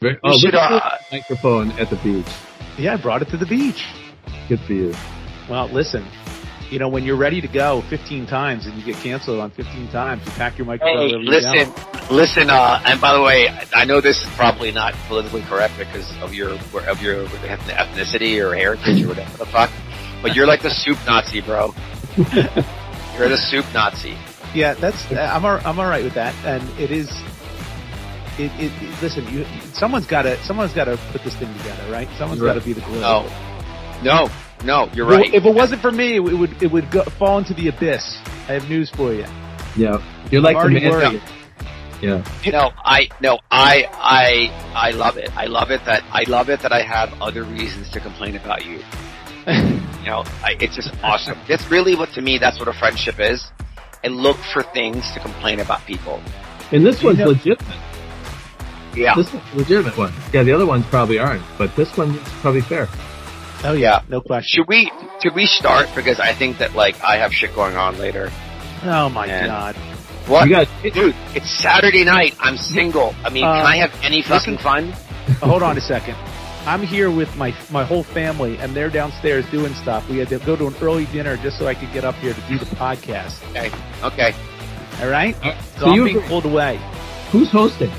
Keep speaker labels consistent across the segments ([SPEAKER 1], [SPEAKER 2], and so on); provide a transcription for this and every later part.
[SPEAKER 1] Very,
[SPEAKER 2] You
[SPEAKER 1] oh,
[SPEAKER 2] should,
[SPEAKER 1] look at
[SPEAKER 2] uh,
[SPEAKER 1] the microphone at the beach.
[SPEAKER 2] Yeah, I brought it to the beach.
[SPEAKER 1] Good for you.
[SPEAKER 2] Well, listen, you know, when you're ready to go 15 times and you get canceled on 15 times, you pack your microphone.
[SPEAKER 3] Hey,
[SPEAKER 2] wherever you
[SPEAKER 3] listen, listen, uh, and by the way, I know this is probably not politically correct because of your of your ethnicity or heritage or whatever the fuck, but you're like the soup Nazi, bro. you're the soup Nazi.
[SPEAKER 2] go. Yeah, that's I'm all, I'm all right with that, and it is. It, it, it- listen, you someone's got to someone's got to put this thing together, right? Someone's
[SPEAKER 1] Right.
[SPEAKER 2] got to be the glue.
[SPEAKER 3] No, no, no, Oh, you're
[SPEAKER 2] If it-
[SPEAKER 3] right.
[SPEAKER 2] If it wasn't for me, it would it would go, fall into the abyss. I have news for you.
[SPEAKER 1] Yeah. You're like the
[SPEAKER 2] already
[SPEAKER 1] man.
[SPEAKER 2] worried.
[SPEAKER 1] Yeah.
[SPEAKER 3] No, I no, I I I love it. I love it that I love it that I have other reasons to complain about you. you know, I, it's just awesome. That's really what to me. That's what a friendship is. And look for things to complain about people.
[SPEAKER 1] And this
[SPEAKER 2] You
[SPEAKER 1] one's
[SPEAKER 2] know-
[SPEAKER 1] legitimate.
[SPEAKER 3] Yeah,
[SPEAKER 1] This is a legitimate one. Yeah, the other ones probably aren't, but this one's probably fair.
[SPEAKER 2] Oh
[SPEAKER 3] yeah.
[SPEAKER 2] no question.
[SPEAKER 3] Should we should we start? Because I think that like I have shit going on later.
[SPEAKER 2] Oh my
[SPEAKER 3] Man.
[SPEAKER 2] god.
[SPEAKER 3] What?
[SPEAKER 1] You guys,
[SPEAKER 3] Dude, it's Saturday night. I'm single. I mean,
[SPEAKER 2] Uh,
[SPEAKER 3] can I have any fucking fun?
[SPEAKER 2] Hold on a second. I'm here with my my whole family, and they're downstairs doing stuff. We had to go to an early dinner just so I could get up here to do the podcast.
[SPEAKER 3] Okay.
[SPEAKER 2] All right,
[SPEAKER 1] Uh,
[SPEAKER 2] so,
[SPEAKER 1] so
[SPEAKER 2] I'm
[SPEAKER 1] you
[SPEAKER 2] being
[SPEAKER 1] agree.
[SPEAKER 2] pulled away.
[SPEAKER 1] who's hosting?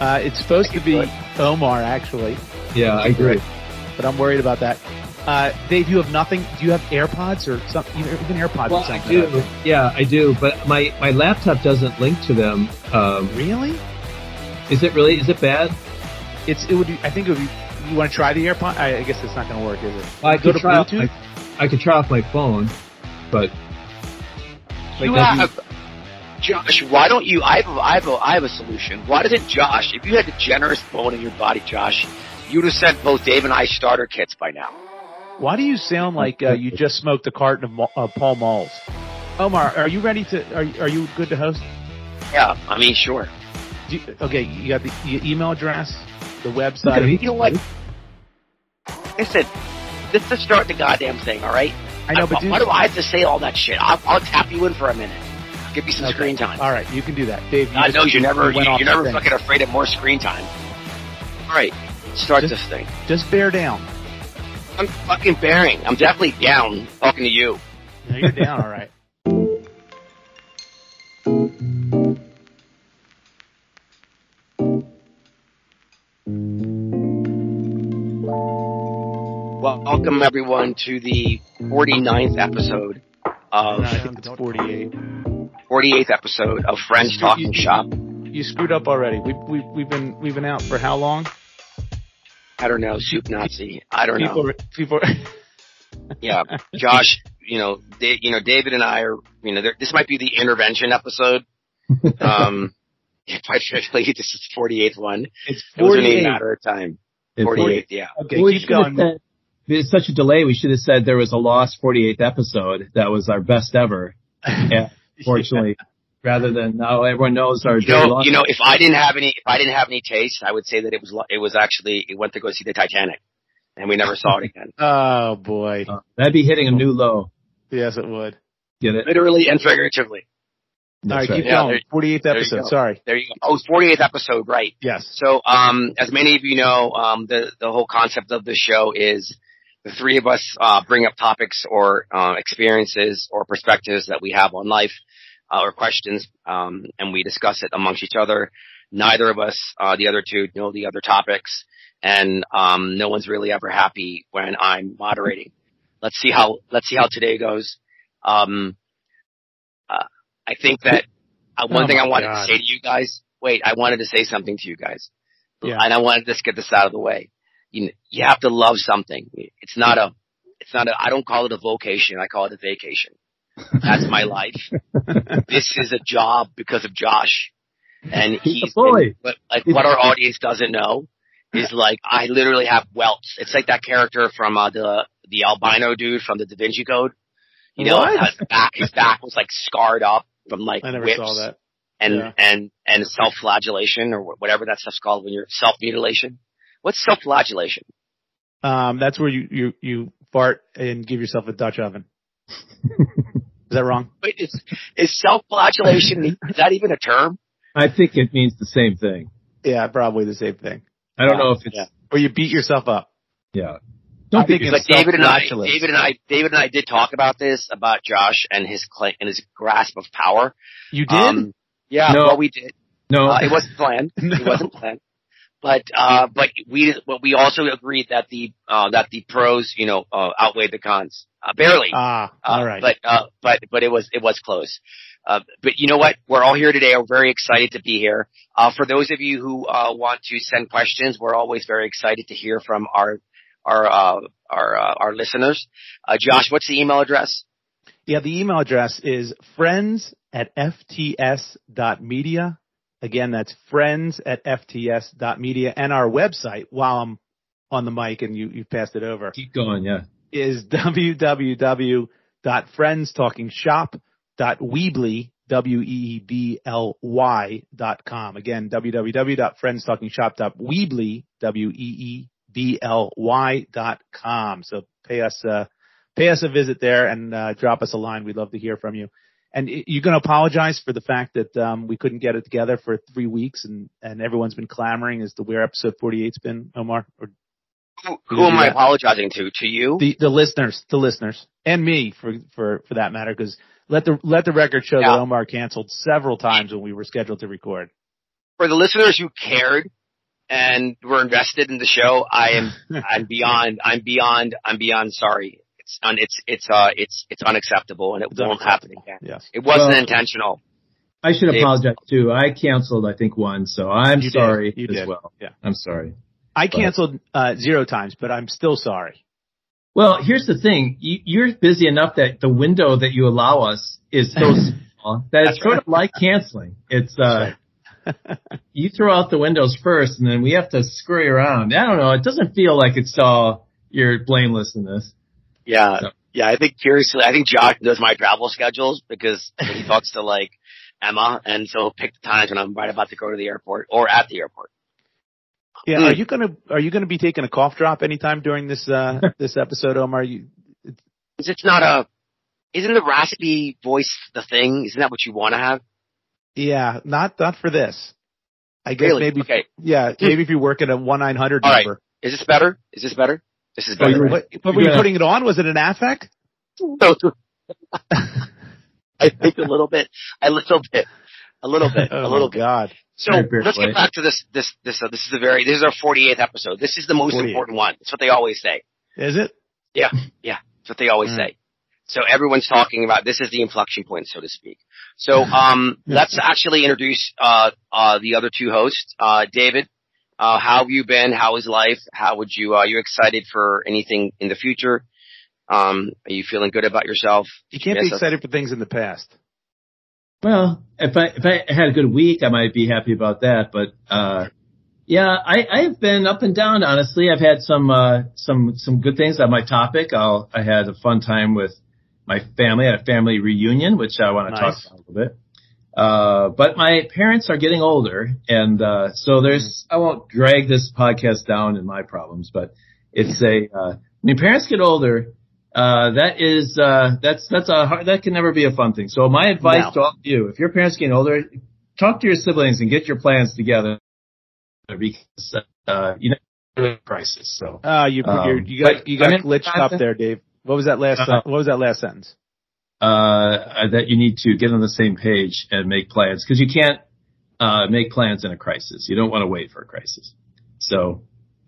[SPEAKER 2] Uh, it's supposed to be
[SPEAKER 3] Good.
[SPEAKER 2] Omar actually,
[SPEAKER 1] Yeah, I agree.
[SPEAKER 2] but I'm worried about that. Uh, Dave, you have nothing. Do you have AirPods or something? Even AirPods
[SPEAKER 1] Well,
[SPEAKER 2] or
[SPEAKER 1] I
[SPEAKER 2] something?
[SPEAKER 1] do. Yeah, I do. But my, my laptop doesn't link to them. Um,
[SPEAKER 2] Really?
[SPEAKER 1] is it really? Is it bad?
[SPEAKER 2] It's it would. Be, I think it would be. You want to try the AirPod? I, I guess it's not going to work, is it?
[SPEAKER 1] Well, I
[SPEAKER 2] Go
[SPEAKER 1] could
[SPEAKER 2] to
[SPEAKER 1] try. Off
[SPEAKER 2] Bluetooth?
[SPEAKER 1] my, I could try off my phone, but like,
[SPEAKER 3] You
[SPEAKER 1] doesn't-
[SPEAKER 3] have- Josh, why don't you? I have, a, I, have a, I have a solution. Why doesn't Josh, if you had the generous bone in your body, Josh, you'd have sent both Dave and I starter kits by now.
[SPEAKER 2] Why do you sound like uh, you just smoked a carton of Mo- uh, Paul Malls? Omar, are you ready to? Are you, are you good to host?
[SPEAKER 3] Yeah, I mean, sure.
[SPEAKER 2] Do you, okay, you got the your email address, the
[SPEAKER 1] Look at
[SPEAKER 2] website.
[SPEAKER 1] me.
[SPEAKER 3] You know what? Listen, let's just start the goddamn thing, all right?
[SPEAKER 2] I know, but do,
[SPEAKER 3] why do I have to say all that shit? I'll, I'll tap you in for a minute. Give me some
[SPEAKER 2] Okay.
[SPEAKER 3] screen time.
[SPEAKER 2] all right, you can do that, Dave. You
[SPEAKER 3] I
[SPEAKER 2] just-
[SPEAKER 3] know you're never,
[SPEAKER 2] went
[SPEAKER 3] you,
[SPEAKER 2] off
[SPEAKER 3] you're
[SPEAKER 2] the
[SPEAKER 3] never
[SPEAKER 2] thing.
[SPEAKER 3] fucking afraid of more screen time. All right, start
[SPEAKER 2] Just-
[SPEAKER 3] this thing.
[SPEAKER 2] Just bear down.
[SPEAKER 3] I'm fucking bearing. I'm definitely down talking to you.
[SPEAKER 2] No, you're down. All right.
[SPEAKER 3] Well, welcome everyone to the 49th episode of
[SPEAKER 2] No, I think Oh, it's 48.
[SPEAKER 3] 48th episode of Friends Talking Shop.
[SPEAKER 2] You screwed up already. We we we've been we've been out for how long?
[SPEAKER 3] I don't know, soup Nazi. I don't know.
[SPEAKER 2] People people.
[SPEAKER 3] Yeah, Josh. You know, da- you know, David and I are. You know, there- this might be the intervention episode. Um, quite frankly, this is 48th one.
[SPEAKER 2] It's
[SPEAKER 3] It was only a
[SPEAKER 2] 48.
[SPEAKER 3] matter of time.
[SPEAKER 1] it's-
[SPEAKER 3] 48th, yeah.
[SPEAKER 2] Okay,
[SPEAKER 1] Well, we
[SPEAKER 2] keep
[SPEAKER 1] should have
[SPEAKER 2] going.
[SPEAKER 1] said- there's such a delay. We should have said there was a lost 48th episode that was our best ever. Yeah, fortunately, rather than now everyone knows our
[SPEAKER 3] You know,
[SPEAKER 1] lost.
[SPEAKER 3] you know, if I didn't have any, if I didn't have any taste, I would say that it was, lo- it was actually, it went to go see the Titanic, and we never saw it again.
[SPEAKER 2] Oh boy.
[SPEAKER 1] Uh, that'd be hitting a new low.
[SPEAKER 2] Yes, it would.
[SPEAKER 1] Get it?
[SPEAKER 3] Literally and figuratively.
[SPEAKER 2] All right,
[SPEAKER 1] That's right.
[SPEAKER 2] keep
[SPEAKER 3] Yeah,
[SPEAKER 2] going.
[SPEAKER 3] there-
[SPEAKER 2] 48th
[SPEAKER 3] there you
[SPEAKER 2] episode.
[SPEAKER 3] go.
[SPEAKER 2] Sorry.
[SPEAKER 3] There you go. Oh, it's 48th episode, right?
[SPEAKER 2] Yes.
[SPEAKER 3] So, um, as many of you know, um, the the whole concept of the show is the three of us uh, bring up topics or uh, experiences or perspectives that we have on life uh, or questions, um, and we discuss it amongst each other. Neither of us, uh, the other two, know the other topics, and um, no one's really ever happy when I'm moderating. Let's see how let's see how today goes. Um, uh, I think that uh, one
[SPEAKER 2] Oh
[SPEAKER 3] thing
[SPEAKER 2] my
[SPEAKER 3] I wanted
[SPEAKER 2] God.
[SPEAKER 3] to say to you guys. Wait, I wanted to say something to you guys
[SPEAKER 2] Yeah.
[SPEAKER 3] and I wanted to just get this out of the way. You you have to love something. It's not a it's not a I don't call it a vocation. I call it a vacation. That's my life. this is a job because of Josh, and
[SPEAKER 1] He's a
[SPEAKER 3] he's
[SPEAKER 1] boy.
[SPEAKER 3] but like what our audience doesn't know is like I literally have welts. It's like that character from uh, the the albino dude from the Da Vinci Code. You know,
[SPEAKER 2] What?
[SPEAKER 3] his back his back was like scarred up from like
[SPEAKER 2] I never
[SPEAKER 3] whips
[SPEAKER 2] saw that.
[SPEAKER 3] and
[SPEAKER 2] Yeah.
[SPEAKER 3] and and self-flagellation or wh- whatever that stuff's called when you're self-mutilation. What's self-flagellation?
[SPEAKER 2] Um, that's where you, you, you fart and give yourself a Dutch oven. Is that wrong?
[SPEAKER 3] Wait, is is self-flagellation is that even a term?
[SPEAKER 1] I think it means the same thing.
[SPEAKER 2] Yeah, probably the same thing.
[SPEAKER 1] I don't know if it's
[SPEAKER 3] Yeah.
[SPEAKER 2] or you beat yourself up.
[SPEAKER 1] yeah.
[SPEAKER 2] Don't be
[SPEAKER 3] Because like David and I, David and I, David and I did talk about this about Josh and his cla and his grasp of power.
[SPEAKER 2] You did?
[SPEAKER 3] Um, yeah,
[SPEAKER 1] No.
[SPEAKER 3] well, we did.
[SPEAKER 1] No,
[SPEAKER 3] Uh, it wasn't planned. It wasn't planned. But uh, but we but we also agreed that the uh, that the pros you know uh, outweighed the cons uh, barely.
[SPEAKER 2] ah,
[SPEAKER 3] Uh,
[SPEAKER 2] all right.
[SPEAKER 3] But uh, but but it was it was close. Uh, but you know what? We're all here today. We're very excited to be here. Uh, for those of you who uh, want to send questions, we're always very excited to hear from our our uh, our uh, our listeners. Uh, Josh, what's the email address?
[SPEAKER 2] yeah, the email address is friends at fts.media. Again, that's friends at fts.media. And our website, while I'm on the mic and you, you passed it over,
[SPEAKER 1] keep going. Yeah.
[SPEAKER 2] is www.friendstalkingshop.weebly, E W-E-E-B-L-Y dot com. Again, www.friendstalkingshop.weebly, E W-E-E-B-L-Y dot com. So pay us, uh, pay us a visit there and, uh, drop us a line. We'd love to hear from you. And y- you're going to apologize for the fact that, um, we couldn't get it together for three weeks and, and everyone's been clamoring as to where episode 48's been, Omar, or
[SPEAKER 3] Who, who am I apologizing to? To you?
[SPEAKER 2] the the listeners, the listeners, and me for for for that matter, because let the let the record show
[SPEAKER 3] Yeah.
[SPEAKER 2] that Omar canceled several times when we were scheduled to record.
[SPEAKER 3] for the listeners who cared and were invested in the show, I am I'm beyond I'm beyond I'm beyond sorry. It's un, it's it's uh it's it's unacceptable and it
[SPEAKER 2] It's
[SPEAKER 3] won't happen
[SPEAKER 2] unacceptable.
[SPEAKER 3] again.
[SPEAKER 2] Yes,
[SPEAKER 3] It wasn't
[SPEAKER 1] Well-
[SPEAKER 3] intentional.
[SPEAKER 1] I should
[SPEAKER 3] David.
[SPEAKER 1] apologize too. I canceled, I think one, so I'm
[SPEAKER 2] You did.
[SPEAKER 1] sorry
[SPEAKER 2] You
[SPEAKER 1] as
[SPEAKER 2] did.
[SPEAKER 1] well.
[SPEAKER 2] Yeah.
[SPEAKER 1] I'm sorry.
[SPEAKER 2] I
[SPEAKER 1] But-
[SPEAKER 2] canceled uh, zero times, but I'm still sorry.
[SPEAKER 1] Well, here's the thing. You, you're busy enough that the window that you allow us is so small that it's
[SPEAKER 3] That's
[SPEAKER 1] sort of like canceling. It's, uh, you throw out the windows first and then we have to scurry around. I don't know. It doesn't feel like it's all your blamelessness.
[SPEAKER 3] Yeah.
[SPEAKER 1] So-
[SPEAKER 3] Yeah, I think curiously I think Josh knows my travel schedules because he talks to like Emma and so he'll pick the times when I'm right about to go to the airport or at the airport.
[SPEAKER 2] Yeah,
[SPEAKER 3] Mm.
[SPEAKER 2] are you gonna are you gonna be taking a cough drop anytime during this uh, this episode, Omar? You,
[SPEAKER 3] Because it's not a isn't the raspy voice the thing? Isn't that what you want to have?
[SPEAKER 2] yeah, not not for this. I guess
[SPEAKER 3] really?
[SPEAKER 2] maybe
[SPEAKER 3] Okay. Hmm.
[SPEAKER 2] yeah, maybe if you work at a one nine hundred
[SPEAKER 3] All right.
[SPEAKER 2] number.
[SPEAKER 3] Is this better? Is this better? This is
[SPEAKER 1] Oh,
[SPEAKER 3] better.
[SPEAKER 1] you're
[SPEAKER 2] What, but were you
[SPEAKER 1] Yeah.
[SPEAKER 2] putting it on? Was it an affect?
[SPEAKER 3] So- I think a little bit, a little bit, a little bit, a
[SPEAKER 2] Oh,
[SPEAKER 3] little
[SPEAKER 2] my
[SPEAKER 3] bit.
[SPEAKER 2] God.
[SPEAKER 3] So
[SPEAKER 1] Very briefly.
[SPEAKER 3] let's get back to this. This this uh, this is the very this is our 48th episode. This is the most
[SPEAKER 2] 48th.
[SPEAKER 3] important one. That's what they always say.
[SPEAKER 2] Is it?
[SPEAKER 3] That's what they always
[SPEAKER 2] Mm.
[SPEAKER 3] say. So everyone's talking about this is the inflection point, so to speak. So um, let's actually introduce uh, uh, the other two hosts. Uh, David, uh, how have you been? How is life? How would you? Are you excited for anything in the future? Um, are you feeling good about yourself?
[SPEAKER 2] You can't
[SPEAKER 3] Yes,
[SPEAKER 2] be
[SPEAKER 3] I-
[SPEAKER 2] excited for things in the past.
[SPEAKER 1] Well, if I if I had a good week, I might be happy about that. But uh, yeah, I I've been up and down. Honestly, I've had some uh, some some good things on my topic. I'll, I had a fun time with my family. I had a family reunion, which I want to
[SPEAKER 2] Nice.
[SPEAKER 1] talk about a little bit. Uh, but my parents are getting older, and uh, so there's I won't drag this podcast down in my problems, but it's a uh, when your parents get older, uh, that is uh, that's that's a hard, that can never be a fun thing. So my advice
[SPEAKER 2] No.
[SPEAKER 1] to all of you, if your parents getting older, talk to your siblings and get your plans together because uh, you know you're in a crisis. So
[SPEAKER 2] Ah, you
[SPEAKER 1] Um,
[SPEAKER 2] you're, you got
[SPEAKER 1] but
[SPEAKER 2] you got
[SPEAKER 1] I'm in-
[SPEAKER 2] glitched up there, Dave. What was that last?
[SPEAKER 1] Uh-huh.
[SPEAKER 2] sen- what was that last sentence?
[SPEAKER 1] uh, that you need to get on the same page and make plans because you can't uh, make plans in a crisis. You don't want to wait for a crisis. So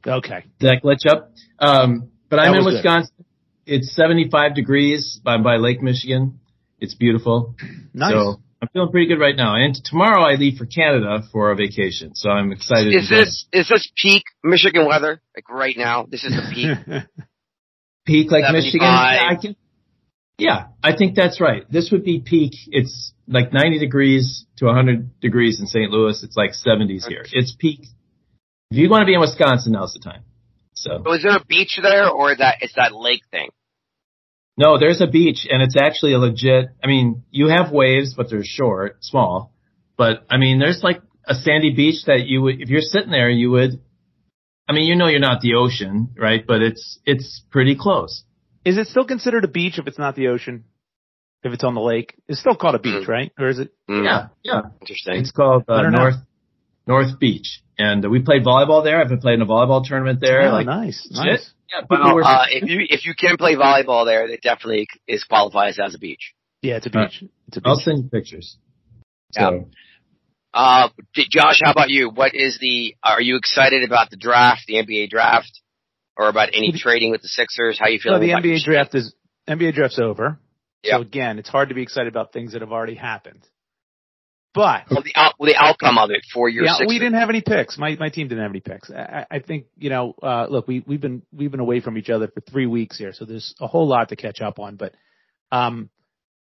[SPEAKER 2] Okay.
[SPEAKER 1] did that glitch up? Um, but I'm
[SPEAKER 2] That
[SPEAKER 1] in
[SPEAKER 2] was good.
[SPEAKER 1] Wisconsin. It's 75 degrees by, by Lake Michigan. It's beautiful.
[SPEAKER 2] Nice.
[SPEAKER 1] So I'm feeling pretty good right now. And tomorrow I leave for Canada for a vacation. So I'm excited.
[SPEAKER 3] Is
[SPEAKER 1] to go.
[SPEAKER 3] this is this peak Michigan weather? Like right now, this is the peak.
[SPEAKER 1] peak like
[SPEAKER 3] 75?
[SPEAKER 1] Michigan? Yeah I, can, yeah, I think that's right. This would be peak. It's like 90 degrees to 100 degrees in St. Louis. It's like 70s here. It's peak. If you want to be in Wisconsin, now's the time. So
[SPEAKER 3] So is there a beach there or that it's that lake thing?
[SPEAKER 1] no, there's a beach and it's actually a legit. I mean, you have waves, but they're short, small. But I mean, there's like a sandy beach that you would, if you're sitting there, you would. I mean, you know, you're not the ocean, right? But it's it's pretty close.
[SPEAKER 2] is it still considered a beach if it's not the ocean? If it's on the lake, it's still
[SPEAKER 1] Mm.
[SPEAKER 2] called a beach, right? Or is it?
[SPEAKER 3] Mm,
[SPEAKER 1] Yeah, yeah.
[SPEAKER 3] Interesting.
[SPEAKER 1] It's called
[SPEAKER 2] I
[SPEAKER 1] uh,
[SPEAKER 2] don't know.
[SPEAKER 1] North North Beach. and we played volleyball there. I've been playing a volleyball tournament there.
[SPEAKER 2] Oh,
[SPEAKER 1] like,
[SPEAKER 2] nice,
[SPEAKER 1] shit.
[SPEAKER 2] nice.
[SPEAKER 1] yeah, people
[SPEAKER 3] Well,
[SPEAKER 1] were-
[SPEAKER 3] uh, if you if you can play volleyball there, it definitely is qualifies as a beach.
[SPEAKER 2] Yeah, it's a
[SPEAKER 1] Uh,
[SPEAKER 2] beach. it's a
[SPEAKER 1] I'll
[SPEAKER 2] beach.
[SPEAKER 1] send you pictures.
[SPEAKER 3] Yeah.
[SPEAKER 1] So,
[SPEAKER 3] Uh, J- Josh, how about you? What is the? Are you excited about the draft, the NBA draft, or about any trading with the Sixers? How you
[SPEAKER 2] So
[SPEAKER 3] feeling?
[SPEAKER 2] the
[SPEAKER 3] about
[SPEAKER 2] NBA
[SPEAKER 3] your-
[SPEAKER 2] draft is NBA draft's over.
[SPEAKER 3] Yeah.
[SPEAKER 2] So again, it's hard to be excited about things that have already happened. But
[SPEAKER 3] Well, the, out, well, the outcome of it for your
[SPEAKER 2] yeah,
[SPEAKER 3] Sixers.
[SPEAKER 2] we didn't have any picks. My my team didn't have any picks. I, I I think you know, uh, look, we we've been we've been away from each other for three weeks here, so there's a whole lot to catch up on. But um,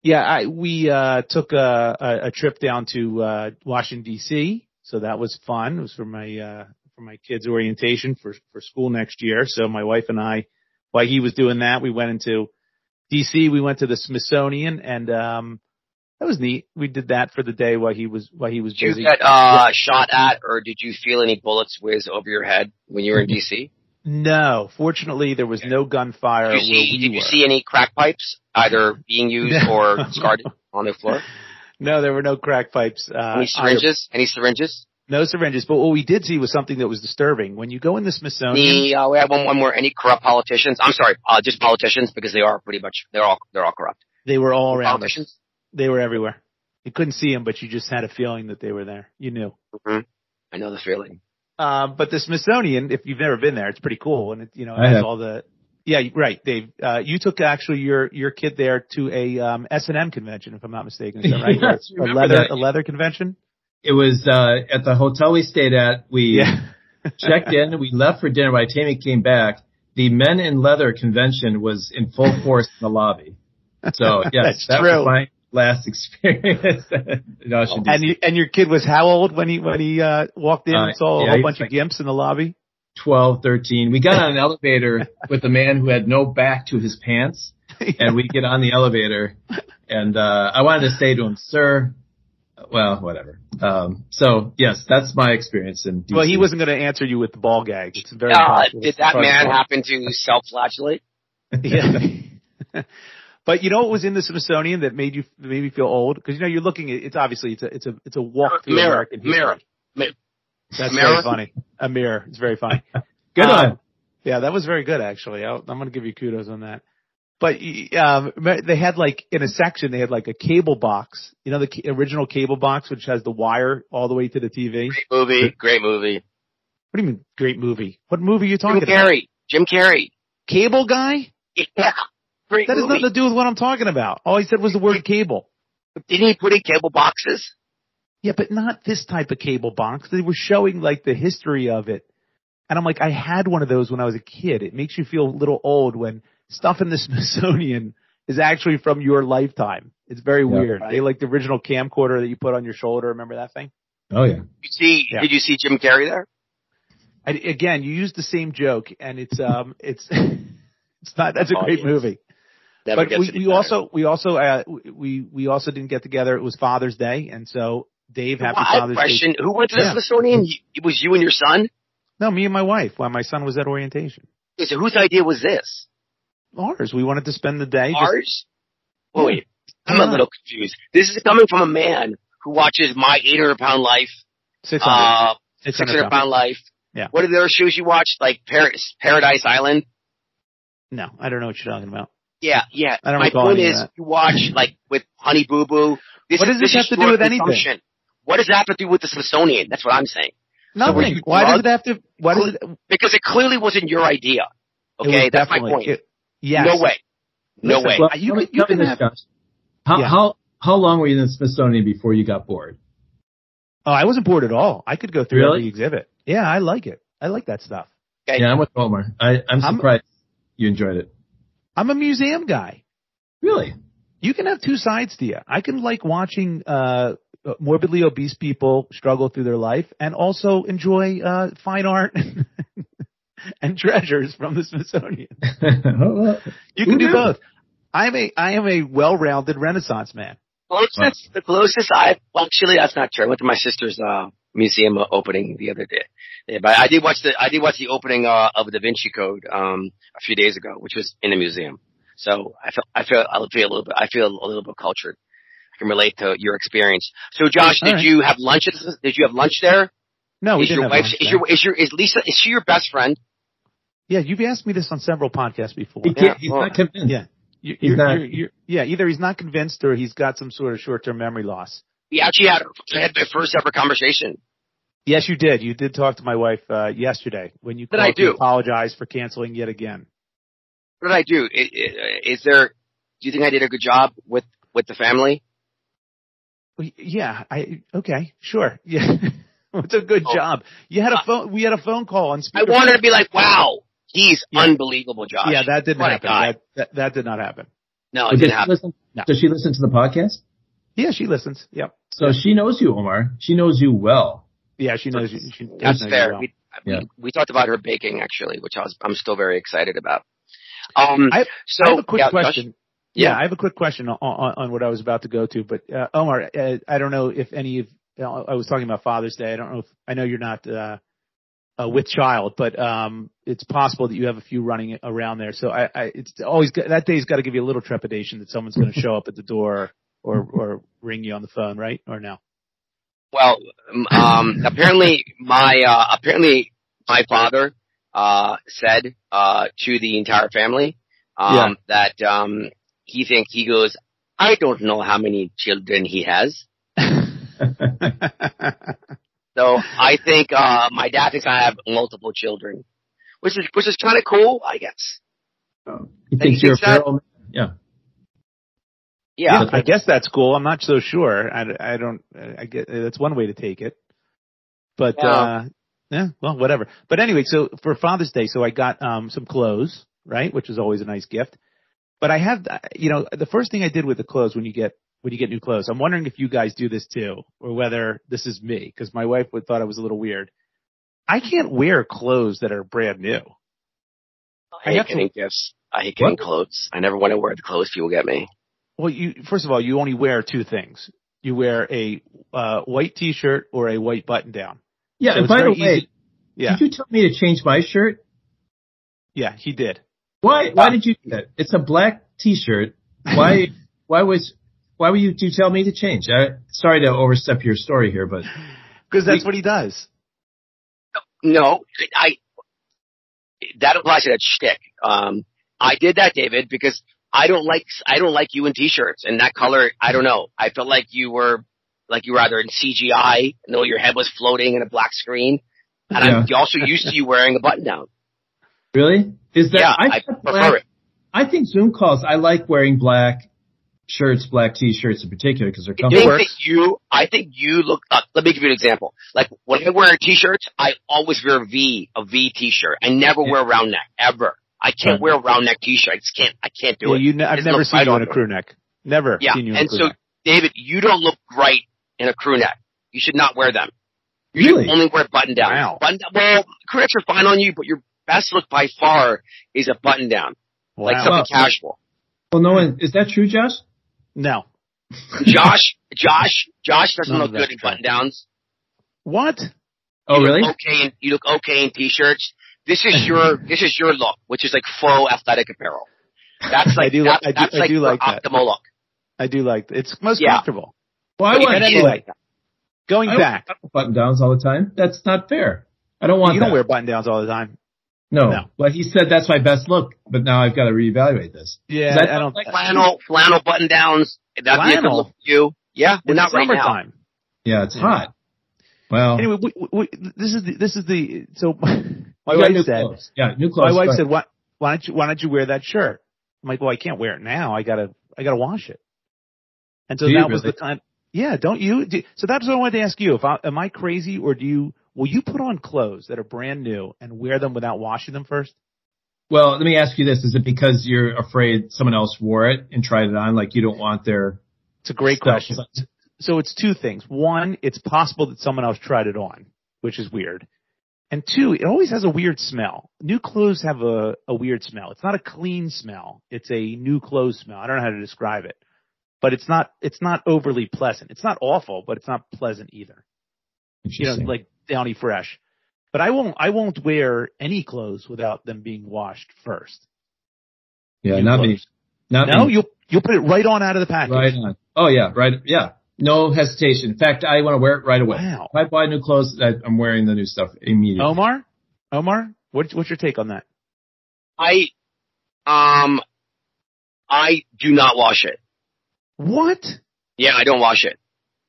[SPEAKER 2] yeah, I we uh, took a, a a trip down to uh, Washington D.C., so that was fun. It was for my uh, for my kids' orientation for for school next year. So my wife and I, while he was doing that, we went into D.C. We went to the Smithsonian, and um, that was neat. We did that for the day while he was while he was
[SPEAKER 3] Did
[SPEAKER 2] busy.
[SPEAKER 3] you get uh, shot at, or did you feel any bullets whiz over your head when you were in DC?
[SPEAKER 2] No, fortunately, there was no gunfire
[SPEAKER 3] Did you see,
[SPEAKER 2] where Uh, we
[SPEAKER 3] did you
[SPEAKER 2] were.
[SPEAKER 3] see any crack pipes either being used
[SPEAKER 2] No.
[SPEAKER 3] or discarded on the floor?
[SPEAKER 2] Uh, no, there were no crack pipes. Uh,
[SPEAKER 3] Any
[SPEAKER 2] either-
[SPEAKER 3] syringes? Any syringes?
[SPEAKER 2] no syringes. But what we did see was something that was disturbing. When you go in the Smithsonian,
[SPEAKER 3] Any, uh, we have one, one more. Any corrupt politicians? I'm sorry, uh, just politicians because they are pretty much they're all they're all corrupt.
[SPEAKER 2] they were all around us.
[SPEAKER 3] politicians.
[SPEAKER 2] They were everywhere. You couldn't see them, but you just had a feeling that they were there. You knew.
[SPEAKER 3] I know the feeling.
[SPEAKER 2] Um, but the Smithsonian, if you've never been there, it's pretty cool, and it, you know, it
[SPEAKER 1] I
[SPEAKER 2] has
[SPEAKER 1] have.
[SPEAKER 2] all the. Yeah, you- right, Dave. Uh, you took actually your your kid there to a um, S and M convention, if I'm not mistaken. Is that right?
[SPEAKER 1] Yes,
[SPEAKER 2] a
[SPEAKER 1] remember
[SPEAKER 2] leather
[SPEAKER 1] that.
[SPEAKER 2] a leather convention.
[SPEAKER 1] it was uh, at the hotel we stayed at. We
[SPEAKER 2] Yeah.
[SPEAKER 1] checked in. We left for dinner. By the time we came back, the Men in Leather convention was in full force in the lobby. So yes,
[SPEAKER 2] That's
[SPEAKER 1] that
[SPEAKER 2] true.
[SPEAKER 1] was my last experience. in Washington,
[SPEAKER 2] And you, and your kid was how old when he when he uh, walked in
[SPEAKER 1] Uh,
[SPEAKER 2] and saw
[SPEAKER 1] yeah,
[SPEAKER 2] a whole
[SPEAKER 1] he
[SPEAKER 2] bunch
[SPEAKER 1] was
[SPEAKER 2] of gimps in the lobby?
[SPEAKER 1] 12, 13. We got on an elevator with a man who had no back to his pants and we get on the elevator and, uh, I wanted to say to him, sir, well, whatever. Um, so yes, that's my experience in DC.
[SPEAKER 2] well, he wasn't going to answer you with the ball gag. It's very
[SPEAKER 3] Uh,
[SPEAKER 2] impossible.
[SPEAKER 3] did
[SPEAKER 2] It's
[SPEAKER 3] that
[SPEAKER 2] hard to
[SPEAKER 3] man
[SPEAKER 2] do.
[SPEAKER 3] happen to self-flagellate?
[SPEAKER 2] Yeah. but you know what was in the Smithsonian that made you made me feel old? Because you know you're looking. At, it's obviously it's a it's a it's a walk through
[SPEAKER 3] Mirror,
[SPEAKER 2] American history.
[SPEAKER 3] mirror, mi-
[SPEAKER 2] That's
[SPEAKER 3] mirror.
[SPEAKER 2] very funny. A mirror. It's very funny.
[SPEAKER 1] Good
[SPEAKER 2] Um,
[SPEAKER 1] one.
[SPEAKER 2] Yeah, that was very good actually. I'll, I'm going to give you kudos on that. But y- um, me- they had like in a section they had like a cable box. You know the ca- original cable box which has the wire all the way to the TV.
[SPEAKER 3] Great movie, great movie.
[SPEAKER 2] What do you mean great movie? What movie are you
[SPEAKER 3] Jim
[SPEAKER 2] talking about?
[SPEAKER 3] Carrey, Jim Carrey.
[SPEAKER 2] Cable guy?
[SPEAKER 3] Yeah, great
[SPEAKER 2] That has
[SPEAKER 3] movie.
[SPEAKER 2] nothing to do with what I'm talking about. All he said was the word cable.
[SPEAKER 3] Didn't he put in cable boxes?
[SPEAKER 2] Yeah, but not this type of cable box. They were showing like the history of it. And I'm like, I had one of those when I was a kid. It makes you feel a little old when stuff in the Smithsonian is actually from your lifetime. It's very
[SPEAKER 1] Yeah.
[SPEAKER 2] weird.
[SPEAKER 3] Right.
[SPEAKER 2] They like the original camcorder that you put on your shoulder. Remember that thing?
[SPEAKER 1] Oh yeah.
[SPEAKER 3] You see?
[SPEAKER 2] Yeah.
[SPEAKER 3] Did you see Jim Carrey there?
[SPEAKER 2] I, again, you use the same joke and it's, um, it's, it's not, that's a great
[SPEAKER 3] Audience.
[SPEAKER 2] movie.
[SPEAKER 3] Never
[SPEAKER 2] but
[SPEAKER 3] gets
[SPEAKER 2] we,
[SPEAKER 3] any
[SPEAKER 2] we
[SPEAKER 3] better.
[SPEAKER 2] also, we also, uh, we, we also didn't get together. It was Father's Day. And so Dave, happy
[SPEAKER 3] Well, I have a
[SPEAKER 2] Father's Day.
[SPEAKER 3] question. Who went to the
[SPEAKER 2] Yeah.
[SPEAKER 3] Smithsonian? You- It was you and your son?
[SPEAKER 2] No, me and my wife, while my son was at orientation.
[SPEAKER 3] Okay, So whose idea was this?
[SPEAKER 2] Ours. We wanted to spend the day. just-
[SPEAKER 3] Ours? Well, wait, I'm
[SPEAKER 2] Yeah.
[SPEAKER 3] a little confused. This is coming from a man who watches my 800 pound life,
[SPEAKER 2] 600.
[SPEAKER 3] uh,
[SPEAKER 2] 600
[SPEAKER 3] 600
[SPEAKER 2] pounds.
[SPEAKER 3] pound life.
[SPEAKER 2] Yeah.
[SPEAKER 3] What are the other shows you watched? Like Paris, Paradise Island?
[SPEAKER 2] No, I don't know what you're talking about.
[SPEAKER 3] Yeah, yeah.
[SPEAKER 2] I don't
[SPEAKER 3] My
[SPEAKER 2] recall
[SPEAKER 3] point
[SPEAKER 2] any of
[SPEAKER 3] is,
[SPEAKER 2] that.
[SPEAKER 3] you watch like with Honey Boo Boo.
[SPEAKER 2] What does this have to do
[SPEAKER 3] short
[SPEAKER 2] with anything?
[SPEAKER 3] consumption. What does that have to do with the Smithsonian? That's what I'm saying.
[SPEAKER 1] were
[SPEAKER 2] Nothing.
[SPEAKER 1] you
[SPEAKER 2] Why does
[SPEAKER 3] drugged?
[SPEAKER 2] it have to? Why does it? it
[SPEAKER 3] Because it clearly wasn't your idea.
[SPEAKER 2] was
[SPEAKER 3] Okay, that's my
[SPEAKER 2] definitely-
[SPEAKER 3] point.
[SPEAKER 2] It, yes.
[SPEAKER 3] No way. No
[SPEAKER 2] Listen,
[SPEAKER 3] way.
[SPEAKER 1] Well,
[SPEAKER 2] Uh, you
[SPEAKER 1] let me-
[SPEAKER 2] can- you
[SPEAKER 1] let me
[SPEAKER 2] can have-
[SPEAKER 1] discuss. How,
[SPEAKER 2] Yeah.
[SPEAKER 1] how, how long were you in the Smithsonian before you got bored?
[SPEAKER 2] Oh, I wasn't bored at all. I could go through
[SPEAKER 1] Really?
[SPEAKER 2] every exhibit. Yeah, I like it. I like that stuff.
[SPEAKER 3] Okay.
[SPEAKER 1] Yeah, I'm with Omar. I, I'm
[SPEAKER 2] I'm-
[SPEAKER 1] surprised you enjoyed it.
[SPEAKER 2] I'm a museum guy.
[SPEAKER 1] Really?
[SPEAKER 2] You can have two sides to you. I can like watching uh morbidly obese people struggle through their life and also enjoy uh fine art and treasures from the Smithsonian. You can
[SPEAKER 1] Who
[SPEAKER 2] do
[SPEAKER 1] knew?
[SPEAKER 2] both. I'm a I am a well-rounded Renaissance man.
[SPEAKER 3] closest, the closest I well, actually that's not true. I went to my sister's uh, museum opening the other day, yeah, but I did watch the I did watch the opening uh, of Da Vinci Code um, a few days ago, which was in a museum. So I feel I feel I feel a little bit I feel a little bit cultured. I can relate to your experience. So Josh,
[SPEAKER 2] All
[SPEAKER 3] did
[SPEAKER 2] right.
[SPEAKER 3] you have lunch? At, the- did you have lunch there?
[SPEAKER 2] No, we
[SPEAKER 3] is
[SPEAKER 2] didn't
[SPEAKER 3] your
[SPEAKER 2] have
[SPEAKER 3] wife?
[SPEAKER 2] lunch
[SPEAKER 3] Is
[SPEAKER 2] there.
[SPEAKER 3] your is your is Lisa? Is she your best friend?
[SPEAKER 2] Yeah, you've asked me this on several podcasts before.
[SPEAKER 1] He
[SPEAKER 3] Yeah,
[SPEAKER 1] can't, he's
[SPEAKER 3] well,
[SPEAKER 1] not convinced.
[SPEAKER 2] yeah. You,
[SPEAKER 1] He's
[SPEAKER 2] you're,
[SPEAKER 1] not-
[SPEAKER 2] You're, you're, yeah, either he's not convinced or he's got some sort of short-term memory loss.
[SPEAKER 3] We actually had had the first ever conversation.
[SPEAKER 2] Yes, you did. You did talk to my wife uh, yesterday when you
[SPEAKER 3] Did
[SPEAKER 2] called
[SPEAKER 3] I do?
[SPEAKER 2] to apologize for canceling yet again.
[SPEAKER 3] What did I do? I- I- Is there? Do you think I did a good job with with the family?
[SPEAKER 2] Well, Yeah, I okay, sure. Yeah, it's a good
[SPEAKER 3] Oh.
[SPEAKER 2] job. You had a
[SPEAKER 3] Uh,
[SPEAKER 2] phone. We had a phone call on.
[SPEAKER 3] I
[SPEAKER 2] speaker-
[SPEAKER 3] wanted to be like, wow, he's
[SPEAKER 2] Yeah.
[SPEAKER 3] unbelievable, Josh.
[SPEAKER 2] Yeah, that didn't
[SPEAKER 3] What a
[SPEAKER 2] happen.
[SPEAKER 3] guy.
[SPEAKER 2] That, that that did not happen.
[SPEAKER 3] No, it
[SPEAKER 1] Does
[SPEAKER 3] didn't
[SPEAKER 1] she
[SPEAKER 3] happen.
[SPEAKER 1] listen?
[SPEAKER 2] No.
[SPEAKER 1] Does she listen to the podcast?
[SPEAKER 2] Yeah, she listens. Yep.
[SPEAKER 1] So she knows you, Omar. She knows you well.
[SPEAKER 2] Yeah, she knows. You, she does
[SPEAKER 3] That's
[SPEAKER 2] know you
[SPEAKER 3] fair.
[SPEAKER 2] well.
[SPEAKER 3] We,
[SPEAKER 1] Yeah.
[SPEAKER 3] we we talked about her baking actually, which I was I'm still very excited about. Um,
[SPEAKER 2] I-
[SPEAKER 3] so
[SPEAKER 2] I have a quick
[SPEAKER 3] yeah, Josh?
[SPEAKER 2] question. Yeah.
[SPEAKER 3] Yeah.
[SPEAKER 2] I have a quick question on, on, on what I was about to go to, but uh, Omar, uh, I don't know if any of you know, I was talking about Father's Day. I don't know if I know you're not uh, uh, with child, but um, it's possible that you have a few running around there. So I, I it's always got- that day's got to give you a little trepidation that someone's going to show up at the door or or ring you on the phone, right? Or no?
[SPEAKER 3] Well, um, apparently my uh, apparently my father uh, said uh, to the entire family um, that um, he thinks he goes. I don't know how many children he has. So I think uh, my dad thinks I have multiple children, which is which is kind of cool, I guess.
[SPEAKER 1] He thinks
[SPEAKER 3] he
[SPEAKER 1] you're a
[SPEAKER 3] thinks that-
[SPEAKER 1] feral. Yeah.
[SPEAKER 3] Yeah,
[SPEAKER 2] I guess that's cool. I'm not so sure. I, I don't. I guess that's one way to take it. But
[SPEAKER 3] Yeah.
[SPEAKER 2] uh, yeah, well, whatever. But anyway, so for Father's Day, so I got um some clothes, right, which is always a nice gift. But I have, uh, you know, the first thing I did with the clothes when you get when you get new clothes, I'm wondering if you guys do this too, or whether this is me, because my wife would thought I was a little weird. I can't wear clothes that are brand new.
[SPEAKER 3] I
[SPEAKER 2] I
[SPEAKER 3] hate
[SPEAKER 2] have to-
[SPEAKER 3] getting gifts. I hate getting
[SPEAKER 2] What?
[SPEAKER 3] clothes. I never want to wear the clothes people get me.
[SPEAKER 2] Well, you first of all, you only wear two things. You wear a uh, white T-shirt or a white button-down.
[SPEAKER 1] Yeah.
[SPEAKER 2] So
[SPEAKER 1] and
[SPEAKER 2] it's
[SPEAKER 1] by the
[SPEAKER 2] very
[SPEAKER 1] way,
[SPEAKER 2] easy- yeah,
[SPEAKER 1] did you tell me to change my shirt?
[SPEAKER 2] yeah, he did.
[SPEAKER 1] Why? Why did you do that? It's a black T-shirt. Why? why was? Why were you? Did you tell me to change? I, sorry to overstep your story here, but
[SPEAKER 2] Because that's
[SPEAKER 1] We-
[SPEAKER 2] what he does.
[SPEAKER 3] No, I. That applies to that shtick. Um, I did that, David, because I don't like I don't like you in t-shirts and that color. I don't know. I felt like you were like you were either in CGI, no, your head was floating in a black screen, and I'm also used to you wearing a button down.
[SPEAKER 1] really, is that?
[SPEAKER 3] yeah, I,
[SPEAKER 1] thought
[SPEAKER 3] prefer
[SPEAKER 1] black-
[SPEAKER 3] it.
[SPEAKER 1] I think Zoom calls. I like wearing black shirts, black T-shirts in particular because they're
[SPEAKER 3] I think
[SPEAKER 1] comfortable.
[SPEAKER 3] that you, I think you look. Uh, let me give you an example. Like when I wear t-shirts, I always wear a V, a V t-shirt. I never wear a round neck ever. I can't
[SPEAKER 1] Right.
[SPEAKER 3] wear a round neck t-shirt. I just can't. I can't do
[SPEAKER 2] Yeah,
[SPEAKER 3] it.
[SPEAKER 2] you ne- I've
[SPEAKER 3] There's
[SPEAKER 2] never
[SPEAKER 3] no
[SPEAKER 2] seen
[SPEAKER 3] fight
[SPEAKER 2] you
[SPEAKER 3] on
[SPEAKER 2] in a
[SPEAKER 3] it.
[SPEAKER 2] crew neck. Never
[SPEAKER 3] Yeah,
[SPEAKER 2] seen you in a
[SPEAKER 3] and
[SPEAKER 2] crew
[SPEAKER 3] so-
[SPEAKER 2] neck.
[SPEAKER 3] David, you don't look great in a crew neck. You should not wear them. You
[SPEAKER 1] Really?
[SPEAKER 3] should only wear button down.
[SPEAKER 2] Wow.
[SPEAKER 3] Button down. Well, crew necks are fine on you, but your best look by far is a button down, like
[SPEAKER 2] Wow.
[SPEAKER 3] something
[SPEAKER 1] Wow.
[SPEAKER 3] casual.
[SPEAKER 1] well, no one is that true, Josh?
[SPEAKER 2] no.
[SPEAKER 3] Josh, Josh, Josh doesn't
[SPEAKER 2] None of
[SPEAKER 3] look
[SPEAKER 2] that's
[SPEAKER 3] good in
[SPEAKER 2] true.
[SPEAKER 3] button downs.
[SPEAKER 2] What?
[SPEAKER 1] Oh, really?
[SPEAKER 3] Okay, in, you look okay in t-shirts. This is your this is your look, which is like faux athletic apparel. That's
[SPEAKER 2] I
[SPEAKER 3] like
[SPEAKER 2] do li-
[SPEAKER 3] that's,
[SPEAKER 2] I do-
[SPEAKER 3] that's
[SPEAKER 2] I
[SPEAKER 3] like
[SPEAKER 2] do
[SPEAKER 3] your
[SPEAKER 2] like that.
[SPEAKER 3] optimal look.
[SPEAKER 2] I do like it's most
[SPEAKER 3] Yeah.
[SPEAKER 2] comfortable.
[SPEAKER 1] Well, I
[SPEAKER 3] But
[SPEAKER 1] want
[SPEAKER 2] And
[SPEAKER 3] it is
[SPEAKER 2] anyway,
[SPEAKER 3] like that.
[SPEAKER 2] Going
[SPEAKER 1] I-
[SPEAKER 2] back,
[SPEAKER 1] button downs all the time. That's not fair. I don't want
[SPEAKER 2] you don't
[SPEAKER 1] that.
[SPEAKER 2] wear button downs all the time.
[SPEAKER 1] no.
[SPEAKER 2] no.
[SPEAKER 1] Well, he said that's my best look, but now I've got to reevaluate this.
[SPEAKER 2] Yeah,
[SPEAKER 1] Is that
[SPEAKER 2] I don't.
[SPEAKER 1] like
[SPEAKER 3] flannel flannel button downs. That'd be a good
[SPEAKER 2] Flannel?
[SPEAKER 3] look for you. Yeah, well,
[SPEAKER 2] it's
[SPEAKER 3] not right now.
[SPEAKER 2] summertime.
[SPEAKER 1] Yeah, it's
[SPEAKER 2] Yeah.
[SPEAKER 1] hot. Well,
[SPEAKER 2] Anyway, we, we, we, this is the, this is the so my
[SPEAKER 1] you got
[SPEAKER 2] wife
[SPEAKER 1] new
[SPEAKER 2] said
[SPEAKER 1] clothes. Yeah, new clothes.
[SPEAKER 2] my wife
[SPEAKER 1] but-
[SPEAKER 2] said, "Why, why don't you why don't you wear that shirt?" I'm like, "Well, I can't wear it now. I gotta I gotta wash it." And so
[SPEAKER 1] Do
[SPEAKER 2] that
[SPEAKER 1] you
[SPEAKER 2] was
[SPEAKER 1] really?
[SPEAKER 2] the time. Yeah, don't you? Do, so that's what I wanted to ask you. If I, am I crazy or do you? Will you put on clothes that are brand new and wear them without washing them first?
[SPEAKER 1] Well, let me ask you this: Is it because you're afraid someone else wore it and tried it on, like you don't want their?
[SPEAKER 2] It's a great
[SPEAKER 1] So-
[SPEAKER 2] question. So it's two things. One, it's possible that someone else tried it on, which is weird. And two, it always has a weird smell. New clothes have a, a weird smell. It's not a clean smell. It's a new clothes smell. I don't know how to describe it, but it's not, it's not overly pleasant. It's not awful, but it's not pleasant either. You know,
[SPEAKER 1] Interesting.
[SPEAKER 2] like downy fresh, but I won't, I won't wear any clothes without them being washed first.
[SPEAKER 1] yeah,
[SPEAKER 2] New
[SPEAKER 1] not me.
[SPEAKER 2] clothes.
[SPEAKER 1] Not
[SPEAKER 2] No,
[SPEAKER 1] me.
[SPEAKER 2] you'll, you'll put it right on out of the package.
[SPEAKER 1] Right on. Oh yeah, right. Yeah, No hesitation. In fact, I want to wear it right away.
[SPEAKER 2] Wow. Oh.
[SPEAKER 1] If I buy new clothes, I, I'm wearing the new stuff immediately.
[SPEAKER 2] Omar, Omar, what, what's your take on that?
[SPEAKER 3] I, um, I do not wash it.
[SPEAKER 2] What?
[SPEAKER 3] Yeah, I don't wash it.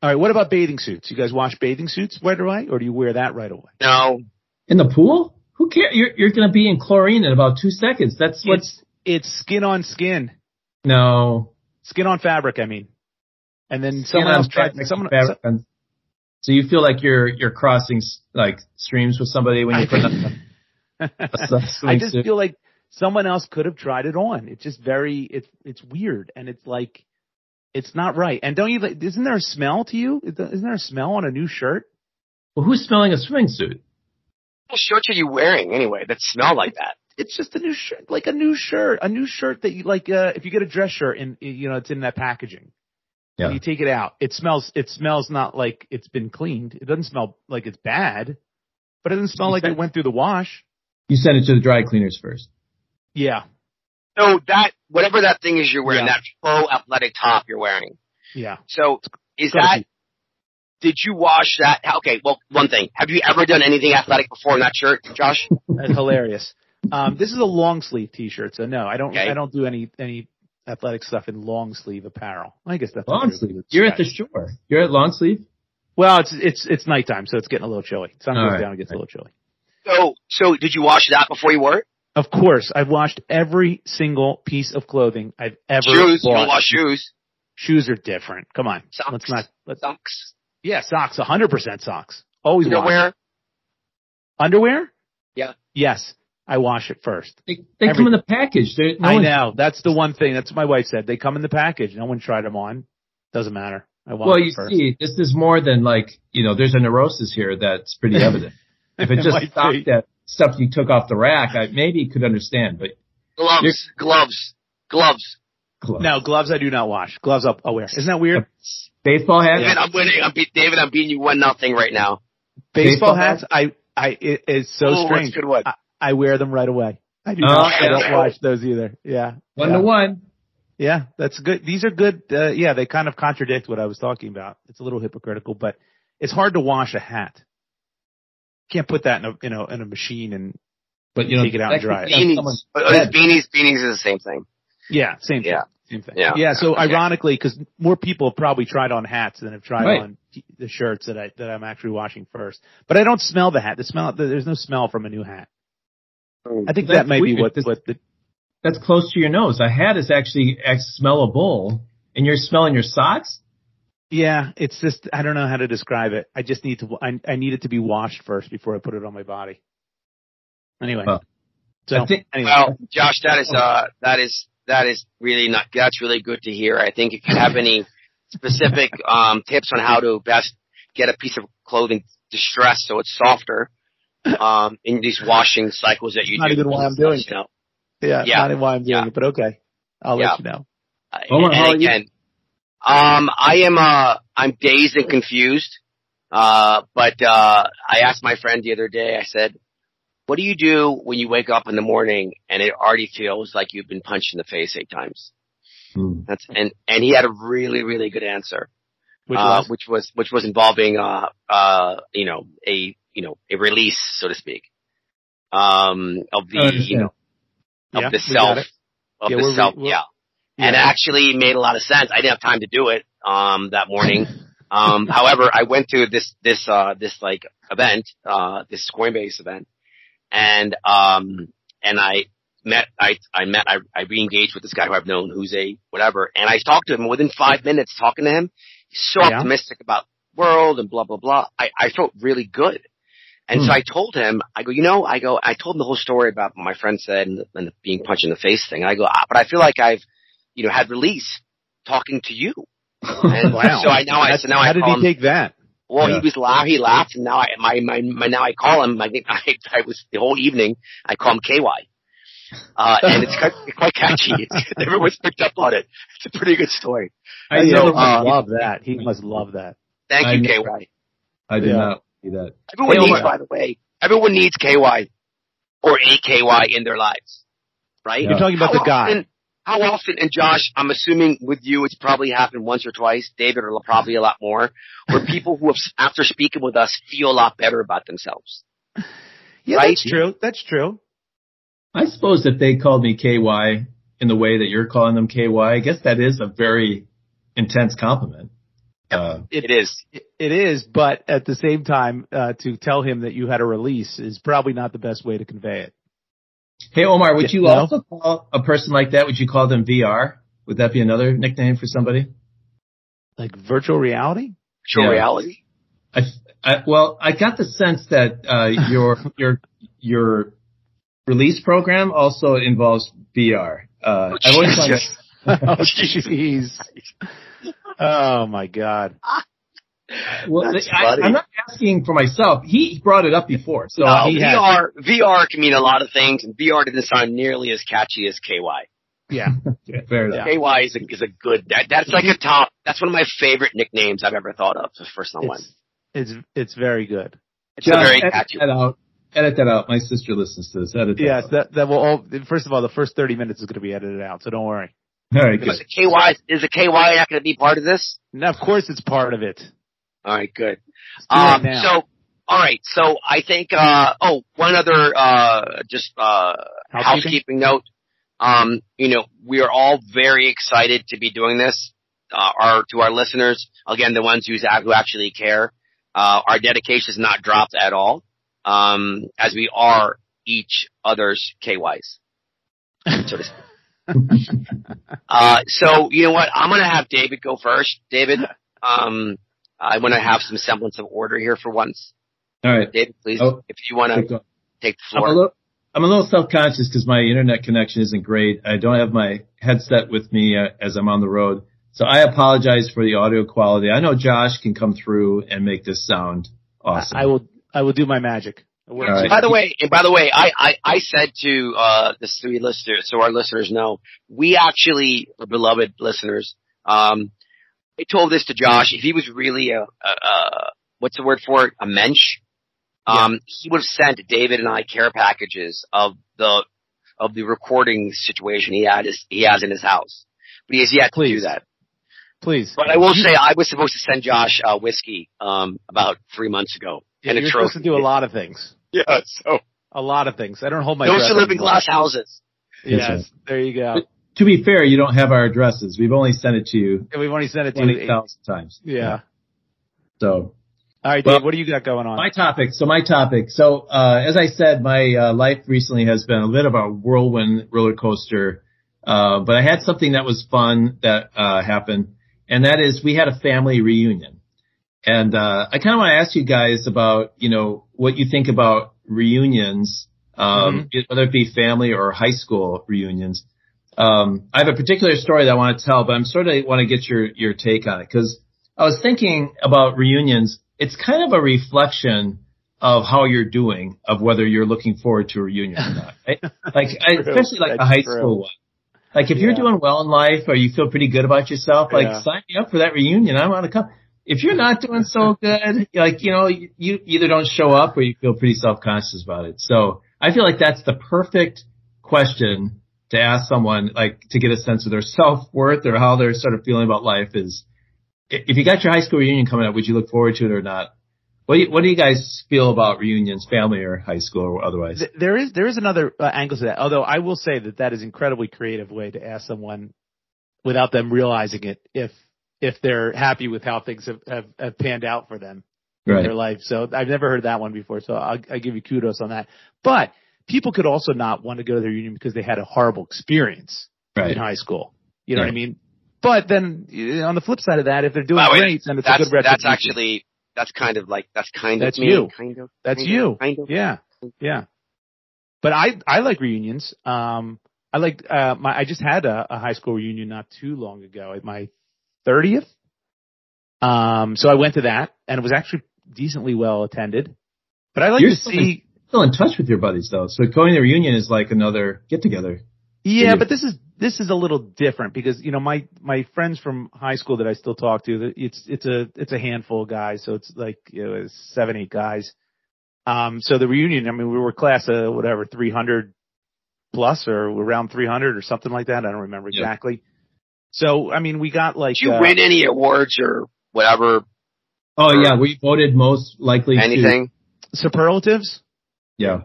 [SPEAKER 2] All right. What about bathing suits? You guys wash bathing suits right away, or do you wear that right away?
[SPEAKER 3] No,
[SPEAKER 1] In the pool? Who cares? You're, you're going to be in chlorine in about two seconds. That's what's,
[SPEAKER 2] It's it's skin on skin,
[SPEAKER 1] no.
[SPEAKER 2] skin on fabric. I mean, and
[SPEAKER 1] Skin
[SPEAKER 2] then someone
[SPEAKER 1] on
[SPEAKER 2] else tried.
[SPEAKER 1] fabric-
[SPEAKER 2] Someone.
[SPEAKER 1] fabric on- so you feel like you're, you're crossing s- like streams with somebody when you put on a, a
[SPEAKER 2] I
[SPEAKER 1] swimming
[SPEAKER 2] just
[SPEAKER 1] suit.
[SPEAKER 2] feel like someone else could have tried it on. It's just very, it's it's weird, and it's like, it's not right. And don't you? like Isn't there a smell to you? Isn't there a smell on a new shirt?
[SPEAKER 1] Well, who's smelling a swimming suit?
[SPEAKER 3] what shirt are you wearing anyway that smell like that?
[SPEAKER 2] It's just a new shirt, like a new shirt, a new shirt that you like. Uh, if you get a dress shirt and you know it's in that packaging,
[SPEAKER 1] Yeah.
[SPEAKER 2] and you take it out, it smells. It smells not like it's been cleaned. It doesn't smell like it's bad, but it doesn't smell like it went through the wash.
[SPEAKER 1] You send it to the dry cleaners first.
[SPEAKER 2] Yeah,
[SPEAKER 3] So that, whatever that thing is you're wearing,
[SPEAKER 2] Yeah.
[SPEAKER 3] that faux athletic top you're wearing.
[SPEAKER 2] yeah.
[SPEAKER 3] So is
[SPEAKER 2] Gotta
[SPEAKER 3] that, did you wash that? Okay, well, one thing. Have you ever done anything athletic before in that shirt, Josh?
[SPEAKER 2] That's hilarious. Um, this is a long sleeve T-shirt, so no, I don't.
[SPEAKER 3] Okay.
[SPEAKER 2] I don't do any any athletic stuff in long sleeve apparel. I guess that's
[SPEAKER 1] Long
[SPEAKER 2] true.
[SPEAKER 1] sleeve. You're at the shore. You're at long sleeve?
[SPEAKER 2] well, it's it's it's nighttime, so it's getting a little chilly. Sun
[SPEAKER 1] All
[SPEAKER 2] goes
[SPEAKER 1] right.
[SPEAKER 2] down, it gets a little chilly.
[SPEAKER 3] So, so did you wash that before you wore it?
[SPEAKER 2] Of course, I've washed every single piece of clothing I've ever
[SPEAKER 3] Shoes, you
[SPEAKER 2] bought.
[SPEAKER 3] don't wash shoes.
[SPEAKER 2] Shoes are different. Come on,
[SPEAKER 3] Socks.
[SPEAKER 2] let's not. Let's,
[SPEAKER 3] Socks.
[SPEAKER 2] yeah, socks, hundred percent socks. Always
[SPEAKER 3] You don't
[SPEAKER 2] wash
[SPEAKER 3] wear.
[SPEAKER 2] underwear.
[SPEAKER 3] Yeah.
[SPEAKER 2] Yes, I wash it first.
[SPEAKER 1] They, they
[SPEAKER 2] Every-
[SPEAKER 1] come in the package. They're, no
[SPEAKER 2] I
[SPEAKER 1] one-
[SPEAKER 2] know. That's the one thing. That's what my wife said. They come in the package. No one tried them on. Doesn't matter. I want
[SPEAKER 1] Well,
[SPEAKER 2] them
[SPEAKER 1] you
[SPEAKER 2] first.
[SPEAKER 1] see, this is more than like, you know, there's a neurosis here that's pretty evident. if it
[SPEAKER 2] It
[SPEAKER 1] just
[SPEAKER 2] might be.
[SPEAKER 1] stopped at stuff you took off the rack, I maybe could understand, but
[SPEAKER 3] Gloves,
[SPEAKER 1] You're-
[SPEAKER 3] gloves, gloves.
[SPEAKER 1] close.
[SPEAKER 2] No, gloves I do not wash. Gloves I'll, I'll wear. Isn't that weird?
[SPEAKER 1] Baseball hat?
[SPEAKER 3] David, I'm winning. I'm beat, David, I'm beating you one nothing right now.
[SPEAKER 1] Baseball
[SPEAKER 2] Baseball hats, I, I, it, it's so
[SPEAKER 3] Oh, that's
[SPEAKER 2] strange.
[SPEAKER 3] a good one.
[SPEAKER 2] I, I wear them right away. I do
[SPEAKER 1] Oh,
[SPEAKER 2] not, I
[SPEAKER 3] yeah.
[SPEAKER 2] don't wash those either. Yeah.
[SPEAKER 1] One
[SPEAKER 2] yeah.
[SPEAKER 1] to one.
[SPEAKER 2] Yeah, that's good. These are good. Uh, yeah, they kind of contradict what I was talking about. It's a little hypocritical, but it's hard to wash a hat. Can't put that in a, you know, in a machine and
[SPEAKER 1] But you know,
[SPEAKER 2] Take it out and
[SPEAKER 1] that
[SPEAKER 2] dry
[SPEAKER 1] could be
[SPEAKER 2] it.
[SPEAKER 1] on
[SPEAKER 3] Beanies,
[SPEAKER 1] someone's
[SPEAKER 3] But it's
[SPEAKER 1] bed.
[SPEAKER 3] beanies, beanies is the same thing.
[SPEAKER 2] yeah, same thing.
[SPEAKER 3] Yeah.
[SPEAKER 2] Same thing.
[SPEAKER 3] Yeah.
[SPEAKER 2] so
[SPEAKER 3] Okay.
[SPEAKER 2] ironically, cause more people have probably tried on hats than have tried
[SPEAKER 1] Right.
[SPEAKER 2] on t- the shirts that I, that I'm actually washing first, but I don't smell the hat. The smell, there's no smell from a new hat. I think
[SPEAKER 1] That's
[SPEAKER 2] that may
[SPEAKER 1] weird.
[SPEAKER 2] be what,
[SPEAKER 1] This-
[SPEAKER 2] what the,
[SPEAKER 1] That's close to your nose. A hat is actually ex- smellable and you're smelling your socks?
[SPEAKER 2] Yeah, it's just I don't know how to describe it. I just need to I, I need it to be washed first before I put it on my body. Anyway,
[SPEAKER 1] Well,
[SPEAKER 2] so
[SPEAKER 1] I think-
[SPEAKER 2] anyway,
[SPEAKER 3] Well, Josh, that is uh, that is that is really not. That's really good to hear. I think if you have any specific um, tips on how to best get a piece of clothing distressed so it's softer um, in these washing cycles that you
[SPEAKER 2] Not
[SPEAKER 3] do,
[SPEAKER 2] even why I'm
[SPEAKER 3] you
[SPEAKER 2] doing
[SPEAKER 3] know,
[SPEAKER 2] yeah,
[SPEAKER 3] yeah,
[SPEAKER 2] not why I'm doing
[SPEAKER 3] yeah.
[SPEAKER 2] it, but okay, I'll
[SPEAKER 3] Yeah.
[SPEAKER 2] let you know.
[SPEAKER 3] Uh,
[SPEAKER 1] Omar, how are
[SPEAKER 3] and
[SPEAKER 1] you?
[SPEAKER 3] again, um, I am uh, I'm dazed and confused. Uh, but uh, I asked my friend the other day. I said, "What do you do when you wake up in the morning and it already feels like you've been punched in the face eight times?"
[SPEAKER 1] Hmm.
[SPEAKER 3] That's and and he had a really really good answer,
[SPEAKER 2] Which
[SPEAKER 3] uh,
[SPEAKER 2] was
[SPEAKER 3] which was which was involving uh uh you know a you know a release so to speak, um of
[SPEAKER 1] I
[SPEAKER 3] the
[SPEAKER 1] understand.
[SPEAKER 3] you know of
[SPEAKER 2] yeah,
[SPEAKER 3] the
[SPEAKER 2] we got
[SPEAKER 3] self
[SPEAKER 2] it.
[SPEAKER 3] of
[SPEAKER 2] Oh, Yeah,
[SPEAKER 3] the
[SPEAKER 2] we're re-
[SPEAKER 3] self
[SPEAKER 2] we're-
[SPEAKER 3] yeah and it
[SPEAKER 2] Yeah.
[SPEAKER 3] actually made a lot of sense. I didn't have time to do it um that morning. um however I went to this this uh this like event, uh this Coinbase event and um and I met I I met I, I re-engaged with this guy who I've known who's a whatever and I talked to him within five minutes talking to him. He's so
[SPEAKER 2] Yeah.
[SPEAKER 3] optimistic about the world and blah blah blah. I, I felt really good. And so
[SPEAKER 1] Hmm.
[SPEAKER 3] I told him, I go, you know, I go, I told him the whole story about what my friend said and, and the being punched in the face thing. And I go, "Ah, but I feel like I've, you know, had release talking to you. And
[SPEAKER 2] Wow.
[SPEAKER 3] so I now I,
[SPEAKER 2] That's-
[SPEAKER 3] so now
[SPEAKER 2] how
[SPEAKER 3] I
[SPEAKER 2] did
[SPEAKER 3] call
[SPEAKER 2] he
[SPEAKER 3] him.
[SPEAKER 2] take that?
[SPEAKER 3] well,
[SPEAKER 1] Yeah.
[SPEAKER 3] he was laugh, he laughed, and now I, my, my, my, now I call him. I, think I, I was the whole evening. I call him KY. Uh, and it's quite, it's quite catchy. It's, everyone's picked up on it. It's a pretty good story.
[SPEAKER 1] I
[SPEAKER 2] he
[SPEAKER 1] never,
[SPEAKER 2] must
[SPEAKER 3] uh,
[SPEAKER 2] love that. He must love that.
[SPEAKER 3] Thank
[SPEAKER 1] I
[SPEAKER 3] you,
[SPEAKER 1] know.
[SPEAKER 3] KY.
[SPEAKER 1] I did
[SPEAKER 2] Yeah.
[SPEAKER 1] not see that.
[SPEAKER 3] Everyone
[SPEAKER 1] Hey,
[SPEAKER 3] needs,
[SPEAKER 1] Omar.
[SPEAKER 3] by the way, everyone needs KY or AKY in their lives, right?
[SPEAKER 1] Yeah.
[SPEAKER 2] You're talking about
[SPEAKER 3] How
[SPEAKER 2] the guy.
[SPEAKER 3] often- how often, and Josh, I'm assuming with you, it's probably happened once or twice, David, or probably a lot more, where people who have, after speaking with us, feel a lot better about themselves.
[SPEAKER 2] Yeah,
[SPEAKER 3] Right?
[SPEAKER 2] that's true. That's true.
[SPEAKER 1] I suppose if they called me KY in the way that you're calling them KY, I guess that is a very intense compliment. Uh,
[SPEAKER 3] It is.
[SPEAKER 2] It it is, but at the same time, uh, to tell him that you had a release is probably not the best way to convey it.
[SPEAKER 1] hey, Omar, would
[SPEAKER 2] Yeah,
[SPEAKER 1] you
[SPEAKER 2] no.
[SPEAKER 1] also call a person like that, would you call them VR? Would that be another nickname for somebody?
[SPEAKER 2] Like virtual reality?
[SPEAKER 3] Virtual
[SPEAKER 1] Yeah.
[SPEAKER 3] reality.
[SPEAKER 1] I, I, well, I got the sense that uh, your your your release program also involves VR. Uh, I've always found-
[SPEAKER 3] Jesus.
[SPEAKER 2] oh, jeez. Oh my God.
[SPEAKER 1] well,
[SPEAKER 3] That's
[SPEAKER 1] I,
[SPEAKER 3] funny. Oh,
[SPEAKER 1] am not asking for myself. He brought it up before, so
[SPEAKER 3] No,
[SPEAKER 1] he has.
[SPEAKER 3] VR VR can mean a lot of things, and VR didn't sound nearly as catchy as KY.
[SPEAKER 2] Yeah.
[SPEAKER 1] Fair enough.
[SPEAKER 3] KY is a, is a good that that's like a top. That's one of my favorite nicknames I've ever thought of for someone.
[SPEAKER 2] It's, it's, it's very good.
[SPEAKER 3] It's, a
[SPEAKER 1] John,
[SPEAKER 3] very
[SPEAKER 1] edit
[SPEAKER 3] catchy.
[SPEAKER 1] that out. Edit that out. My sister listens to this. Edit that
[SPEAKER 2] Yes,
[SPEAKER 1] out.
[SPEAKER 2] that, that will all, first of all, the first 30 minutes is going to be edited out, so don't worry.
[SPEAKER 1] All right,
[SPEAKER 3] Is
[SPEAKER 1] good.
[SPEAKER 3] the KY is the KY not going to be part of this?
[SPEAKER 2] Now, of course it's part of it.
[SPEAKER 3] All right, good.
[SPEAKER 2] Let's do it
[SPEAKER 3] Um,
[SPEAKER 2] now.
[SPEAKER 3] so all right, so I think uh oh one other uh just uh
[SPEAKER 2] Housekeeping?
[SPEAKER 3] housekeeping note. Um, you know, we are all very excited to be doing this. Uh, our to our listeners, again, the ones who's who actually care. Uh, our dedication is not dropped at all, um, as we are each other's KYs. So to speak. uh, so you know what? I'm gonna have David go first. David, um, I want to have some semblance of order here for once.
[SPEAKER 1] All right.
[SPEAKER 3] David, please,
[SPEAKER 1] Oh.
[SPEAKER 3] if you want to
[SPEAKER 1] Good.
[SPEAKER 3] take the
[SPEAKER 1] I'm a
[SPEAKER 3] floor.
[SPEAKER 1] little, I'm a little self-conscious because my internet connection isn't great. I don't have my headset with me uh, as I'm on the road. So I apologize for the audio quality. I know Josh can come through and make this sound awesome.
[SPEAKER 2] I, I will, I will do my magic. It works.
[SPEAKER 1] All right.
[SPEAKER 3] By the way, and by the way, I, I, I said to uh, the three listeners, so our listeners know, we actually, beloved listeners, um, I told this to Josh. If he was really a, a, a what's the word for it, a mensch, um, he would have sent David and I care packages of the of the recording situation he had his, he has in his house, but he has yet to do
[SPEAKER 2] Please.
[SPEAKER 3] that.
[SPEAKER 2] Please.
[SPEAKER 3] But I will say, I was supposed to send Josh uh, whiskey um, about three months ago.
[SPEAKER 2] Yeah,
[SPEAKER 3] and a
[SPEAKER 2] you're supposed to
[SPEAKER 3] trophy.
[SPEAKER 2] do a lot of things.
[SPEAKER 3] Yeah, so
[SPEAKER 2] A lot of things. I don't hold my
[SPEAKER 3] those
[SPEAKER 2] breath
[SPEAKER 3] who live in
[SPEAKER 2] anymore.
[SPEAKER 3] glass houses.
[SPEAKER 1] Yes,
[SPEAKER 2] Yes, there you go.
[SPEAKER 1] to be fair, you don't have our addresses. We've only sent it to you
[SPEAKER 2] And we've only sent it to you.
[SPEAKER 1] 20,000 times.
[SPEAKER 2] Yeah.
[SPEAKER 1] So
[SPEAKER 2] All right,
[SPEAKER 1] Well-
[SPEAKER 2] Dave, what do you got going on?
[SPEAKER 1] my topic. So my topic. So uh, as I said, my uh, life recently has been a bit of a whirlwind roller coaster. Uh, but I had something that was fun that uh, happened, and that is we had a family reunion. And uh, I kind of want to ask you guys about you know what you think about reunions, um, whether it be family or high school reunions. Um, I have a particular story that I want to tell, but I'm sort of want to get your your take on it because I was thinking about reunions. It's kind of a reflection of how you're doing, of whether you're looking forward to a reunion or not. Right? Like, I,
[SPEAKER 2] True.
[SPEAKER 1] especially like the
[SPEAKER 2] That's
[SPEAKER 1] high
[SPEAKER 2] true.
[SPEAKER 1] school one. Like, if you're
[SPEAKER 2] Yeah.
[SPEAKER 1] doing well in life or you feel pretty good about yourself, like
[SPEAKER 2] Yeah.
[SPEAKER 1] sign me up for that reunion. I want to come. If you're not doing so good, like you know, you, you either don't show up or you feel pretty self conscious about it. So I feel like that's the perfect question to ask someone, like to get a sense of their self worth or how they're sort of feeling about life is i- if you got your high school reunion coming up, would you look forward to it or not? What do you, what do you guys feel about reunions, family or high school or otherwise?
[SPEAKER 2] Th- there is there is another uh, angle to that. Although I will say that that is incredibly creative way to ask someone without them realizing it if if they're happy with how things have, have, have panned out for them in
[SPEAKER 1] Right.
[SPEAKER 2] their life. So I've never heard that one before. So I'll, I give you kudos on that. But people could also not want to go to their union because they had a horrible experience
[SPEAKER 1] Right.
[SPEAKER 2] in high school. You know what I
[SPEAKER 1] Right.
[SPEAKER 2] mean? But then you know, on the flip side of that, if they're doing
[SPEAKER 3] Wow, wait,
[SPEAKER 2] great, then it's a
[SPEAKER 3] that's
[SPEAKER 2] good reputation.
[SPEAKER 3] that's actually that's kind of like that's kind
[SPEAKER 2] That's
[SPEAKER 3] of me,
[SPEAKER 2] you.
[SPEAKER 3] kind of
[SPEAKER 2] that's
[SPEAKER 3] kind
[SPEAKER 2] you.
[SPEAKER 3] of, kind of.
[SPEAKER 2] Yeah. Yeah. But I, I like reunions. Um, I like, uh, my, I just had a, a high school reunion not too long ago at my 30th. Um, so I went to that and it was actually decently well attended, but I like
[SPEAKER 1] You're
[SPEAKER 2] to
[SPEAKER 1] still
[SPEAKER 2] see,
[SPEAKER 1] Still in touch with your buddies though. So going to the reunion is like another get together.
[SPEAKER 2] yeah,
[SPEAKER 1] Yeah.
[SPEAKER 2] but this is, this is a little different because, you know, my, my friends from high school that I still talk to, that it's, it's a, it's a handful of guys. So it's like, you know, it's seven, eight guys. Um, so the reunion, I mean, we were class of whatever, 300 plus or around 300 or something like that. I don't remember
[SPEAKER 1] Yeah.
[SPEAKER 2] exactly. So, I mean, we got like,
[SPEAKER 3] Did you
[SPEAKER 2] uh,
[SPEAKER 3] win any awards or whatever,
[SPEAKER 1] Oh
[SPEAKER 3] Or-
[SPEAKER 1] yeah, we voted most likely to-
[SPEAKER 3] anything?
[SPEAKER 2] superlatives. Um,
[SPEAKER 1] Yeah.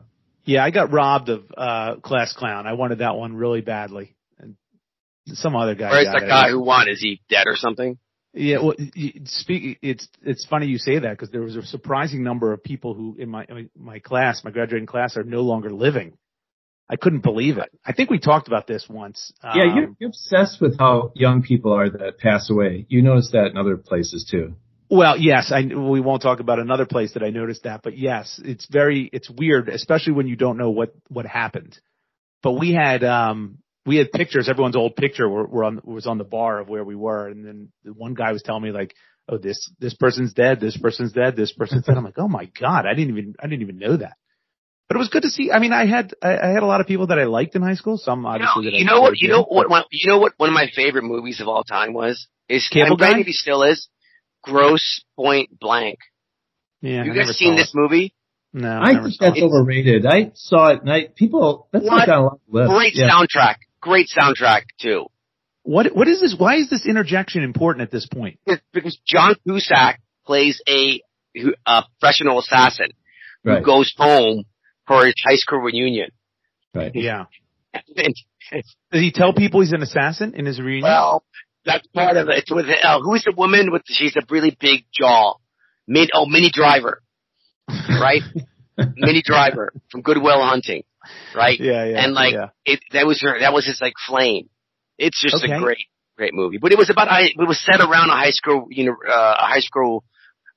[SPEAKER 2] Yeah, I got robbed of uh Class Clown. I wanted that one really badly. And some other guy.
[SPEAKER 3] Where's
[SPEAKER 2] got
[SPEAKER 3] the
[SPEAKER 2] it.
[SPEAKER 3] guy who won? Is he dead or something?
[SPEAKER 2] Yeah, well, you- speak. It's it's funny you say that because there was a surprising number of people who in my my class, my graduating class, are no longer living. I couldn't believe it. I think we talked about this once.
[SPEAKER 1] Yeah,
[SPEAKER 2] Um,
[SPEAKER 1] you're, you're obsessed with how young people are that pass away. You notice that in other places too.
[SPEAKER 2] Well, yes, I we won't talk about another place that I noticed that, but yes, it's very it's weird, especially when you don't know what what happened. But we had um we had pictures. Everyone's old picture were, were on was on the bar of where we were, and then the one guy was telling me like, "Oh, this this person's dead. This person's dead. This person's dead." I'm like, "Oh my god, I didn't even I didn't even know that." But it was good to see. I mean, I had I, I had a lot of people that I liked in high school. Some
[SPEAKER 3] You
[SPEAKER 2] obviously
[SPEAKER 3] know,
[SPEAKER 2] that I
[SPEAKER 3] you know what?
[SPEAKER 2] really
[SPEAKER 3] You know
[SPEAKER 2] didn't,
[SPEAKER 3] what?
[SPEAKER 2] but-
[SPEAKER 3] One, you know what? One of my favorite movies of all time was is
[SPEAKER 2] Cable
[SPEAKER 3] I'm glad
[SPEAKER 2] Guy?
[SPEAKER 3] if he still is. Gross Point Blank.
[SPEAKER 2] Yeah, I
[SPEAKER 3] you
[SPEAKER 2] never
[SPEAKER 3] guys seen
[SPEAKER 2] saw
[SPEAKER 3] this
[SPEAKER 2] it.
[SPEAKER 3] movie?
[SPEAKER 2] No, I,
[SPEAKER 1] I
[SPEAKER 2] never
[SPEAKER 1] think
[SPEAKER 2] saw
[SPEAKER 1] that's
[SPEAKER 2] it.
[SPEAKER 1] overrated. I saw it and I people that's
[SPEAKER 3] What?
[SPEAKER 1] not on a lot of lists.
[SPEAKER 3] Great
[SPEAKER 1] yeah.
[SPEAKER 3] soundtrack. Great soundtrack too.
[SPEAKER 2] What what is this? Why is this interjection important at this point?
[SPEAKER 3] Because John Cusack plays a, a professional assassin
[SPEAKER 1] Right.
[SPEAKER 3] who goes home for his high school reunion.
[SPEAKER 1] Right.
[SPEAKER 2] Yeah.
[SPEAKER 3] And,
[SPEAKER 2] Does he tell people he's an assassin in his reunion?
[SPEAKER 3] well, that's part of it. It's with uh, who's the woman with? She's a really big jaw. Min, oh, Mini Driver, right? Mini Driver from Goodwill Hunting, right?
[SPEAKER 2] yeah, yeah.
[SPEAKER 3] and, like,
[SPEAKER 2] yeah.
[SPEAKER 3] It that was her. That was his like flame. It's just
[SPEAKER 2] Okay.
[SPEAKER 3] a great, great movie. But it was about I. It was set around a high school, you know, uh, a high school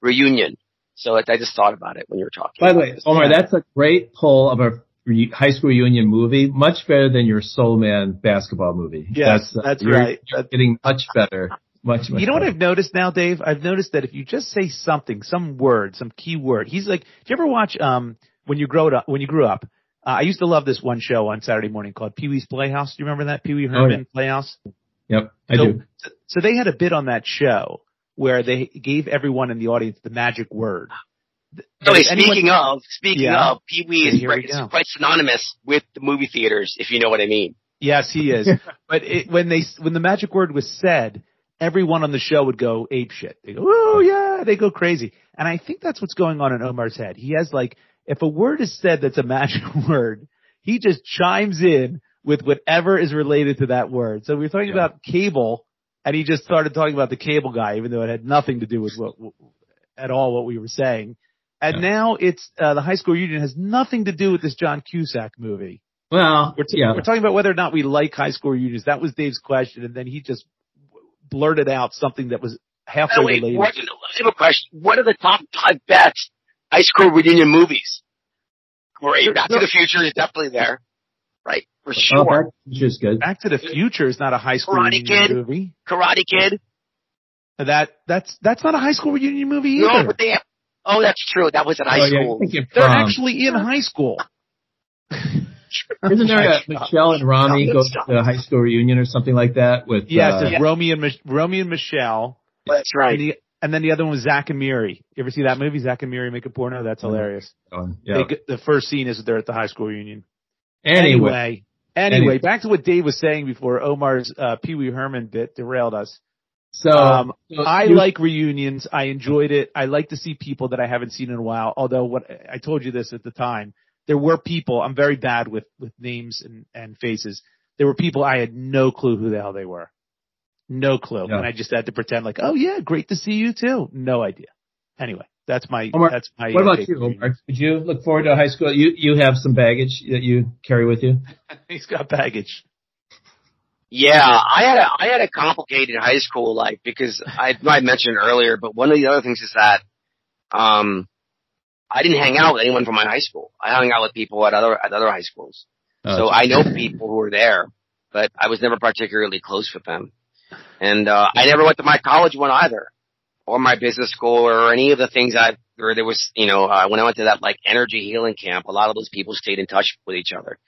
[SPEAKER 3] reunion. So it, I just thought about it when you were talking.
[SPEAKER 1] By the
[SPEAKER 3] about
[SPEAKER 1] way,
[SPEAKER 3] this.
[SPEAKER 2] Oh
[SPEAKER 1] Omar, that's a great pull of a re- high school union movie. Much better than your Soul Man basketball movie.
[SPEAKER 2] Yes,
[SPEAKER 1] uh,
[SPEAKER 2] that's
[SPEAKER 1] you're,
[SPEAKER 2] right.
[SPEAKER 1] You're getting much better. Much, much
[SPEAKER 2] you know what
[SPEAKER 1] better.
[SPEAKER 2] I've noticed now, Dave? I've noticed that if you just say something, some word, some key word, he's like. Did you ever watch um when you grew up? When you grew up, uh, I used to love this one show on Saturday morning called Pee Wee's Playhouse. Do you remember that Pee Wee Herman Playhouse?
[SPEAKER 1] Yep, Oh, I
[SPEAKER 2] so,
[SPEAKER 1] do.
[SPEAKER 2] So they had a bit on that show where they gave everyone in the audience the magic word.
[SPEAKER 3] By the way,
[SPEAKER 2] If anyone-
[SPEAKER 3] speaking of, speaking
[SPEAKER 2] Yeah.
[SPEAKER 3] of, Pee Wee
[SPEAKER 2] And
[SPEAKER 3] is
[SPEAKER 2] here
[SPEAKER 3] quite,
[SPEAKER 2] we go.
[SPEAKER 3] is quite synonymous with the movie theaters, if you know what I mean.
[SPEAKER 2] Yes, he is. but it, when they when the magic word was said, everyone on the show would go ape shit. They go, oh yeah, they go crazy. And I think that's what's going on in Omar's head. He has like, if a word is said that's a magic word, he just chimes in with whatever is related to that word. So we were talking
[SPEAKER 1] Yeah.
[SPEAKER 2] about cable, and he just started talking about the cable guy, even though it had nothing to do with what at all what we were saying. And
[SPEAKER 1] Yeah.
[SPEAKER 2] now it's uh, the high school reunion has nothing to do with this John Cusack movie.
[SPEAKER 1] Well,
[SPEAKER 2] We're, t-
[SPEAKER 1] yeah.
[SPEAKER 2] we're talking about whether or not we like high school reunions. That was Dave's question, and then he just w- blurted out something that was halfway
[SPEAKER 3] By the way,
[SPEAKER 2] related.
[SPEAKER 3] what, I have a question. What are the top five best high school reunion movies? Great. Back to the Future is definitely there. Right. For
[SPEAKER 1] Oh,
[SPEAKER 3] sure.
[SPEAKER 1] Back to the Future's good.
[SPEAKER 2] Back to the Future is not a high school
[SPEAKER 3] Karate
[SPEAKER 2] reunion
[SPEAKER 3] Kid.
[SPEAKER 2] movie.
[SPEAKER 3] Karate Kid.
[SPEAKER 2] That that's that's not a high school reunion movie
[SPEAKER 3] No,
[SPEAKER 2] either.
[SPEAKER 3] but they have, oh, that's true. That was in high
[SPEAKER 1] oh, yeah,
[SPEAKER 3] school.
[SPEAKER 1] you're thinking
[SPEAKER 2] They're
[SPEAKER 1] prom.
[SPEAKER 2] actually in high school.
[SPEAKER 1] Isn't there a Michelle and Rami
[SPEAKER 3] Stop,
[SPEAKER 1] go
[SPEAKER 3] stop.
[SPEAKER 1] to a high school reunion or something like that with
[SPEAKER 2] Yes,
[SPEAKER 1] uh,
[SPEAKER 2] it's Romeo and Mich- Romeo and Michelle,
[SPEAKER 3] That's
[SPEAKER 2] and,
[SPEAKER 3] right.
[SPEAKER 2] the, and then the other one was Zach and Miri. You ever see that movie? Zach and Miri make a porno. That's hilarious.
[SPEAKER 1] um,
[SPEAKER 2] They
[SPEAKER 1] yeah.
[SPEAKER 2] g- the first scene is they're at the high school reunion.
[SPEAKER 1] Anyway,
[SPEAKER 2] Anyway, anyway,
[SPEAKER 1] Anyway.
[SPEAKER 2] back to what Dave was saying before Omar's uh, Pee Wee Herman bit derailed us.
[SPEAKER 1] so
[SPEAKER 2] um,
[SPEAKER 1] so
[SPEAKER 2] I
[SPEAKER 1] Uh, you-
[SPEAKER 2] like reunions. I enjoyed it. I like to see people that I haven't seen in a while. Although what I told you this at the time, there were people. I'm very bad with with names and and faces. There were people I had no clue who the hell they were, no clue,
[SPEAKER 1] Yeah.
[SPEAKER 2] and I just had to pretend like, oh yeah, great to see you too. No idea. Anyway, that's my
[SPEAKER 1] Omar,
[SPEAKER 2] that's my.
[SPEAKER 1] What
[SPEAKER 2] uh,
[SPEAKER 1] about
[SPEAKER 2] take
[SPEAKER 1] you,
[SPEAKER 2] on reunions.
[SPEAKER 1] Omar? Would you look forward to high school? You you have some baggage that you carry with you.
[SPEAKER 2] He's got baggage.
[SPEAKER 3] Yeah, I had a I had a complicated high school life because I I mentioned earlier, but one of the other things is that um I didn't hang out with anyone from my high school. I hung out with people at other at other high schools.
[SPEAKER 1] Oh, Uh,
[SPEAKER 3] so I know people who are there, but I was never particularly close with them. And uh I never went to my college one either. Or my business school or any of the things I or there was you know, uh, when I went to that like energy healing camp, a lot of those people stayed in touch with each other.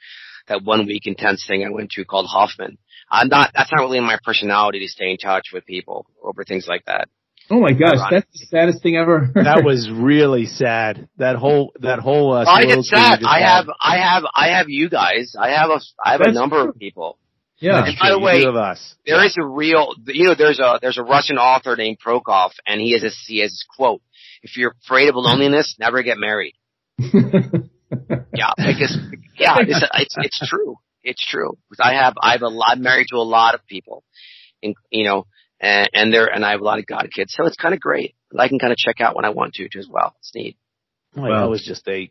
[SPEAKER 3] That one week intense thing I went to called Hoffman. I'm not that's not really my personality to stay in touch with people over things like that.
[SPEAKER 1] Oh my gosh, that's the saddest thing ever.
[SPEAKER 2] That was really sad. That whole that whole.
[SPEAKER 3] I
[SPEAKER 2] Uh,
[SPEAKER 3] get
[SPEAKER 2] Swirls thing
[SPEAKER 3] sad.
[SPEAKER 2] you just
[SPEAKER 3] I
[SPEAKER 2] had.
[SPEAKER 3] have, I have, I have you guys. I have a, I have a
[SPEAKER 1] That's
[SPEAKER 3] number of people.
[SPEAKER 1] yeah.
[SPEAKER 3] And by the
[SPEAKER 2] You
[SPEAKER 3] way,
[SPEAKER 2] of us.
[SPEAKER 3] There is a real, you know, there's a, there's a Russian author named Prokop and he has a, he has this quote, if you're afraid of loneliness, never get married. Yeah, because, yeah, it's, it's, it's true. It's true. 'Cause I have, I have a lot, I'm married to a lot of people, and, you know, and, and there, and I have a lot of god kids, so it's kind of great. I can kind of check out when I want to, too, as well. It's neat.
[SPEAKER 2] Oh,
[SPEAKER 1] Wow.
[SPEAKER 2] That was just a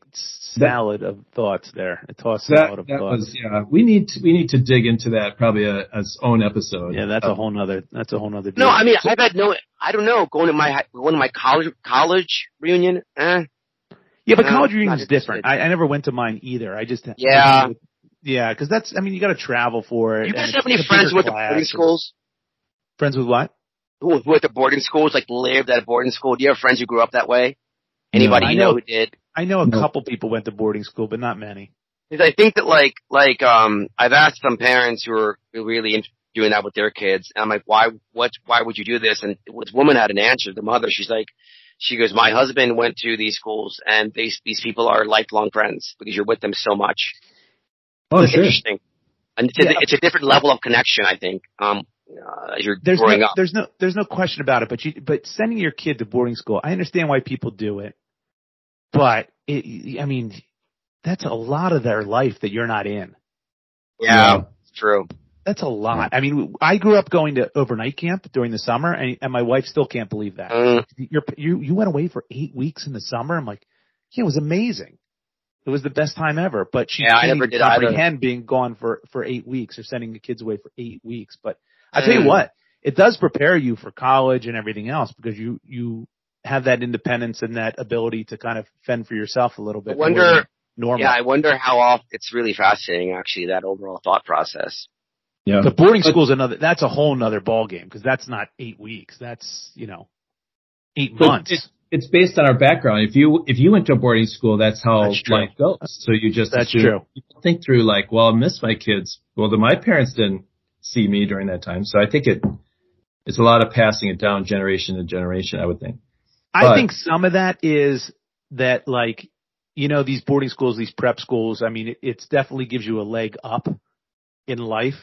[SPEAKER 2] salad of thoughts there. A toss salad
[SPEAKER 1] that,
[SPEAKER 2] of
[SPEAKER 1] that
[SPEAKER 2] thoughts.
[SPEAKER 1] was yeah. We need to, we need to dig into that probably a, its own episode.
[SPEAKER 2] yeah, that's a whole nother. That's a whole nother.
[SPEAKER 3] No,
[SPEAKER 2] deal.
[SPEAKER 3] I mean, I've had no, I don't know, going to my, hi- going to my college, college reunion, eh,
[SPEAKER 2] Yeah, but
[SPEAKER 3] No,
[SPEAKER 2] college
[SPEAKER 3] not
[SPEAKER 2] reunion is
[SPEAKER 3] interested.
[SPEAKER 2] different. I, I never went to mine either. I just
[SPEAKER 3] Yeah.
[SPEAKER 2] yeah, because that's I mean you got to travel for it.
[SPEAKER 3] You
[SPEAKER 2] and
[SPEAKER 3] guys
[SPEAKER 2] it's
[SPEAKER 3] have any
[SPEAKER 2] a
[SPEAKER 3] friends
[SPEAKER 2] bigger
[SPEAKER 3] who went to
[SPEAKER 2] class
[SPEAKER 3] boarding
[SPEAKER 2] and-
[SPEAKER 3] schools?
[SPEAKER 2] Friends with what?
[SPEAKER 3] Who who went to boarding schools, like lived at a boarding school? Do you have friends who grew up that way? Anybody
[SPEAKER 2] No.
[SPEAKER 3] you
[SPEAKER 2] I
[SPEAKER 3] know
[SPEAKER 2] know-
[SPEAKER 3] who did?
[SPEAKER 2] I know a
[SPEAKER 1] No.
[SPEAKER 2] couple people went to boarding school, but not many.
[SPEAKER 3] Because I think that like, like, um, I've asked some parents who are really in doing that with their kids, and I'm like, why, what, why would you do this? And this woman had an answer, the mother, she's like, she goes, my husband went to these schools, and these, these people are lifelong friends because you're with them so much.
[SPEAKER 1] Oh
[SPEAKER 3] It's
[SPEAKER 1] sure.
[SPEAKER 3] interesting. And it's, a-
[SPEAKER 2] Yeah.
[SPEAKER 3] it's a different level of connection, I think, um, uh, as you're
[SPEAKER 2] There's
[SPEAKER 3] growing
[SPEAKER 2] no,
[SPEAKER 3] up.
[SPEAKER 2] there's no there's no question about it. But you but sending your kid to boarding school, I understand why people do it, but it I mean that's a lot of their life that you're not in.
[SPEAKER 3] Yeah, it's true.
[SPEAKER 2] That's a
[SPEAKER 3] Hmm.
[SPEAKER 2] lot. I mean, I grew up going to overnight camp during the summer, and, and my wife still can't believe that.
[SPEAKER 3] Mm,
[SPEAKER 2] you're, you you went away for eight weeks in the summer. I'm like, yeah, it was amazing. It was the best time ever. But she
[SPEAKER 3] Yeah, I
[SPEAKER 2] can't
[SPEAKER 3] never
[SPEAKER 2] even
[SPEAKER 3] did either.
[SPEAKER 2] comprehend being gone for for eight weeks or sending the kids away for eight weeks. But I tell
[SPEAKER 3] Mm.
[SPEAKER 2] you what, it does prepare you for college and everything else because you you have that independence and that ability to kind of fend for yourself a little bit.
[SPEAKER 3] I
[SPEAKER 2] more
[SPEAKER 3] wonder.
[SPEAKER 2] than normal.
[SPEAKER 3] Yeah, I wonder how off. It's really fascinating, actually, that overall thought process.
[SPEAKER 1] Yeah.
[SPEAKER 2] But boarding school's another. That's a whole another ball game because that's not eight weeks. That's you know, eight
[SPEAKER 1] But
[SPEAKER 2] months.
[SPEAKER 1] it- it's based on our background. If you if you went to a boarding school, that's how
[SPEAKER 2] That's true.
[SPEAKER 1] life goes. So you just
[SPEAKER 2] That's
[SPEAKER 1] assume-
[SPEAKER 2] true.
[SPEAKER 1] you don't think through like, well, I miss my kids. Well, then my parents didn't see me during that time, so I think it it's a lot of passing it down generation to generation. I would think.
[SPEAKER 2] I
[SPEAKER 1] But-
[SPEAKER 2] think some of that is that like, you know, these boarding schools, these prep schools, I mean, it, it's definitely gives you a leg up in life,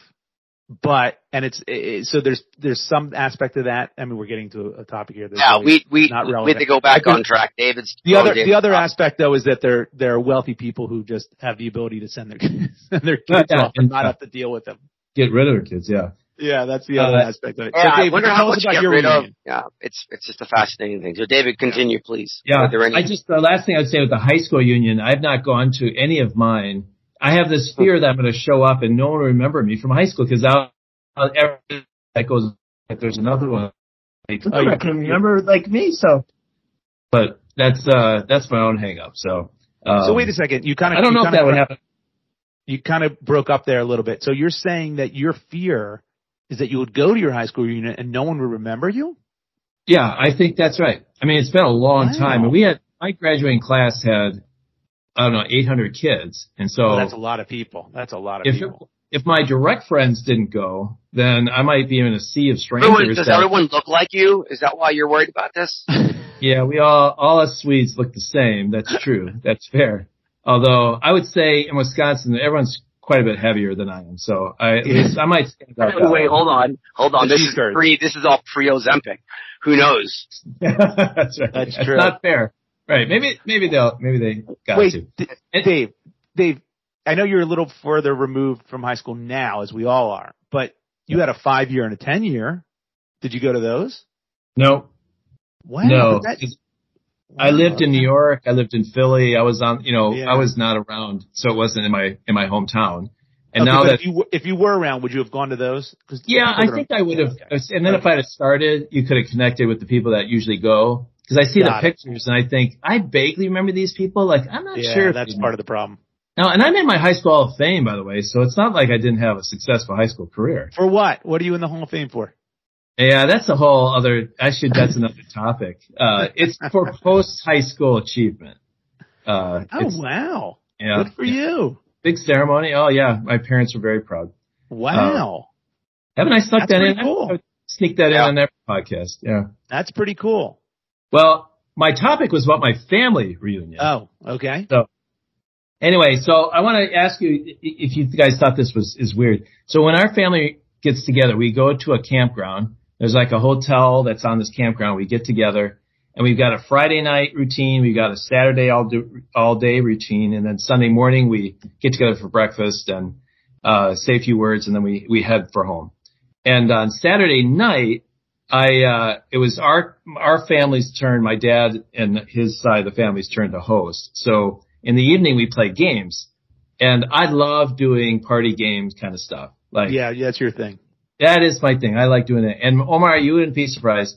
[SPEAKER 2] but, and it's, i i so there's, there's some aspect of that. I mean, we're getting to a topic here. that's
[SPEAKER 3] Yeah,
[SPEAKER 2] really-
[SPEAKER 3] we we
[SPEAKER 2] not
[SPEAKER 3] we had to
[SPEAKER 2] relevant.
[SPEAKER 3] go back
[SPEAKER 2] I
[SPEAKER 3] on
[SPEAKER 2] just-
[SPEAKER 3] track. David's
[SPEAKER 2] the other, the other
[SPEAKER 3] aspect.
[SPEAKER 2] aspect though is that they're, they're wealthy people who just have the ability to send their, send their
[SPEAKER 1] Yeah,
[SPEAKER 2] kids off and not
[SPEAKER 1] yeah.
[SPEAKER 2] have to deal with them.
[SPEAKER 1] Get rid of their kids. Yeah.
[SPEAKER 2] Yeah, that's the
[SPEAKER 1] Uh,
[SPEAKER 2] other aspect of it.
[SPEAKER 3] Yeah,
[SPEAKER 2] so Dave,
[SPEAKER 3] I wonder
[SPEAKER 2] tell
[SPEAKER 3] how much
[SPEAKER 2] us
[SPEAKER 3] you
[SPEAKER 2] about
[SPEAKER 3] get
[SPEAKER 2] your
[SPEAKER 3] rid of.
[SPEAKER 2] reunion.
[SPEAKER 3] Yeah, it's it's just a fascinating thing. So, David, continue, please.
[SPEAKER 1] Yeah.
[SPEAKER 3] Are there any?
[SPEAKER 1] I just the last thing I'd say with the high school union, I've not gone to any of mine. I have this fear that I'm going to show up and no one will remember me from high school because out every- that goes like there's another one. Like,
[SPEAKER 2] Oh,
[SPEAKER 1] I
[SPEAKER 2] you-
[SPEAKER 1] can remember like me. So, but that's uh that's my own hang up. So. Um,
[SPEAKER 2] So wait a second. You kind of,
[SPEAKER 1] I don't know if that would happen.
[SPEAKER 2] you kind of broke up there a little bit. So you're saying that your fear is that you would go to your high school reunion and no one would remember you?
[SPEAKER 1] Yeah, I think that's right. I mean, it's been a long
[SPEAKER 2] Wow.
[SPEAKER 1] time, and we had my graduating class had I don't know 800 kids, and so
[SPEAKER 2] Oh, that's a lot of people. That's a lot of
[SPEAKER 1] if
[SPEAKER 2] people.
[SPEAKER 1] if my direct friends didn't go, then I might be in a sea of
[SPEAKER 3] Everyone,
[SPEAKER 1] strangers.
[SPEAKER 3] does
[SPEAKER 1] that-
[SPEAKER 3] everyone look like you? Is that why you're worried about this?
[SPEAKER 1] yeah, we all all us Swedes look the same. That's true. That's fair. Although I would say in Wisconsin, everyone's quite a bit heavier than I am, so I at least I might stand out. that
[SPEAKER 3] Wait,
[SPEAKER 1] way.
[SPEAKER 3] hold on, hold on.
[SPEAKER 2] The
[SPEAKER 3] This is
[SPEAKER 2] T-shirts.
[SPEAKER 3] pre. This is all pre Ozempic. Who knows?
[SPEAKER 1] that's right.
[SPEAKER 2] That's
[SPEAKER 1] It's
[SPEAKER 2] true.
[SPEAKER 1] not fair. Right? Maybe maybe they'll maybe they got
[SPEAKER 2] Wait,
[SPEAKER 1] to.
[SPEAKER 2] D-
[SPEAKER 1] And-
[SPEAKER 2] Dave, Dave, I know you're a little further removed from high school now, as we all are, but you had a five year and a 10 year. Did you go to those?
[SPEAKER 1] No,
[SPEAKER 2] Wow.
[SPEAKER 1] no.
[SPEAKER 2] but that-
[SPEAKER 1] 'cause I lived in New York. I lived in Philly. I was on, you know,
[SPEAKER 2] Yeah.
[SPEAKER 1] I was not around, so it wasn't in my in my hometown. And
[SPEAKER 2] Okay,
[SPEAKER 1] now
[SPEAKER 2] but
[SPEAKER 1] that
[SPEAKER 2] if you, were, if you were around, would you have gone to those? 'Cause
[SPEAKER 1] Yeah,
[SPEAKER 2] people
[SPEAKER 1] I
[SPEAKER 2] that
[SPEAKER 1] think
[SPEAKER 2] are-
[SPEAKER 1] I would have.
[SPEAKER 2] Okay.
[SPEAKER 1] And then if I had started, you could have connected with the people that usually go. Because I see
[SPEAKER 2] Got
[SPEAKER 1] the
[SPEAKER 2] it.
[SPEAKER 1] pictures and I think I vaguely remember these people. Like I'm not
[SPEAKER 2] Yeah,
[SPEAKER 1] sure. if
[SPEAKER 2] that's
[SPEAKER 1] they-
[SPEAKER 2] part of the problem.
[SPEAKER 1] Now, and I'm in my high school hall of fame, by the way. So it's not like I didn't have a successful high school career.
[SPEAKER 2] For what? What are you in the Hall of Fame for?
[SPEAKER 1] Yeah, that's a whole other. Actually, that's another topic. Uh, it's for post high school achievement. Uh,
[SPEAKER 2] Oh,
[SPEAKER 1] it's-
[SPEAKER 2] wow.
[SPEAKER 1] yeah,
[SPEAKER 2] Good for you.
[SPEAKER 1] big ceremony. Oh yeah, my parents were very proud.
[SPEAKER 2] Wow.
[SPEAKER 1] Haven't I stuck
[SPEAKER 2] That's
[SPEAKER 1] that
[SPEAKER 2] pretty
[SPEAKER 1] in?
[SPEAKER 2] cool.
[SPEAKER 1] sneak that
[SPEAKER 3] Yeah.
[SPEAKER 1] in on every podcast. Yeah.
[SPEAKER 2] That's pretty cool.
[SPEAKER 1] Well, my topic was about my family reunion.
[SPEAKER 2] Oh, okay.
[SPEAKER 1] anyway, so I want to ask you i- if you guys thought this was is weird. So when our family gets together, we go to a campground. There's like a hotel that's on this campground. We get together, and we've got a Friday night routine, we've got a Saturday all do, all day routine, and then Sunday morning we get together for breakfast and uh, say a few words, and then we we head for home. And on Saturday night, I uh, it was our our family's turn, my dad and his side of the family's turn to host. So in the evening we play games, and I love doing party games kind of stuff. Like
[SPEAKER 2] Yeah, yeah, that's your thing.
[SPEAKER 1] that is my thing. I like doing it. And Omar, you wouldn't be surprised.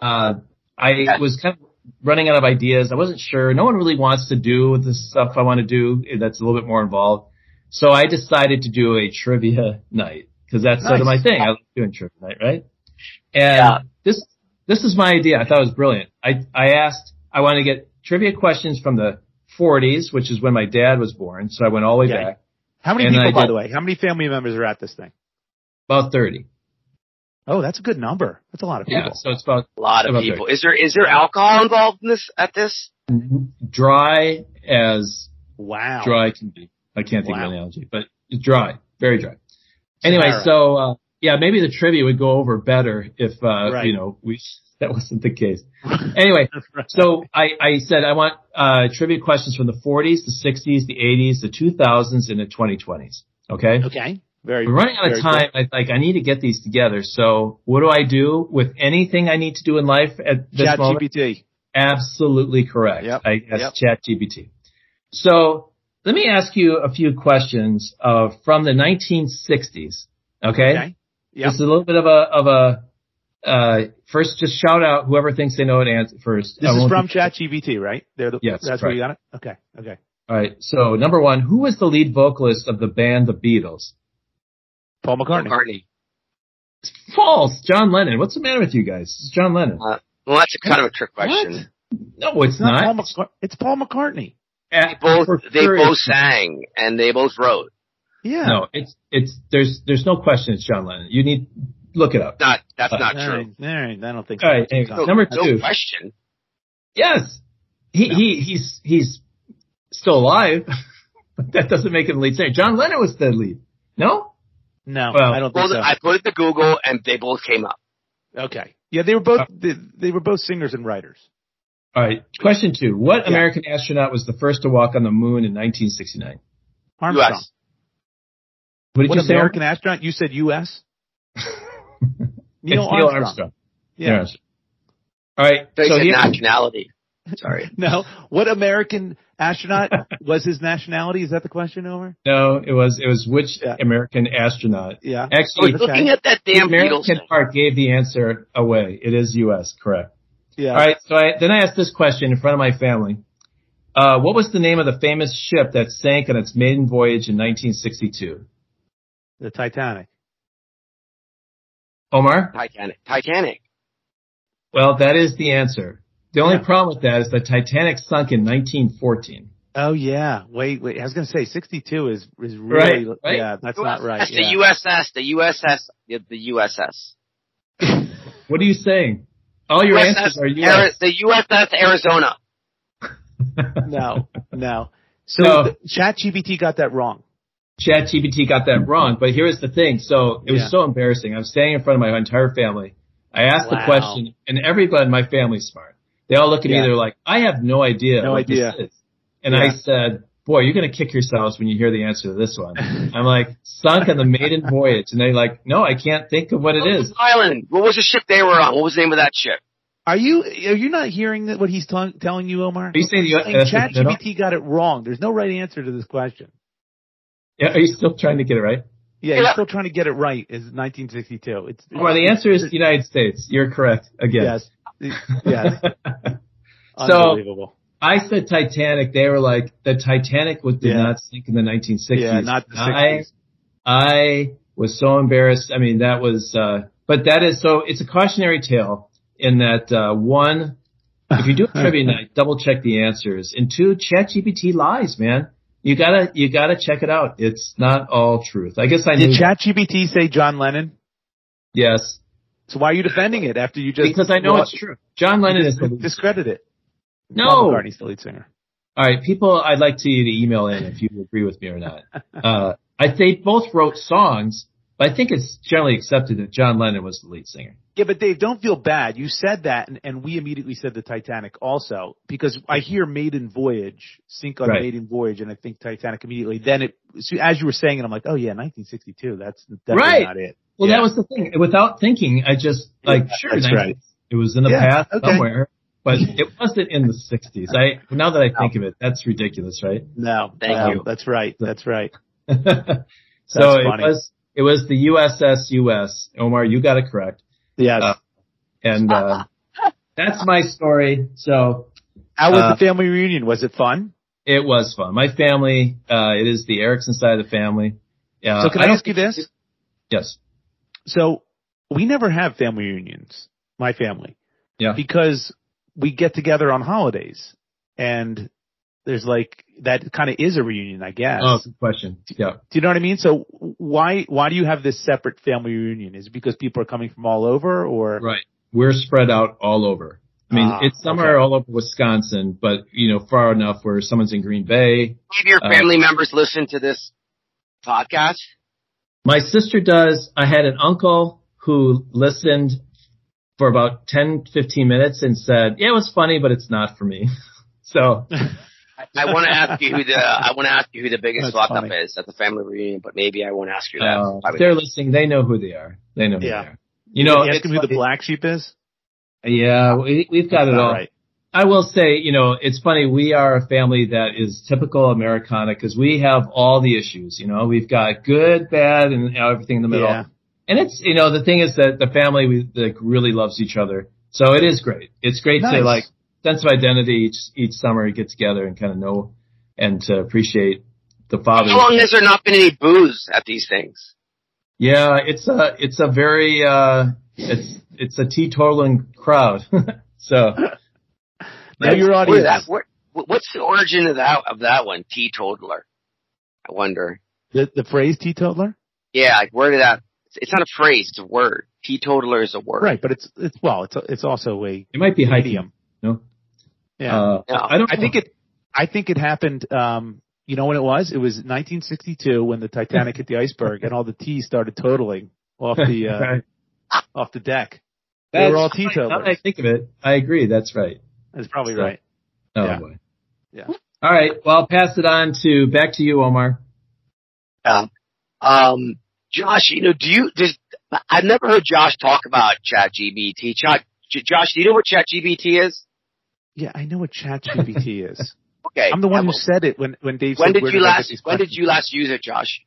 [SPEAKER 1] Uh, I
[SPEAKER 3] Yeah.
[SPEAKER 1] was kind of running out of ideas. I wasn't sure. No one really wants to do the stuff I want to do that's a little bit more involved. So I decided to do a trivia night because that's sort of my
[SPEAKER 2] Nice.
[SPEAKER 1] thing. I like doing trivia night, right? And
[SPEAKER 3] Yeah.
[SPEAKER 1] this this is my idea. I thought it was brilliant. I I asked I want to get trivia questions from the 40s, which is when my dad was born. So I went all the way
[SPEAKER 2] Okay.
[SPEAKER 1] back
[SPEAKER 2] How many
[SPEAKER 1] And I
[SPEAKER 2] people, by
[SPEAKER 1] did-
[SPEAKER 2] the way? How many family members are at this thing?
[SPEAKER 1] about 30.
[SPEAKER 2] Oh, that's a good number. That's a lot of people.
[SPEAKER 1] Yeah, so it's about
[SPEAKER 3] A lot of
[SPEAKER 1] About
[SPEAKER 3] people. Is there is there alcohol involved in this at this?
[SPEAKER 1] dry as
[SPEAKER 2] Wow.
[SPEAKER 1] dry can be. I can't think
[SPEAKER 2] Wow.
[SPEAKER 1] of an analogy, but it's dry, very dry. Anyway,
[SPEAKER 2] Sahara.
[SPEAKER 1] so uh, yeah, maybe the trivia would go over better if uh,
[SPEAKER 2] Right.
[SPEAKER 1] you know we that wasn't the case. Anyway,
[SPEAKER 2] Right.
[SPEAKER 1] so I, I said I want uh, trivia questions from the 40s, the 60s, the 80s, the 2000s, and the 2020s. Okay.
[SPEAKER 2] Okay. Very.
[SPEAKER 1] We're running out of
[SPEAKER 2] very
[SPEAKER 1] time. I like I need to get these together. So what do I do with anything I need to do in life at
[SPEAKER 2] Cool.
[SPEAKER 1] this
[SPEAKER 2] Chat
[SPEAKER 1] moment?
[SPEAKER 2] GPT.
[SPEAKER 1] Absolutely correct.
[SPEAKER 2] Yep.
[SPEAKER 1] I guess ChatGPT. So let me ask you a few questions uh, from the 1960s. Okay.
[SPEAKER 2] Okay. Yep.
[SPEAKER 1] This is a little bit of a of a uh, first. Just shout out whoever thinks they know it answer first.
[SPEAKER 2] This
[SPEAKER 1] I
[SPEAKER 2] is
[SPEAKER 1] won't-
[SPEAKER 2] from Chat GPT, right? They're the,
[SPEAKER 1] Yes,
[SPEAKER 2] That's where you got it. Okay. Okay.
[SPEAKER 1] All right. So number one, who was the lead vocalist of the band The Beatles?
[SPEAKER 2] Paul McCartney.
[SPEAKER 3] McCartney.
[SPEAKER 1] It's false. John Lennon. What's the matter with you guys? It's John Lennon.
[SPEAKER 3] Well, that's a kind of a trick question.
[SPEAKER 1] No, it's
[SPEAKER 2] It's not
[SPEAKER 1] not.
[SPEAKER 2] Paul McCartney. It's Paul McCartney.
[SPEAKER 3] They both they both sang and they both wrote.
[SPEAKER 2] Yeah.
[SPEAKER 1] No, it's it's there's there's no question. It's John Lennon. You need look it up.
[SPEAKER 3] Not that's
[SPEAKER 1] Uh,
[SPEAKER 3] not
[SPEAKER 2] All
[SPEAKER 3] true.
[SPEAKER 2] right. All right. I don't think so.
[SPEAKER 1] All right, anyway.
[SPEAKER 3] No,
[SPEAKER 1] Number
[SPEAKER 3] no
[SPEAKER 1] two.
[SPEAKER 3] question.
[SPEAKER 1] Yes. He,
[SPEAKER 2] No.
[SPEAKER 1] he, he's, he's still alive, but that doesn't make him the lead singer. John Lennon was the lead. No?
[SPEAKER 2] No,
[SPEAKER 1] Well-
[SPEAKER 2] I don't think
[SPEAKER 3] Well,
[SPEAKER 2] so.
[SPEAKER 3] I put it to Google and they both came up.
[SPEAKER 2] okay. Yeah, they were both
[SPEAKER 1] Uh,
[SPEAKER 2] they, they were both singers and writers.
[SPEAKER 1] All right. Question two. What
[SPEAKER 2] Yeah.
[SPEAKER 1] American astronaut was the first to walk on the moon in 1969?
[SPEAKER 2] Armstrong.
[SPEAKER 3] US.
[SPEAKER 1] What did
[SPEAKER 2] What
[SPEAKER 1] you say?
[SPEAKER 2] American astronaut? You said U.S.
[SPEAKER 1] It's Neil Armstrong.
[SPEAKER 2] Yeah.
[SPEAKER 1] Neil Armstrong. All right.
[SPEAKER 3] They
[SPEAKER 1] so
[SPEAKER 3] said
[SPEAKER 1] he-
[SPEAKER 3] nationality. Sorry.
[SPEAKER 2] No. What American astronaut was his nationality? Is that the question, Over?
[SPEAKER 1] no, it was, it was which
[SPEAKER 2] Yeah.
[SPEAKER 1] American astronaut?
[SPEAKER 2] Yeah.
[SPEAKER 3] I was
[SPEAKER 1] Actually,
[SPEAKER 2] Okay.
[SPEAKER 3] looking at that
[SPEAKER 1] the
[SPEAKER 3] damn Beatles
[SPEAKER 1] American
[SPEAKER 3] thing.
[SPEAKER 1] part gave the answer away. It is U.S. Correct.
[SPEAKER 2] Yeah.
[SPEAKER 1] All right. So I, then I asked this question in front of my family. Uh, what was the name of the famous ship that sank on its maiden voyage in 1962?
[SPEAKER 2] The Titanic.
[SPEAKER 1] Omar?
[SPEAKER 3] Titanic. Titanic.
[SPEAKER 1] Well, that is the answer. The only
[SPEAKER 2] Yeah.
[SPEAKER 1] problem with that is the Titanic sunk in 1914.
[SPEAKER 2] Oh yeah. Wait, wait. I was gonna say sixty-two is is
[SPEAKER 1] Right,
[SPEAKER 2] really
[SPEAKER 1] right.
[SPEAKER 2] yeah. That's not right.
[SPEAKER 3] That's
[SPEAKER 2] yeah.
[SPEAKER 3] the USS. The USS. The, the USS.
[SPEAKER 1] What are you saying? All your
[SPEAKER 3] USS
[SPEAKER 1] answers are
[SPEAKER 3] Ari-
[SPEAKER 1] U.S.
[SPEAKER 3] the USS Arizona.
[SPEAKER 2] No, no. So
[SPEAKER 1] No.
[SPEAKER 2] the- ChatGPT got that wrong.
[SPEAKER 1] ChatGPT got that wrong, but here's the thing. So it was
[SPEAKER 2] Yeah.
[SPEAKER 1] so embarrassing. I'm standing in front of my entire family. I asked the
[SPEAKER 2] Wow.
[SPEAKER 1] question, and everybody in my family's smart. They all look at
[SPEAKER 2] Yeah.
[SPEAKER 1] me. They're like, "I have no idea
[SPEAKER 2] No
[SPEAKER 1] what
[SPEAKER 2] idea.
[SPEAKER 1] this is." And
[SPEAKER 2] Yeah.
[SPEAKER 1] I said, "Boy, you're gonna kick yourselves when you hear the answer to this one." I'm like, "Sunk on the maiden voyage," and they're like, "No, I can't think of what it
[SPEAKER 3] What was
[SPEAKER 1] is."
[SPEAKER 3] the Island. What was the ship they were on? What was the name of that ship?
[SPEAKER 2] Are you are you not hearing that what he's tell- telling you, Omar?
[SPEAKER 1] Are you saying the,
[SPEAKER 2] Saying
[SPEAKER 1] that's the middle?
[SPEAKER 2] ChatGPT got it wrong. There's no right answer to this question.
[SPEAKER 1] Yeah, are you still trying to get it right?
[SPEAKER 2] Yeah, he's
[SPEAKER 3] Yeah.
[SPEAKER 2] still trying to get it right. Is 1962? It's
[SPEAKER 1] Well, the answer is the United States. You're correct again.
[SPEAKER 2] yes, yes.
[SPEAKER 1] So-
[SPEAKER 2] Unbelievable.
[SPEAKER 1] I said Titanic. They were like, the Titanic was, did
[SPEAKER 2] Yeah.
[SPEAKER 1] not sink in the 1960s.
[SPEAKER 2] yeah, not the
[SPEAKER 1] I-
[SPEAKER 2] 60s.
[SPEAKER 1] I was so embarrassed. I mean, that was, uh, but that is so, it's a cautionary tale in that, uh, one, if you do a trivia night, double check the answers. And two, ChatGPT lies, man. You gotta, you gotta check it out. It's not all truth. I guess I knew.
[SPEAKER 2] Did ChatGPT say John Lennon?
[SPEAKER 1] yes.
[SPEAKER 2] So why are you defending it after you just
[SPEAKER 1] because I know
[SPEAKER 2] well,
[SPEAKER 1] it's true. John Lennon is the lead.
[SPEAKER 2] discredit it? Paul
[SPEAKER 1] No. All
[SPEAKER 2] McCartney's the lead singer.
[SPEAKER 1] right, people. I'd like to you to email in if you agree with me or not. Uh, I they both wrote songs, but I think it's generally accepted that John Lennon was the lead singer.
[SPEAKER 2] Yeah, but Dave, don't feel bad. You said that, and, and we immediately said the Titanic also because I hear Maiden Voyage, Sink on
[SPEAKER 1] Right.
[SPEAKER 2] Maiden Voyage, and I think Titanic immediately. Then it, so as you were saying it, I'm like, oh yeah, 1962. That's definitely
[SPEAKER 1] Right.
[SPEAKER 2] not it.
[SPEAKER 1] Well,
[SPEAKER 2] Yeah.
[SPEAKER 1] that was the thing. Without thinking, I just like
[SPEAKER 2] Yeah,
[SPEAKER 1] sure,
[SPEAKER 2] that's
[SPEAKER 1] 1960s.
[SPEAKER 2] right.
[SPEAKER 1] it was in the
[SPEAKER 2] Yeah,
[SPEAKER 1] past
[SPEAKER 2] okay.
[SPEAKER 1] somewhere, but it wasn't in the '60s. I now that I think of it, that's ridiculous, right?
[SPEAKER 2] No,
[SPEAKER 3] Thank
[SPEAKER 2] no,
[SPEAKER 3] you.
[SPEAKER 2] That's right. That's right.
[SPEAKER 1] so
[SPEAKER 2] That's
[SPEAKER 1] it
[SPEAKER 2] funny.
[SPEAKER 1] was it was the USS US. Omar, you got it correct,
[SPEAKER 2] Yes.
[SPEAKER 1] Uh, and uh, that's my story. So
[SPEAKER 2] How was
[SPEAKER 1] uh,
[SPEAKER 2] the family reunion? Was it fun?
[SPEAKER 1] it was fun. My family, uh, it is the Erickson side of the family. Yeah.
[SPEAKER 2] so can I, ask you this?
[SPEAKER 1] Yes.
[SPEAKER 2] So we never have family reunions, my family.
[SPEAKER 1] Yeah.
[SPEAKER 2] Because we get together on holidays and there's like, that kind of is a reunion, I guess.
[SPEAKER 1] Oh, good question. Yeah.
[SPEAKER 2] Do you know what I mean? So why, why do you have this separate family reunion? Is it because people are coming from all over or?
[SPEAKER 1] Right. We're spread out all over. I mean,
[SPEAKER 2] Ah,
[SPEAKER 1] it's somewhere all over Wisconsin, but you know, far enough where someone's in Green Bay.
[SPEAKER 3] Maybe your
[SPEAKER 1] Uh,
[SPEAKER 3] family members listen to this podcast.
[SPEAKER 1] My sister does. I had an uncle who listened for about 10, 15 minutes and said, yeah, it was funny, but it's not for me. so
[SPEAKER 3] I want to ask you who the I want to ask you who the biggest
[SPEAKER 2] That's
[SPEAKER 3] fuck up
[SPEAKER 2] funny. Oh.
[SPEAKER 3] is at the family reunion, but maybe I won't ask you that.
[SPEAKER 1] uh,
[SPEAKER 3] I
[SPEAKER 1] if
[SPEAKER 3] would-
[SPEAKER 1] they're listening. They know who they are. They know who
[SPEAKER 2] Yeah.
[SPEAKER 1] they are. You know,
[SPEAKER 2] You ask
[SPEAKER 1] it's
[SPEAKER 2] them who the
[SPEAKER 1] funny-
[SPEAKER 2] black sheep is?
[SPEAKER 1] yeah, we, we've got
[SPEAKER 2] That's
[SPEAKER 1] it
[SPEAKER 2] not
[SPEAKER 1] all.
[SPEAKER 2] right.
[SPEAKER 1] I will say, you know, it's funny. We are a family that is typical Americana because we have all the issues. You know, we've got good, bad, and you know, everything in the middle.
[SPEAKER 2] Yeah.
[SPEAKER 1] And it's, you know, the thing is that the family we, like, really loves each other. So it is great. It's great
[SPEAKER 2] Nice.
[SPEAKER 1] to like sense of identity each each summer. Get together and kind of know and to appreciate the father.
[SPEAKER 3] How long has there not been any booze at these things?
[SPEAKER 1] Yeah, it's a it's a very uh, it's it's a teetotaling crowd. so
[SPEAKER 2] Now your
[SPEAKER 3] Where
[SPEAKER 2] audience.
[SPEAKER 3] that, where, what's the origin of that of that one? Teetotaler. I wonder.
[SPEAKER 2] The, the phrase teetotaler?
[SPEAKER 3] Yeah, like where did that? It's not a phrase; it's a word. Teetotaler is a word.
[SPEAKER 2] Right. But it's, it's, well, it's, it's also a
[SPEAKER 1] it might be hiking.
[SPEAKER 2] idiom.
[SPEAKER 1] No.
[SPEAKER 2] Yeah.
[SPEAKER 1] Uh,
[SPEAKER 3] No.
[SPEAKER 1] I don't.
[SPEAKER 2] I
[SPEAKER 1] know.
[SPEAKER 2] think it. I think it happened. Um, you know when it was? It was 1962 when the Titanic hit the iceberg and all the tea started totaling off the uh,
[SPEAKER 1] Right.
[SPEAKER 2] off the deck. They
[SPEAKER 1] That's
[SPEAKER 2] were all
[SPEAKER 1] right.
[SPEAKER 2] teetotalers.
[SPEAKER 1] Now that I think of it, I agree. That's right.
[SPEAKER 2] That's probably
[SPEAKER 1] So-
[SPEAKER 2] right.
[SPEAKER 1] Oh
[SPEAKER 2] Yeah.
[SPEAKER 1] boy.
[SPEAKER 2] Yeah.
[SPEAKER 1] All right. Well, I'll pass it on to back to you, Omar.
[SPEAKER 3] Um, Josh, you know, do you? Does, I've never heard Josh talk about ChatGBT. Chat, J- Josh, do you know what ChatGBT is?
[SPEAKER 2] Yeah, I know what ChatGPT is.
[SPEAKER 3] Okay,
[SPEAKER 2] I'm the one who
[SPEAKER 3] Emma,
[SPEAKER 2] said it when when Dave
[SPEAKER 3] When
[SPEAKER 2] said.
[SPEAKER 3] did
[SPEAKER 2] "Where
[SPEAKER 3] you
[SPEAKER 2] I get
[SPEAKER 3] last?
[SPEAKER 2] these
[SPEAKER 3] When did
[SPEAKER 2] questions?"
[SPEAKER 3] you last use it, Josh?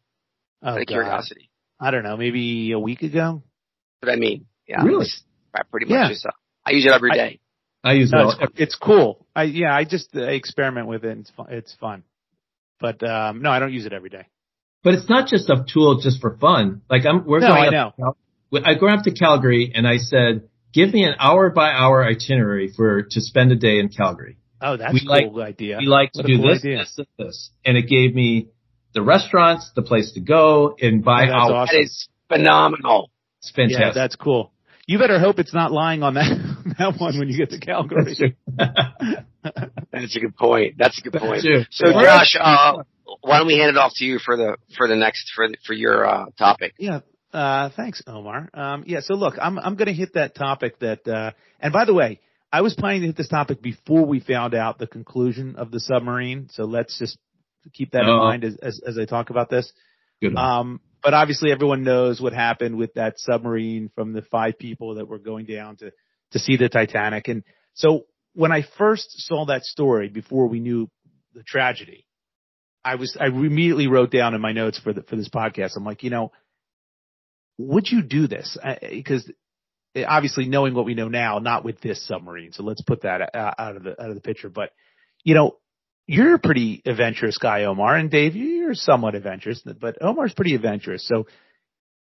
[SPEAKER 2] Oh,
[SPEAKER 3] Out of
[SPEAKER 2] God.
[SPEAKER 3] curiosity.
[SPEAKER 2] I don't know, maybe a week ago.
[SPEAKER 3] That's What I mean, yeah,
[SPEAKER 1] Really?
[SPEAKER 3] I pretty
[SPEAKER 2] Yeah.
[SPEAKER 3] much. Just, uh, I use it every
[SPEAKER 2] I-
[SPEAKER 3] day.
[SPEAKER 1] I use
[SPEAKER 2] No,
[SPEAKER 1] it. all-
[SPEAKER 2] it's, it's cool. I yeah, I just I experiment with it. And it's fun. It's fun. But um, no, I don't use it every day.
[SPEAKER 1] but it's not just a tool just for fun. Like I'm, we're
[SPEAKER 2] No,
[SPEAKER 1] going.
[SPEAKER 2] I
[SPEAKER 1] up, know. I go up to Calgary and I said, give me an hour by hour itinerary for to spend a day in Calgary.
[SPEAKER 2] Oh, that's
[SPEAKER 1] We
[SPEAKER 2] a
[SPEAKER 1] like-
[SPEAKER 2] cool idea.
[SPEAKER 1] we like
[SPEAKER 2] What
[SPEAKER 1] to
[SPEAKER 2] a
[SPEAKER 1] do
[SPEAKER 2] cool
[SPEAKER 1] this,
[SPEAKER 2] idea.
[SPEAKER 1] this, this, this, and it gave me the restaurants, the place to go, and by
[SPEAKER 2] Oh, that's
[SPEAKER 1] hour.
[SPEAKER 2] awesome.
[SPEAKER 3] That is phenomenal.
[SPEAKER 1] It's fantastic.
[SPEAKER 2] Yeah, that's cool. You better hope it's not lying on that that one when you get to Calgary.
[SPEAKER 3] That's a good point. That's a good
[SPEAKER 1] That's
[SPEAKER 3] point.
[SPEAKER 1] true.
[SPEAKER 3] Oh, So,
[SPEAKER 1] Yeah.
[SPEAKER 3] Josh, uh, why don't we hand it off to you for the for the next for the, for your uh, topic?
[SPEAKER 2] Yeah. Uh, thanks, Omar. Um, yeah. So look, I'm I'm going to hit that topic that. Uh, and by the way, I was planning to hit this topic before we found out the conclusion of the submarine. So let's just keep that in
[SPEAKER 1] Oh.
[SPEAKER 2] mind as, as as I talk about this.
[SPEAKER 1] Good one.
[SPEAKER 2] Um, but obviously, everyone knows what happened with that submarine from the five people that were going down to to see the Titanic. And so, when I first saw that story before we knew the tragedy, I was I immediately wrote down in my notes for the, for this podcast. I'm like, you know, would you do this? Because obviously, knowing what we know now, not with this submarine. So let's put that uh, out of the out of the picture. But you know, you're a pretty adventurous guy, Omar, and Dave, you're somewhat adventurous, but Omar's pretty adventurous. So,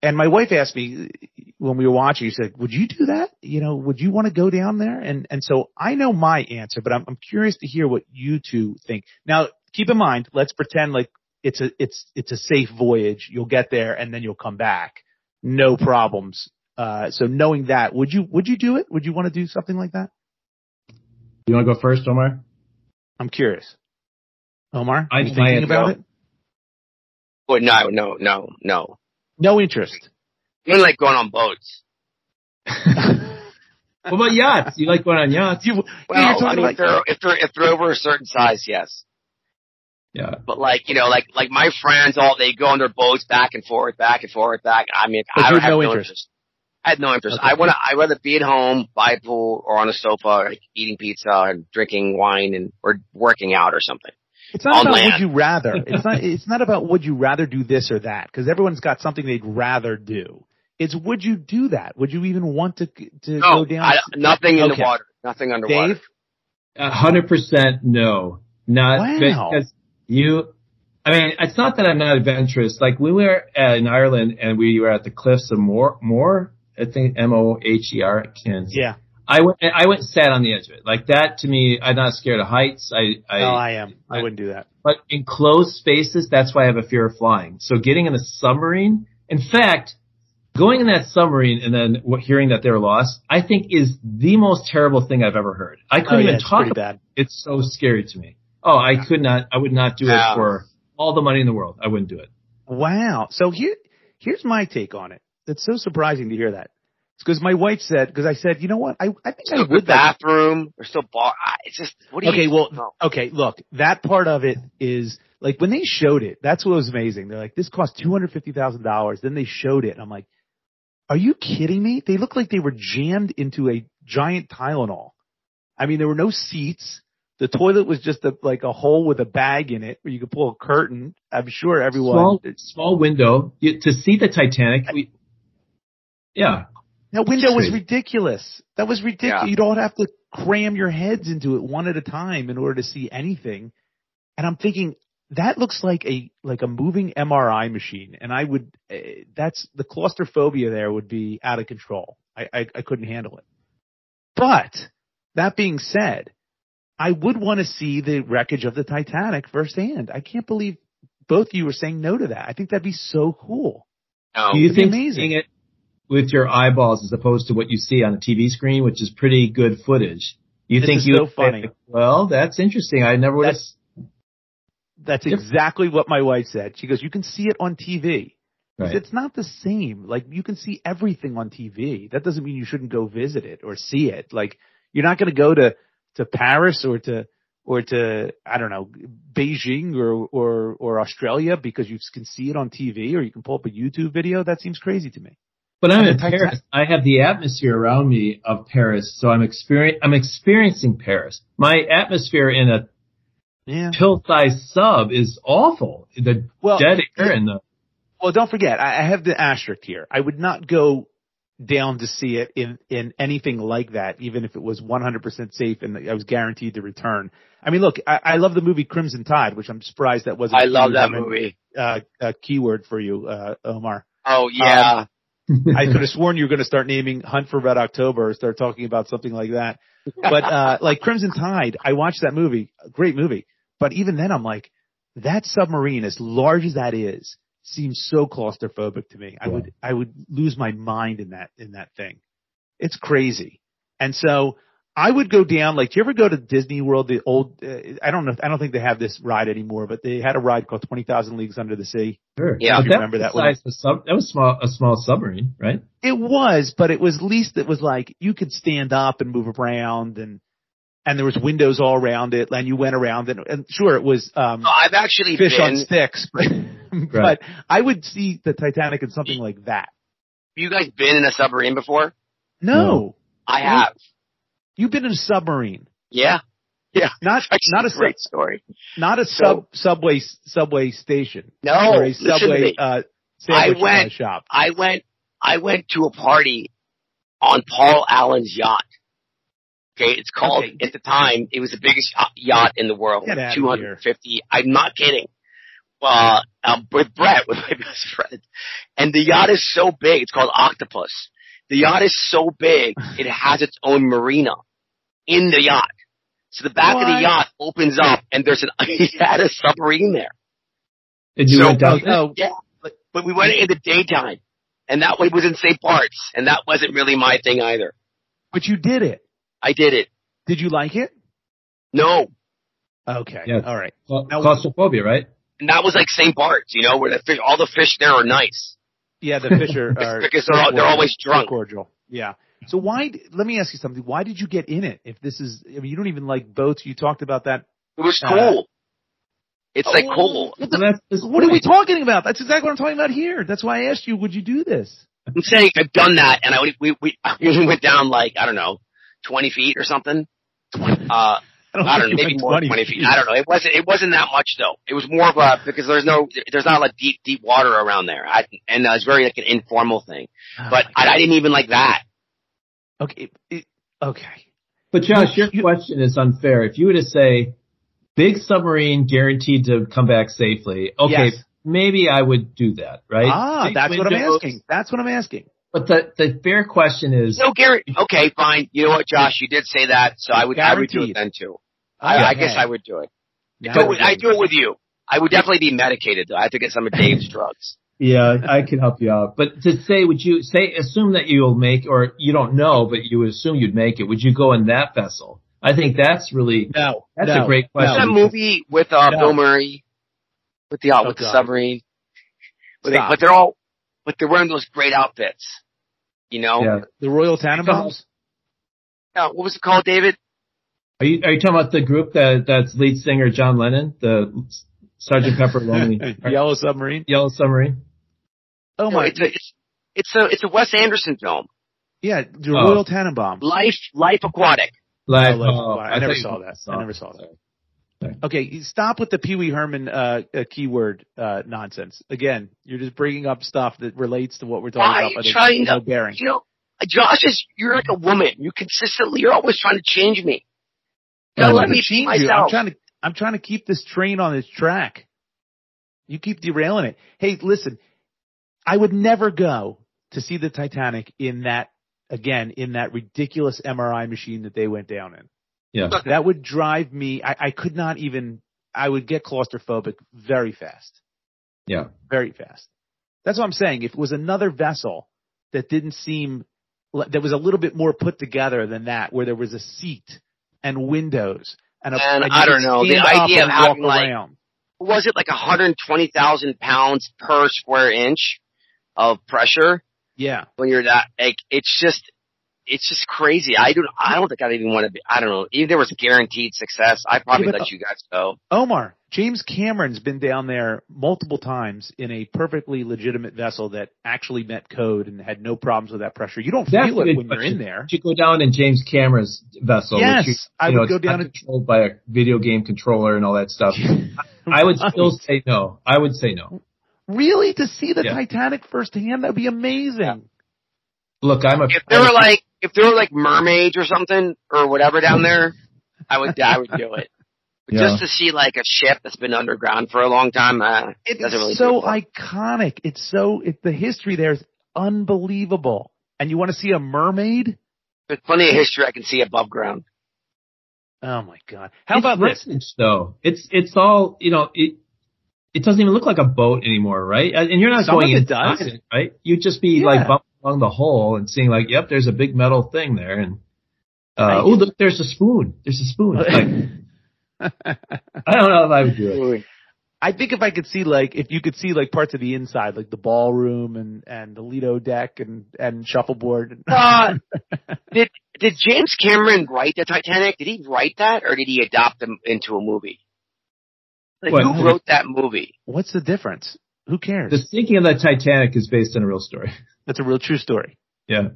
[SPEAKER 2] and my wife asked me when we were watching, she said, would you do that? You know, would you want to go down there? And, and so I know my answer, but I'm, I'm curious to hear what you two think. Now, keep in mind, let's pretend like it's a, it's, it's a safe voyage. You'll get there and then you'll come back. No problems. Uh, so knowing that, would you would you do it? Would you want to do something like that?
[SPEAKER 1] You want to go first, Omar?
[SPEAKER 2] I'm curious. Omar,
[SPEAKER 1] I'd
[SPEAKER 2] you thinking
[SPEAKER 1] buy it,
[SPEAKER 2] about
[SPEAKER 1] no.
[SPEAKER 2] it?
[SPEAKER 3] Well, no, no, no, no.
[SPEAKER 2] No interest.
[SPEAKER 3] Even like going on boats.
[SPEAKER 1] What about yachts? You like going on yachts?
[SPEAKER 2] You,
[SPEAKER 3] Well,
[SPEAKER 2] you're talking
[SPEAKER 3] I mean,
[SPEAKER 2] like
[SPEAKER 3] if they're if they're if they're over a certain size, yes.
[SPEAKER 1] Yeah.
[SPEAKER 3] But like you know, like like my friends, all they go on their boats back and forth, back and forth, back. I mean,
[SPEAKER 2] But
[SPEAKER 3] I
[SPEAKER 2] you
[SPEAKER 3] don't
[SPEAKER 2] have
[SPEAKER 3] have
[SPEAKER 2] no
[SPEAKER 3] no
[SPEAKER 2] interest.
[SPEAKER 3] interest. I had no interest.
[SPEAKER 2] Okay.
[SPEAKER 3] I want to. I would rather be at home by a pool or on a sofa, like, eating pizza and drinking wine and or working out or something.
[SPEAKER 2] It's not
[SPEAKER 3] on
[SPEAKER 2] about
[SPEAKER 3] land.
[SPEAKER 2] would you rather. It's not. It's not about would you rather do this or that because everyone's got something they'd rather do. It's would you do that? Would you even want to to go
[SPEAKER 3] No,
[SPEAKER 2] down?
[SPEAKER 3] I, nothing in
[SPEAKER 2] Okay.
[SPEAKER 3] the water. Nothing underwater.
[SPEAKER 2] Dave,
[SPEAKER 1] A hundred percent no. Not
[SPEAKER 2] Wow.
[SPEAKER 1] because you I mean, it's not that I'm not adventurous. Like we were uh, in Ireland and we were at the cliffs of Moor Moor, I think M O H E R Kins.
[SPEAKER 2] yeah.
[SPEAKER 1] I went I went and sat on the edge of it. Like that to me I'm not scared of heights. I, I
[SPEAKER 2] no, I am. I wouldn't do that.
[SPEAKER 1] But in closed spaces, that's why I have a fear of flying. So getting in a submarine, in fact, going in that submarine and then wh- hearing that they're lost, I think is the most terrible thing I've ever heard. I couldn't
[SPEAKER 2] Oh, yeah,
[SPEAKER 1] even
[SPEAKER 2] it's
[SPEAKER 1] talk.
[SPEAKER 2] pretty
[SPEAKER 1] about
[SPEAKER 2] bad.
[SPEAKER 1] it. It's so scary to me. Oh, I could not, I would not do
[SPEAKER 3] Yeah.
[SPEAKER 1] it for all the money in the world. I wouldn't do it.
[SPEAKER 2] Wow. So here, here's my take on it. It's so surprising to hear that. It's because my wife said, because I said, you know what? I, I think I
[SPEAKER 3] Still
[SPEAKER 2] would like
[SPEAKER 3] the
[SPEAKER 2] to
[SPEAKER 3] bathroom. There's still bar. I- It's just what do you?
[SPEAKER 2] Okay, well,
[SPEAKER 3] no.
[SPEAKER 2] okay, look, that part of it is like when they showed it, that's what was amazing. They're like, this cost $250,000. Then they showed it. And I'm like, are you kidding me? They looked like they were jammed into a giant Tylenol. I mean, there were no seats. The toilet was just a, like a hole with a bag in it where you could pull a curtain. I'm sure everyone.
[SPEAKER 1] Small, small window You- to see the Titanic. We, yeah.
[SPEAKER 2] That window was
[SPEAKER 1] Sweet.
[SPEAKER 2] ridiculous. That was ridiculous.
[SPEAKER 3] Yeah.
[SPEAKER 2] You'd all have to cram your heads into it one at a time in order to see anything. And I'm thinking that looks like a like a moving MRI machine, and I would uh, that's the claustrophobia there would be out of control. I, I I couldn't handle it. But that being said, I would want to see the wreckage of the Titanic firsthand. I can't believe both of you were saying no to that. I think that'd be so cool.
[SPEAKER 3] No.
[SPEAKER 1] Do you
[SPEAKER 2] It'd be
[SPEAKER 1] think
[SPEAKER 2] amazing.
[SPEAKER 1] seeing it with your eyeballs as opposed to what you see on a TV screen, which is pretty good footage, you
[SPEAKER 2] This
[SPEAKER 1] think
[SPEAKER 2] is
[SPEAKER 1] you
[SPEAKER 2] so
[SPEAKER 1] would say,
[SPEAKER 2] funny.
[SPEAKER 1] well, that's interesting. I never would have.
[SPEAKER 2] That's- That's
[SPEAKER 1] Yep.
[SPEAKER 2] exactly what my wife said. She goes, you can see it on TV.
[SPEAKER 1] Right.
[SPEAKER 2] It's not the same. Like you can see everything on TV. That doesn't mean you shouldn't go visit it or see it. Like you're not going to go to, to Paris or to, or to, I don't know, Beijing or, or, or Australia because you can see it on TV or you can pull up a YouTube video. That seems crazy to me.
[SPEAKER 1] But I'm in
[SPEAKER 2] Titan-
[SPEAKER 1] Paris. I have the atmosphere around me of Paris, so I'm experience I'm experiencing Paris. My atmosphere in a
[SPEAKER 2] Yeah.
[SPEAKER 1] pill-sized sub is awful. The
[SPEAKER 2] Well,
[SPEAKER 1] dead air and the
[SPEAKER 2] Well, don't forget, I, I have the asterisk here. I would not go down to see it in, in anything like that, even if it was 100% safe and I was guaranteed to return. I mean, look, I, I love the movie Crimson Tide, which I'm surprised that wasn't.
[SPEAKER 3] I
[SPEAKER 2] a
[SPEAKER 3] love that
[SPEAKER 2] huge,
[SPEAKER 3] movie.
[SPEAKER 2] Uh, a keyword for you, uh, Omar.
[SPEAKER 3] Oh yeah.
[SPEAKER 2] Um, I could have sworn you were going to start naming Hunt for Red October or start talking about something like that. But uh, like Crimson Tide, I watched that movie, great movie. But even then, I'm like, that submarine, as large as that is, seems so claustrophobic to me. I
[SPEAKER 1] Yeah.
[SPEAKER 2] would I would lose my mind in that in that thing. It's crazy. And so I would go down. Like, do you ever go to Disney World? The old uh, I don't know. I don't think they have this ride anymore, but they had a ride called Twenty Thousand Leagues Under the Sea.
[SPEAKER 1] Sure.
[SPEAKER 3] Yeah.
[SPEAKER 1] But
[SPEAKER 2] If you
[SPEAKER 1] that
[SPEAKER 2] remember that
[SPEAKER 1] was
[SPEAKER 2] one.
[SPEAKER 1] the sub, that was small, a small submarine, right?
[SPEAKER 2] It was, but it was at least it was like you could stand up and move around and and there was windows all around it and you went around and, and sure it was um
[SPEAKER 3] No, I've actually
[SPEAKER 2] fish on
[SPEAKER 3] been.
[SPEAKER 2] sticks but, but I would see the Titanic in something like that.
[SPEAKER 3] you guys been in a submarine before?
[SPEAKER 2] No.
[SPEAKER 1] No.
[SPEAKER 3] I
[SPEAKER 2] Yeah.
[SPEAKER 3] have.
[SPEAKER 2] You've been in a submarine.
[SPEAKER 3] Yeah.
[SPEAKER 2] Not
[SPEAKER 3] Actually,
[SPEAKER 2] not a
[SPEAKER 3] it's
[SPEAKER 2] sub,
[SPEAKER 3] great story.
[SPEAKER 2] not a sub subway subway station
[SPEAKER 3] No,
[SPEAKER 2] or a
[SPEAKER 3] Oh, listen to
[SPEAKER 2] subway
[SPEAKER 3] me.
[SPEAKER 2] uh sandwich
[SPEAKER 3] I went-
[SPEAKER 2] uh, shop.
[SPEAKER 3] I went I went to a party on Paul Allen's yacht. Okay, it's called
[SPEAKER 2] Okay.
[SPEAKER 3] at the time it was the biggest yacht- yacht in the world,
[SPEAKER 2] Get outta
[SPEAKER 3] two hundred fifty. I'm not kidding. Uh, um, with Brett, with my best friend, and the yacht is so big. It's called Octopus. The yacht is so big, it has its own marina in the yacht. So the back of
[SPEAKER 2] What?
[SPEAKER 3] the yacht opens up, and there's an he had a submarine there.
[SPEAKER 1] And you
[SPEAKER 3] So-
[SPEAKER 1] went down.
[SPEAKER 2] Oh,
[SPEAKER 3] But we went in the daytime. and that one was in St. Bart's, and that wasn't really my thing either.
[SPEAKER 2] But you did it.
[SPEAKER 3] I did it.
[SPEAKER 2] Did you like it?
[SPEAKER 3] No,
[SPEAKER 2] Okay.
[SPEAKER 1] Yes.
[SPEAKER 2] All right.
[SPEAKER 1] Cla-
[SPEAKER 2] Now-
[SPEAKER 1] claustrophobia, right?
[SPEAKER 3] and that was like St. Bart's, you know, where the fish, all the fish there are nice
[SPEAKER 2] Yeah, the fish are, are
[SPEAKER 3] because they're all, they're always drunk.
[SPEAKER 2] cordial. Yeah. So why? d- Let me ask you something. Why did you get in it? If this is, I mean, you don't even like boats. You talked about that.
[SPEAKER 3] It was
[SPEAKER 2] Uh,
[SPEAKER 3] cool. It's like
[SPEAKER 2] Oh,
[SPEAKER 3] cool.
[SPEAKER 2] What,
[SPEAKER 1] And
[SPEAKER 2] the,
[SPEAKER 1] that's his
[SPEAKER 2] what are we
[SPEAKER 1] point.
[SPEAKER 2] talking about? That's exactly what I'm talking about here. That's why I asked you. Would you do this?
[SPEAKER 3] I'm saying I've done that, and I would- we we we went down like I don't know, twenty feet or something. Uh, I don't know,
[SPEAKER 2] think you
[SPEAKER 3] maybe
[SPEAKER 2] went
[SPEAKER 3] more than
[SPEAKER 2] 20
[SPEAKER 3] twenty feet. I don't know. It wasn't it wasn't that much though. It was more of a because there's no there's not like deep deep water around there, I, and uh, it's very like an informal thing.
[SPEAKER 2] Oh
[SPEAKER 3] But
[SPEAKER 2] my
[SPEAKER 3] I, I didn't even like that.
[SPEAKER 2] God. okay. it- it- okay.
[SPEAKER 1] But Josh, your
[SPEAKER 2] You-
[SPEAKER 1] question is unfair. If you were to say big submarine guaranteed to come back safely, okay,
[SPEAKER 2] Yes.
[SPEAKER 1] maybe I would do that, right?
[SPEAKER 2] Ah,
[SPEAKER 1] Big
[SPEAKER 2] that's what I'm
[SPEAKER 1] windows.
[SPEAKER 2] asking. That's what I'm asking.
[SPEAKER 1] But the the fair question is,
[SPEAKER 3] No guarantee. Okay, fine. You know what, Josh? You did say that, so I would I would do
[SPEAKER 2] Guaranteed.
[SPEAKER 3] it then too. I, I guess
[SPEAKER 2] Okay.
[SPEAKER 3] I would do it.
[SPEAKER 2] Now
[SPEAKER 3] But
[SPEAKER 2] we're
[SPEAKER 3] with- I
[SPEAKER 2] getting
[SPEAKER 3] do it with you. I would definitely be medicated though. I have to get some of Dave's drugs.
[SPEAKER 1] yeah, I can help you out. But to say, would you say assume that you'll make, or you don't know, but you would assume you'd make it? Would you go in that vessel? I think that's really
[SPEAKER 2] No,
[SPEAKER 1] That's
[SPEAKER 2] no,
[SPEAKER 1] a great
[SPEAKER 2] no.
[SPEAKER 1] question.
[SPEAKER 3] What's that movie with uh,
[SPEAKER 2] No.
[SPEAKER 3] Bill Murray? With the uh,
[SPEAKER 2] Oh,
[SPEAKER 3] with the
[SPEAKER 2] God.
[SPEAKER 3] submarine. But, they,
[SPEAKER 2] Stop.
[SPEAKER 3] but they're all, but they're wearing those great outfits. You know?
[SPEAKER 1] yeah.
[SPEAKER 2] The Royal Tannenbaums.
[SPEAKER 3] Uh, what was it called, David?
[SPEAKER 1] Are you are you talking about the group that that's lead singer John Lennon, the Sergeant Pepper Lonely
[SPEAKER 2] Yellow Submarine.
[SPEAKER 1] Yellow Submarine?
[SPEAKER 2] Oh
[SPEAKER 3] No,
[SPEAKER 2] my.
[SPEAKER 3] it's a, it's, it's a, it's a Wes Anderson film.
[SPEAKER 2] Yeah, the
[SPEAKER 1] Oh.
[SPEAKER 2] Royal Tannenbaums.
[SPEAKER 3] Life, Life Aquatic.
[SPEAKER 1] Like,
[SPEAKER 2] Oh, Life
[SPEAKER 1] oh,
[SPEAKER 2] Aquatic. I never
[SPEAKER 1] thought you
[SPEAKER 2] saw
[SPEAKER 1] meant
[SPEAKER 2] that. I
[SPEAKER 1] song.
[SPEAKER 2] never saw that.
[SPEAKER 1] Sorry.
[SPEAKER 2] Okay, you stop with the Pee Wee Herman uh, uh, keyword uh, nonsense. Again, you're just bringing up stuff that relates to what we're talking
[SPEAKER 3] Why
[SPEAKER 2] about.
[SPEAKER 3] you
[SPEAKER 2] but it's
[SPEAKER 3] trying
[SPEAKER 2] no
[SPEAKER 3] to-
[SPEAKER 2] bearing.
[SPEAKER 3] You know, Josh is, you're like a woman. You consistently, you're always trying to change me.
[SPEAKER 1] No,
[SPEAKER 3] Don't
[SPEAKER 2] I'm
[SPEAKER 3] let
[SPEAKER 2] trying
[SPEAKER 3] me
[SPEAKER 2] to
[SPEAKER 3] be
[SPEAKER 2] change you. I'm
[SPEAKER 3] myself.
[SPEAKER 2] trying to. I'm trying to keep this train on its track. You keep derailing it. Hey, listen, I would never go to see the Titanic in that again in that ridiculous MRI machine that they went down in.
[SPEAKER 1] Yeah.
[SPEAKER 2] that would drive me. I, I could not even. I would get claustrophobic very fast.
[SPEAKER 1] Yeah.
[SPEAKER 2] very fast. That's what I'm saying. If it was another vessel that didn't seem that was a little bit more put together than that, where there was a seat and windows and a
[SPEAKER 3] And
[SPEAKER 2] you
[SPEAKER 3] I
[SPEAKER 2] could
[SPEAKER 3] don't know, the
[SPEAKER 2] stand up
[SPEAKER 3] idea of
[SPEAKER 2] and
[SPEAKER 3] having,
[SPEAKER 2] walk
[SPEAKER 3] like-
[SPEAKER 2] around.
[SPEAKER 3] was it like 120,000 pounds per square inch of pressure
[SPEAKER 2] yeah,
[SPEAKER 3] when you're that, like, it's just, it's just crazy. I don't, I don't think I'd even want to be, I don't know, even if there was guaranteed success, I'd probably
[SPEAKER 2] Yeah, but-
[SPEAKER 3] let you guys go.
[SPEAKER 2] Omar James Cameron's been down there multiple times in a perfectly legitimate vessel that actually met code and had no problems with that pressure. You don't
[SPEAKER 1] That's
[SPEAKER 2] feel
[SPEAKER 1] a
[SPEAKER 2] it
[SPEAKER 1] good
[SPEAKER 2] when you're in
[SPEAKER 1] question.
[SPEAKER 2] there.
[SPEAKER 1] Would you go down in James Cameron's vessel?
[SPEAKER 2] Yes,
[SPEAKER 1] which you,
[SPEAKER 2] I
[SPEAKER 1] you
[SPEAKER 2] would
[SPEAKER 1] know, it's
[SPEAKER 2] go down
[SPEAKER 1] not
[SPEAKER 2] and-
[SPEAKER 1] controlled by a video game controller and all that stuff. I would still say no. I would say no.
[SPEAKER 2] really to see the
[SPEAKER 1] Yeah.
[SPEAKER 2] Titanic firsthand. That'd be amazing.
[SPEAKER 1] Look, I'm a
[SPEAKER 3] If there were like, if there were like mermaids or something or whatever down there, I would, I would do it. But
[SPEAKER 1] Yeah.
[SPEAKER 3] just to see like a ship that's been underground for a long time, uh,
[SPEAKER 2] It's
[SPEAKER 3] doesn't really do
[SPEAKER 2] so
[SPEAKER 3] it for me.
[SPEAKER 2] iconic. It's so it, the history there is unbelievable. And you want to see a mermaid?
[SPEAKER 3] there's plenty of history I can see above ground.
[SPEAKER 2] Oh my god! How
[SPEAKER 1] it's
[SPEAKER 2] about this?
[SPEAKER 1] wreckage, though? It's it's all you know. It it doesn't even look like a boat anymore, right? Uh, And and you're not
[SPEAKER 2] Some
[SPEAKER 1] going
[SPEAKER 2] of it
[SPEAKER 1] inside
[SPEAKER 2] does.
[SPEAKER 1] it, right? You'd just be
[SPEAKER 2] Yeah.
[SPEAKER 1] like bumping along the hole and seeing like, yep, there's a big metal thing there, and
[SPEAKER 2] I-
[SPEAKER 1] uh, oh, look, there's a spoon. There's a spoon. It's like I don't know if I would do it.
[SPEAKER 2] I think if I could see like if you could see like parts of the inside, like the ballroom and and the Lido deck and and shuffleboard.
[SPEAKER 1] Ah!
[SPEAKER 3] Uh, did did James Cameron write the Titanic? Did he write that, or did he adopt them into a movie? Like,
[SPEAKER 1] What?
[SPEAKER 3] who wrote that movie?
[SPEAKER 2] What's the difference? Who cares?
[SPEAKER 1] The sinking of the Titanic is based on a real story.
[SPEAKER 2] That's a real true story.
[SPEAKER 1] Yeah,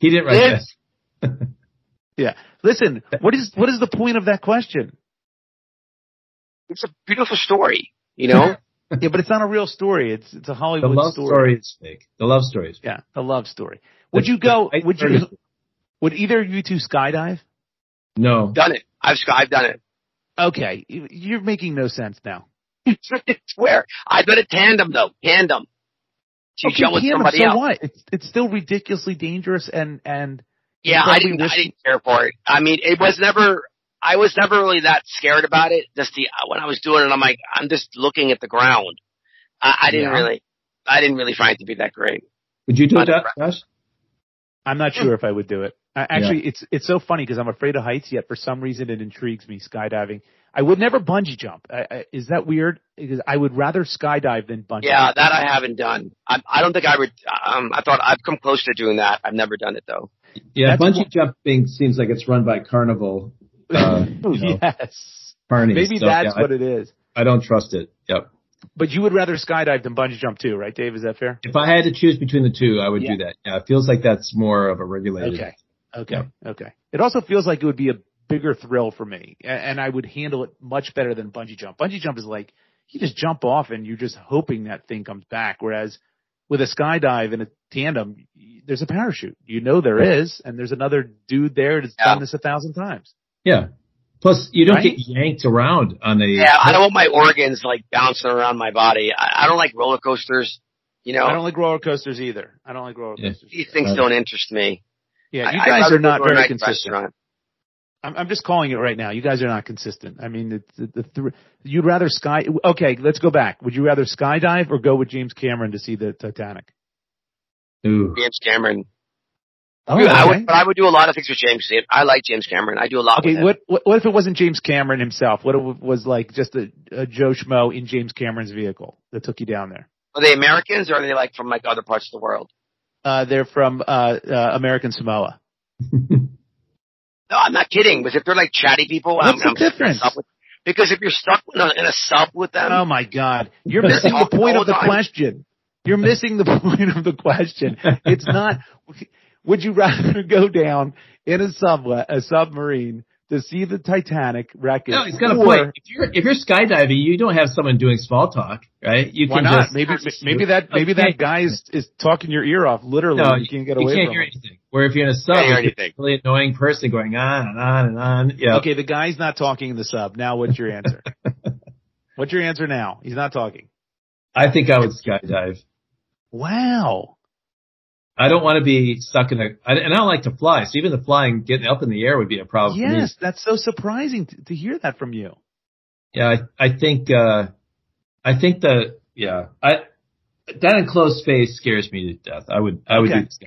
[SPEAKER 1] he didn't write
[SPEAKER 3] Yes.
[SPEAKER 2] Listen, what is what is the point of that question?
[SPEAKER 3] It's a beautiful story, you know.
[SPEAKER 2] Yeah, but it's not a real story. It's it's a
[SPEAKER 1] that. The
[SPEAKER 2] Hollywood
[SPEAKER 1] love
[SPEAKER 2] story.
[SPEAKER 1] story is fake. The love story is fake.
[SPEAKER 2] Yeah, the love story. Would
[SPEAKER 1] The-
[SPEAKER 2] you go?
[SPEAKER 1] the
[SPEAKER 2] Would
[SPEAKER 1] iceberg
[SPEAKER 2] you?
[SPEAKER 1] is fake.
[SPEAKER 2] Would either of you two skydive?
[SPEAKER 1] No.
[SPEAKER 3] done it. I've I've done it.
[SPEAKER 2] Okay, you- you're making no sense now.
[SPEAKER 3] Swear, I've done a tandem though. Tandem. You
[SPEAKER 2] Okay,
[SPEAKER 3] jump with
[SPEAKER 2] tandem,
[SPEAKER 3] somebody
[SPEAKER 2] so
[SPEAKER 3] else.
[SPEAKER 2] what? It's it's still ridiculously dangerous and and
[SPEAKER 3] Yeah, I
[SPEAKER 2] Probably
[SPEAKER 3] didn't.
[SPEAKER 2] wish-
[SPEAKER 3] I didn't care for it. I mean, it was never. I was never really that scared about it. Just the uh, when I was doing it, I'm like, I'm just looking at the ground. I, I didn't
[SPEAKER 2] Yeah.
[SPEAKER 3] really. I didn't really find it to be that great.
[SPEAKER 1] Would you do it,
[SPEAKER 3] Not
[SPEAKER 1] Josh? Josh?
[SPEAKER 2] I'm not sure if I would do it. I, actually, it's it's so funny because I'm afraid of heights, yet for some reason it intrigues me skydiving. I would never bungee jump. I, I, is that weird? Because I would rather skydive than bungee.
[SPEAKER 3] Yeah,
[SPEAKER 2] jump.
[SPEAKER 3] that I haven't done. I, I don't think I would. Um, I thought I've come close to doing that. I've never done it though.
[SPEAKER 1] Yeah,
[SPEAKER 2] That's
[SPEAKER 1] bungee jumping seems like it's run by Carnival. Uh, you know,
[SPEAKER 2] yes.
[SPEAKER 1] carnies.
[SPEAKER 2] Maybe
[SPEAKER 1] So,
[SPEAKER 2] that's
[SPEAKER 1] yeah,
[SPEAKER 2] what it is.
[SPEAKER 1] I, I don't trust it. Yep.
[SPEAKER 2] But you would rather skydive than bungee jump too, right, Dave? Is that fair?
[SPEAKER 1] If I had to choose between the two, I would
[SPEAKER 2] Yeah.
[SPEAKER 1] do that. Yeah, it feels like that's more of a regulated.
[SPEAKER 2] Okay. Okay. Okay. It also feels like it would be a bigger thrill for me, a- and I would handle it much better than bungee jump. Bungee jump is like you just jump off and you're just hoping that thing comes back. Whereas with a skydive and a tandem, y- there's a parachute. You know there is, and there's another dude there that's done
[SPEAKER 3] Yeah.
[SPEAKER 2] this a thousand times.
[SPEAKER 1] Yeah. Plus, you don't
[SPEAKER 2] Right?
[SPEAKER 1] get yanked around on a.
[SPEAKER 3] Yeah, I don't want my organs like bouncing around my body. I, I don't like roller coasters. You
[SPEAKER 2] I
[SPEAKER 3] know,
[SPEAKER 2] don't like roller coasters either. I don't like roller
[SPEAKER 1] Yeah.
[SPEAKER 2] coasters.
[SPEAKER 3] these things
[SPEAKER 1] Right.
[SPEAKER 3] don't interest me.
[SPEAKER 2] Yeah, you
[SPEAKER 3] I- I'd
[SPEAKER 2] guys
[SPEAKER 3] rather
[SPEAKER 2] are not
[SPEAKER 3] go to a nice
[SPEAKER 2] very consistent.
[SPEAKER 3] restaurant.
[SPEAKER 2] I'm, I'm just calling it right now. You guys are not consistent. I mean, it's the, the thr you'd rather sky. Okay, let's go back. Would you rather skydive or go with James Cameron to see the Titanic?
[SPEAKER 1] Ooh.
[SPEAKER 3] James Cameron.
[SPEAKER 2] Oh,
[SPEAKER 3] Dude, I
[SPEAKER 2] okay.
[SPEAKER 3] would, but I would do a lot of things with James. I like James Cameron. I do a lot with
[SPEAKER 2] Okay,
[SPEAKER 3] him.
[SPEAKER 2] what, what what if it wasn't James Cameron himself? What if it was like just a, a Joe Schmo in James Cameron's vehicle that took you down there?
[SPEAKER 3] Are they Americans or are they like from like other parts of the world?
[SPEAKER 2] Uh, they're from uh, uh, American Samoa.
[SPEAKER 3] No, I'm not kidding. Because if they're like chatty people,
[SPEAKER 2] What's
[SPEAKER 3] I'm,
[SPEAKER 2] the
[SPEAKER 3] I'm
[SPEAKER 2] difference?
[SPEAKER 3] stuck with- because if you're stuck in a, in a sub with them,
[SPEAKER 2] Oh my God, you're missing the point of the question. You're missing the point of the question. It's not. Would you rather go down in a subway, a submarine, to see the Titanic wreckage?
[SPEAKER 1] No, he's got a
[SPEAKER 2] or-
[SPEAKER 1] point. If you're if you're skydiving, you don't have someone doing small talk, right? You
[SPEAKER 2] Why
[SPEAKER 1] can
[SPEAKER 2] not?
[SPEAKER 1] just
[SPEAKER 2] Maybe maybe that maybe that
[SPEAKER 1] Okay.
[SPEAKER 2] guy is, is talking your ear off. Literally,
[SPEAKER 1] No,
[SPEAKER 2] you can't get
[SPEAKER 1] you
[SPEAKER 2] away
[SPEAKER 1] can't
[SPEAKER 2] from
[SPEAKER 1] hear
[SPEAKER 2] it.
[SPEAKER 1] anything. Where if you're in a sub,
[SPEAKER 3] Can't hear
[SPEAKER 1] it's
[SPEAKER 3] anything.
[SPEAKER 1] a really annoying person going on and on and on. Yeah.
[SPEAKER 2] Okay, the guy's not talking in the sub. Now, what's your answer? what's your answer now? He's not talking.
[SPEAKER 1] I think I would skydive.
[SPEAKER 2] Wow.
[SPEAKER 1] I don't want to be stuck in a, I, and I don't like to fly, so even the flying, getting up in the air would be a problem for me.
[SPEAKER 2] Yes, that's so surprising to, to hear that from you.
[SPEAKER 1] Yeah, I, I think, uh, I think the, yeah, I, that enclosed space scares me to death. I would, I would
[SPEAKER 2] Okay.
[SPEAKER 1] do this.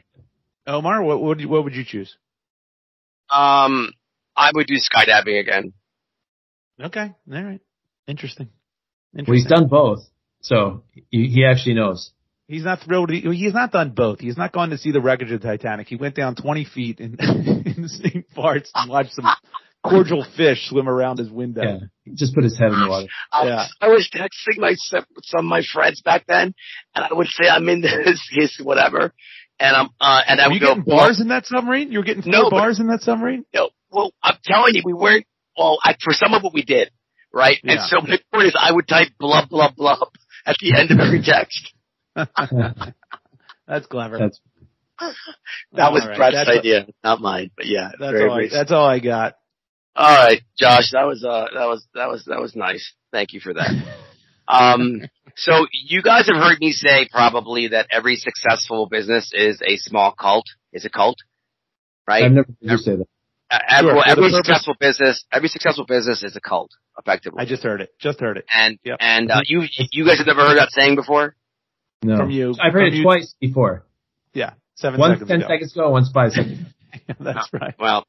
[SPEAKER 2] Omar, what would you, what would you choose?
[SPEAKER 3] um, I would do skydiving again.
[SPEAKER 2] Okay, all right, interesting.
[SPEAKER 1] Well, he's done both, so he, he actually knows.
[SPEAKER 2] He's not thrilled. He, he's not done both. He's not gone to see the wreckage of the Titanic. He went down 20 feet in, in the same parts and watched some cordial fish swim around his window.
[SPEAKER 1] Yeah. Just put his head in the water.
[SPEAKER 3] I,
[SPEAKER 2] Yeah.
[SPEAKER 3] I was texting my some of my friends back then, and I would say I'm in this, his whatever, and I'm uh, and I
[SPEAKER 2] Were
[SPEAKER 3] would
[SPEAKER 2] you
[SPEAKER 3] go
[SPEAKER 2] getting bars in that submarine? You were getting four
[SPEAKER 3] No, but-
[SPEAKER 2] bars in that submarine?
[SPEAKER 3] No, well, I'm telling you, we weren't. Well, I, for some of it, we did, right? And
[SPEAKER 2] Yeah.
[SPEAKER 3] so my point is, I would type blub blub blub at the end of every text.
[SPEAKER 2] That's clever.
[SPEAKER 1] That's,
[SPEAKER 3] That was
[SPEAKER 2] All right,
[SPEAKER 3] Brett's
[SPEAKER 2] that's-
[SPEAKER 3] idea, not mine. But yeah,
[SPEAKER 2] That's
[SPEAKER 3] very
[SPEAKER 2] all, I,
[SPEAKER 3] brief.
[SPEAKER 2] that's all I got.
[SPEAKER 3] All right, Josh, that was uh, that was that was that was nice. Thank you for that. Um, so you guys have heard me say probably that every successful business is a small cult, is a cult, right?
[SPEAKER 1] I've never heard you say that.
[SPEAKER 3] Uh, every
[SPEAKER 2] Sure, for the
[SPEAKER 3] every
[SPEAKER 2] purpose-
[SPEAKER 3] successful business, every successful business is a cult, effectively.
[SPEAKER 2] I just heard it. Just heard it
[SPEAKER 3] and
[SPEAKER 2] Yep.
[SPEAKER 3] and uh, you you guys have never heard that saying before.
[SPEAKER 1] No.
[SPEAKER 2] from you.
[SPEAKER 1] I've heard it
[SPEAKER 2] from you-
[SPEAKER 1] twice before.
[SPEAKER 2] Yeah, seven
[SPEAKER 1] Once
[SPEAKER 2] seconds
[SPEAKER 1] ten
[SPEAKER 2] ago.
[SPEAKER 1] seconds ago, once five seconds.
[SPEAKER 2] that's right.
[SPEAKER 3] Well,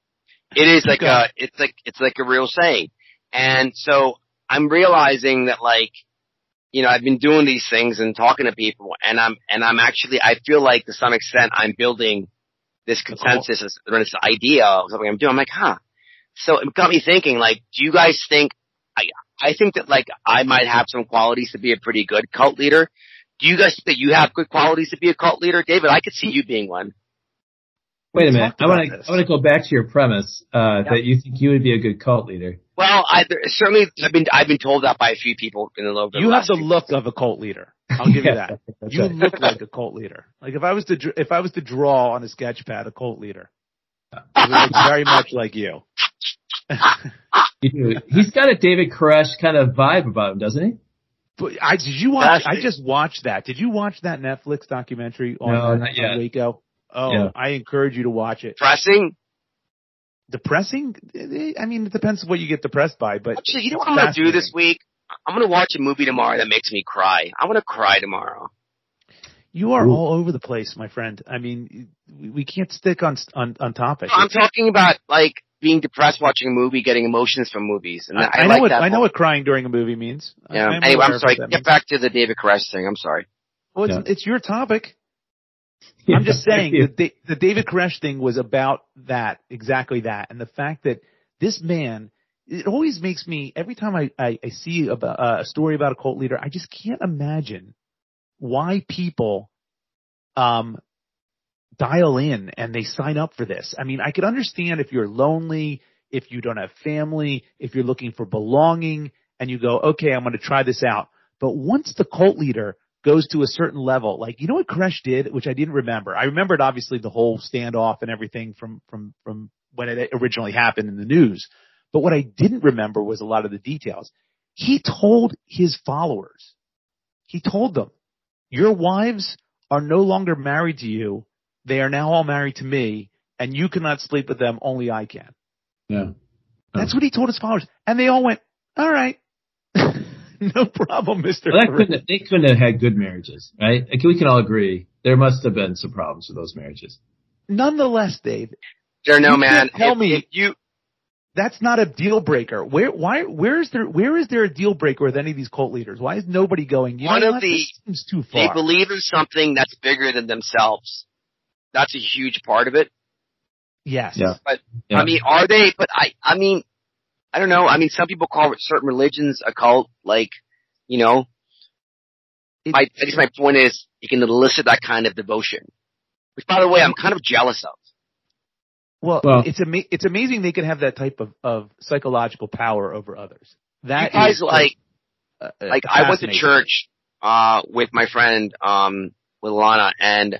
[SPEAKER 3] it is like
[SPEAKER 2] Go.
[SPEAKER 3] a it's like it's like a real saying, and so I'm realizing that like you know I've been doing these things and talking to people, and I'm and I'm actually I feel like to some extent I'm building this
[SPEAKER 2] cult.
[SPEAKER 3] consensus, this, this idea of something I'm doing. I'm like, huh. So it got me thinking. Like, do you guys think? I I think that like I might have some qualities to be a pretty good cult leader. Do you guys think that you have good qualities to be a cult leader, David? I could see you being one.
[SPEAKER 1] Wait a
[SPEAKER 2] We
[SPEAKER 1] minute.
[SPEAKER 2] talked
[SPEAKER 1] I want
[SPEAKER 2] about
[SPEAKER 1] to
[SPEAKER 2] this.
[SPEAKER 1] I want to go back to your premise uh, that you think you would be a good cult leader.
[SPEAKER 3] Well, I there- certainly I've been I've been told that by a few people in the little bit.
[SPEAKER 2] You have
[SPEAKER 3] last
[SPEAKER 2] the
[SPEAKER 3] week.
[SPEAKER 2] look of a cult leader. I'll give you
[SPEAKER 1] Yeah,
[SPEAKER 2] that.
[SPEAKER 1] That's
[SPEAKER 2] You
[SPEAKER 1] right.
[SPEAKER 2] look like a cult leader. Like if I was to dr- if I was to draw on a sketch pad a cult leader, it would look very much like you.
[SPEAKER 1] You do. He's got a David Koresh kind of vibe about him, doesn't he?
[SPEAKER 2] But I did you watch? I
[SPEAKER 3] Fantastic.
[SPEAKER 2] just watched that. Did you watch that Netflix documentary on,
[SPEAKER 1] No,
[SPEAKER 2] uh,
[SPEAKER 1] not
[SPEAKER 2] on
[SPEAKER 1] yet.
[SPEAKER 2] Waco? Oh,
[SPEAKER 1] Yeah.
[SPEAKER 2] I encourage you to watch it.
[SPEAKER 3] pressing.
[SPEAKER 2] Depressing? Eh, I mean, it depends what you get depressed by, but
[SPEAKER 3] Actually, you know what I'm gonna do this week? I'm gonna watch a movie tomorrow that makes me cry. I want to cry tomorrow.
[SPEAKER 2] You are
[SPEAKER 1] Ooh.
[SPEAKER 2] all over the place, my friend. I mean, we, we can't stick on on on topic.
[SPEAKER 3] I'm talking about like being depressed watching a movie, getting emotions from movies, and I,
[SPEAKER 2] I, I know
[SPEAKER 3] like
[SPEAKER 2] what
[SPEAKER 3] that.
[SPEAKER 2] I know
[SPEAKER 3] more.
[SPEAKER 2] what crying during a movie means. I-
[SPEAKER 3] Yeah.
[SPEAKER 2] I'm
[SPEAKER 3] anyway,
[SPEAKER 2] aware
[SPEAKER 3] I'm
[SPEAKER 2] of
[SPEAKER 3] sorry.
[SPEAKER 2] what that
[SPEAKER 3] Get
[SPEAKER 2] means.
[SPEAKER 3] back to the David Koresh thing. I'm sorry.
[SPEAKER 2] Well, it's, it's your topic. I'm just saying the, Da- the David Koresh thing was about that, exactly that, and the fact that this man. It always makes me every time I I, I see about, uh, a story about a cult leader, I just can't imagine why people um dial in and they sign up for this. I mean, I could understand if you're lonely, if you don't have family, if you're looking for belonging, and you go, okay, I'm going to try this out. But once the cult leader goes to a certain level. Like, you know what Koresh did, which I didn't remember. I remembered obviously the whole standoff and everything from, from, from when it originally happened in the news. But what I didn't remember was a lot of the details. He told his followers, he told them, your wives are no longer married to you. They are now all married to me and you cannot sleep with them. Only I can.
[SPEAKER 1] Yeah.
[SPEAKER 2] That's what he told his followers. And they all went, all right. no problem, Mr.
[SPEAKER 1] Well, that
[SPEAKER 2] Koresh."
[SPEAKER 1] couldn't have- they couldn't have had good marriages, right? Like, we can all agree there must have been some problems with those marriages.
[SPEAKER 2] Nonetheless, Dave,
[SPEAKER 3] There, no
[SPEAKER 2] You
[SPEAKER 3] man.
[SPEAKER 2] can't tell
[SPEAKER 3] if,
[SPEAKER 2] me-
[SPEAKER 3] if you.
[SPEAKER 2] that's not a deal breaker. Where why where is there where is there a deal breaker with any of these cult leaders? Why is nobody going? You
[SPEAKER 3] One
[SPEAKER 2] know
[SPEAKER 3] of
[SPEAKER 2] what?
[SPEAKER 3] the-
[SPEAKER 2] This seems too
[SPEAKER 3] They
[SPEAKER 2] far.
[SPEAKER 3] believe in something that's bigger than themselves. That's a huge part of it.
[SPEAKER 2] yes.
[SPEAKER 1] Yeah. Yeah.
[SPEAKER 3] I mean, are they? But I, I mean, I don't know. I mean, some people call certain religions a cult. Like, you know,
[SPEAKER 2] It-
[SPEAKER 3] my, I guess my point is you can elicit that kind of devotion, which, by the way, I'm kind of jealous of.
[SPEAKER 2] Well,
[SPEAKER 1] Well-
[SPEAKER 2] it's ama- it's amazing they can have that type of, of psychological power over others.
[SPEAKER 3] You
[SPEAKER 2] That
[SPEAKER 3] guys
[SPEAKER 2] is
[SPEAKER 3] like,
[SPEAKER 2] uh,
[SPEAKER 3] like I went to
[SPEAKER 2] fascinating.
[SPEAKER 3] church uh with my friend um with Lana and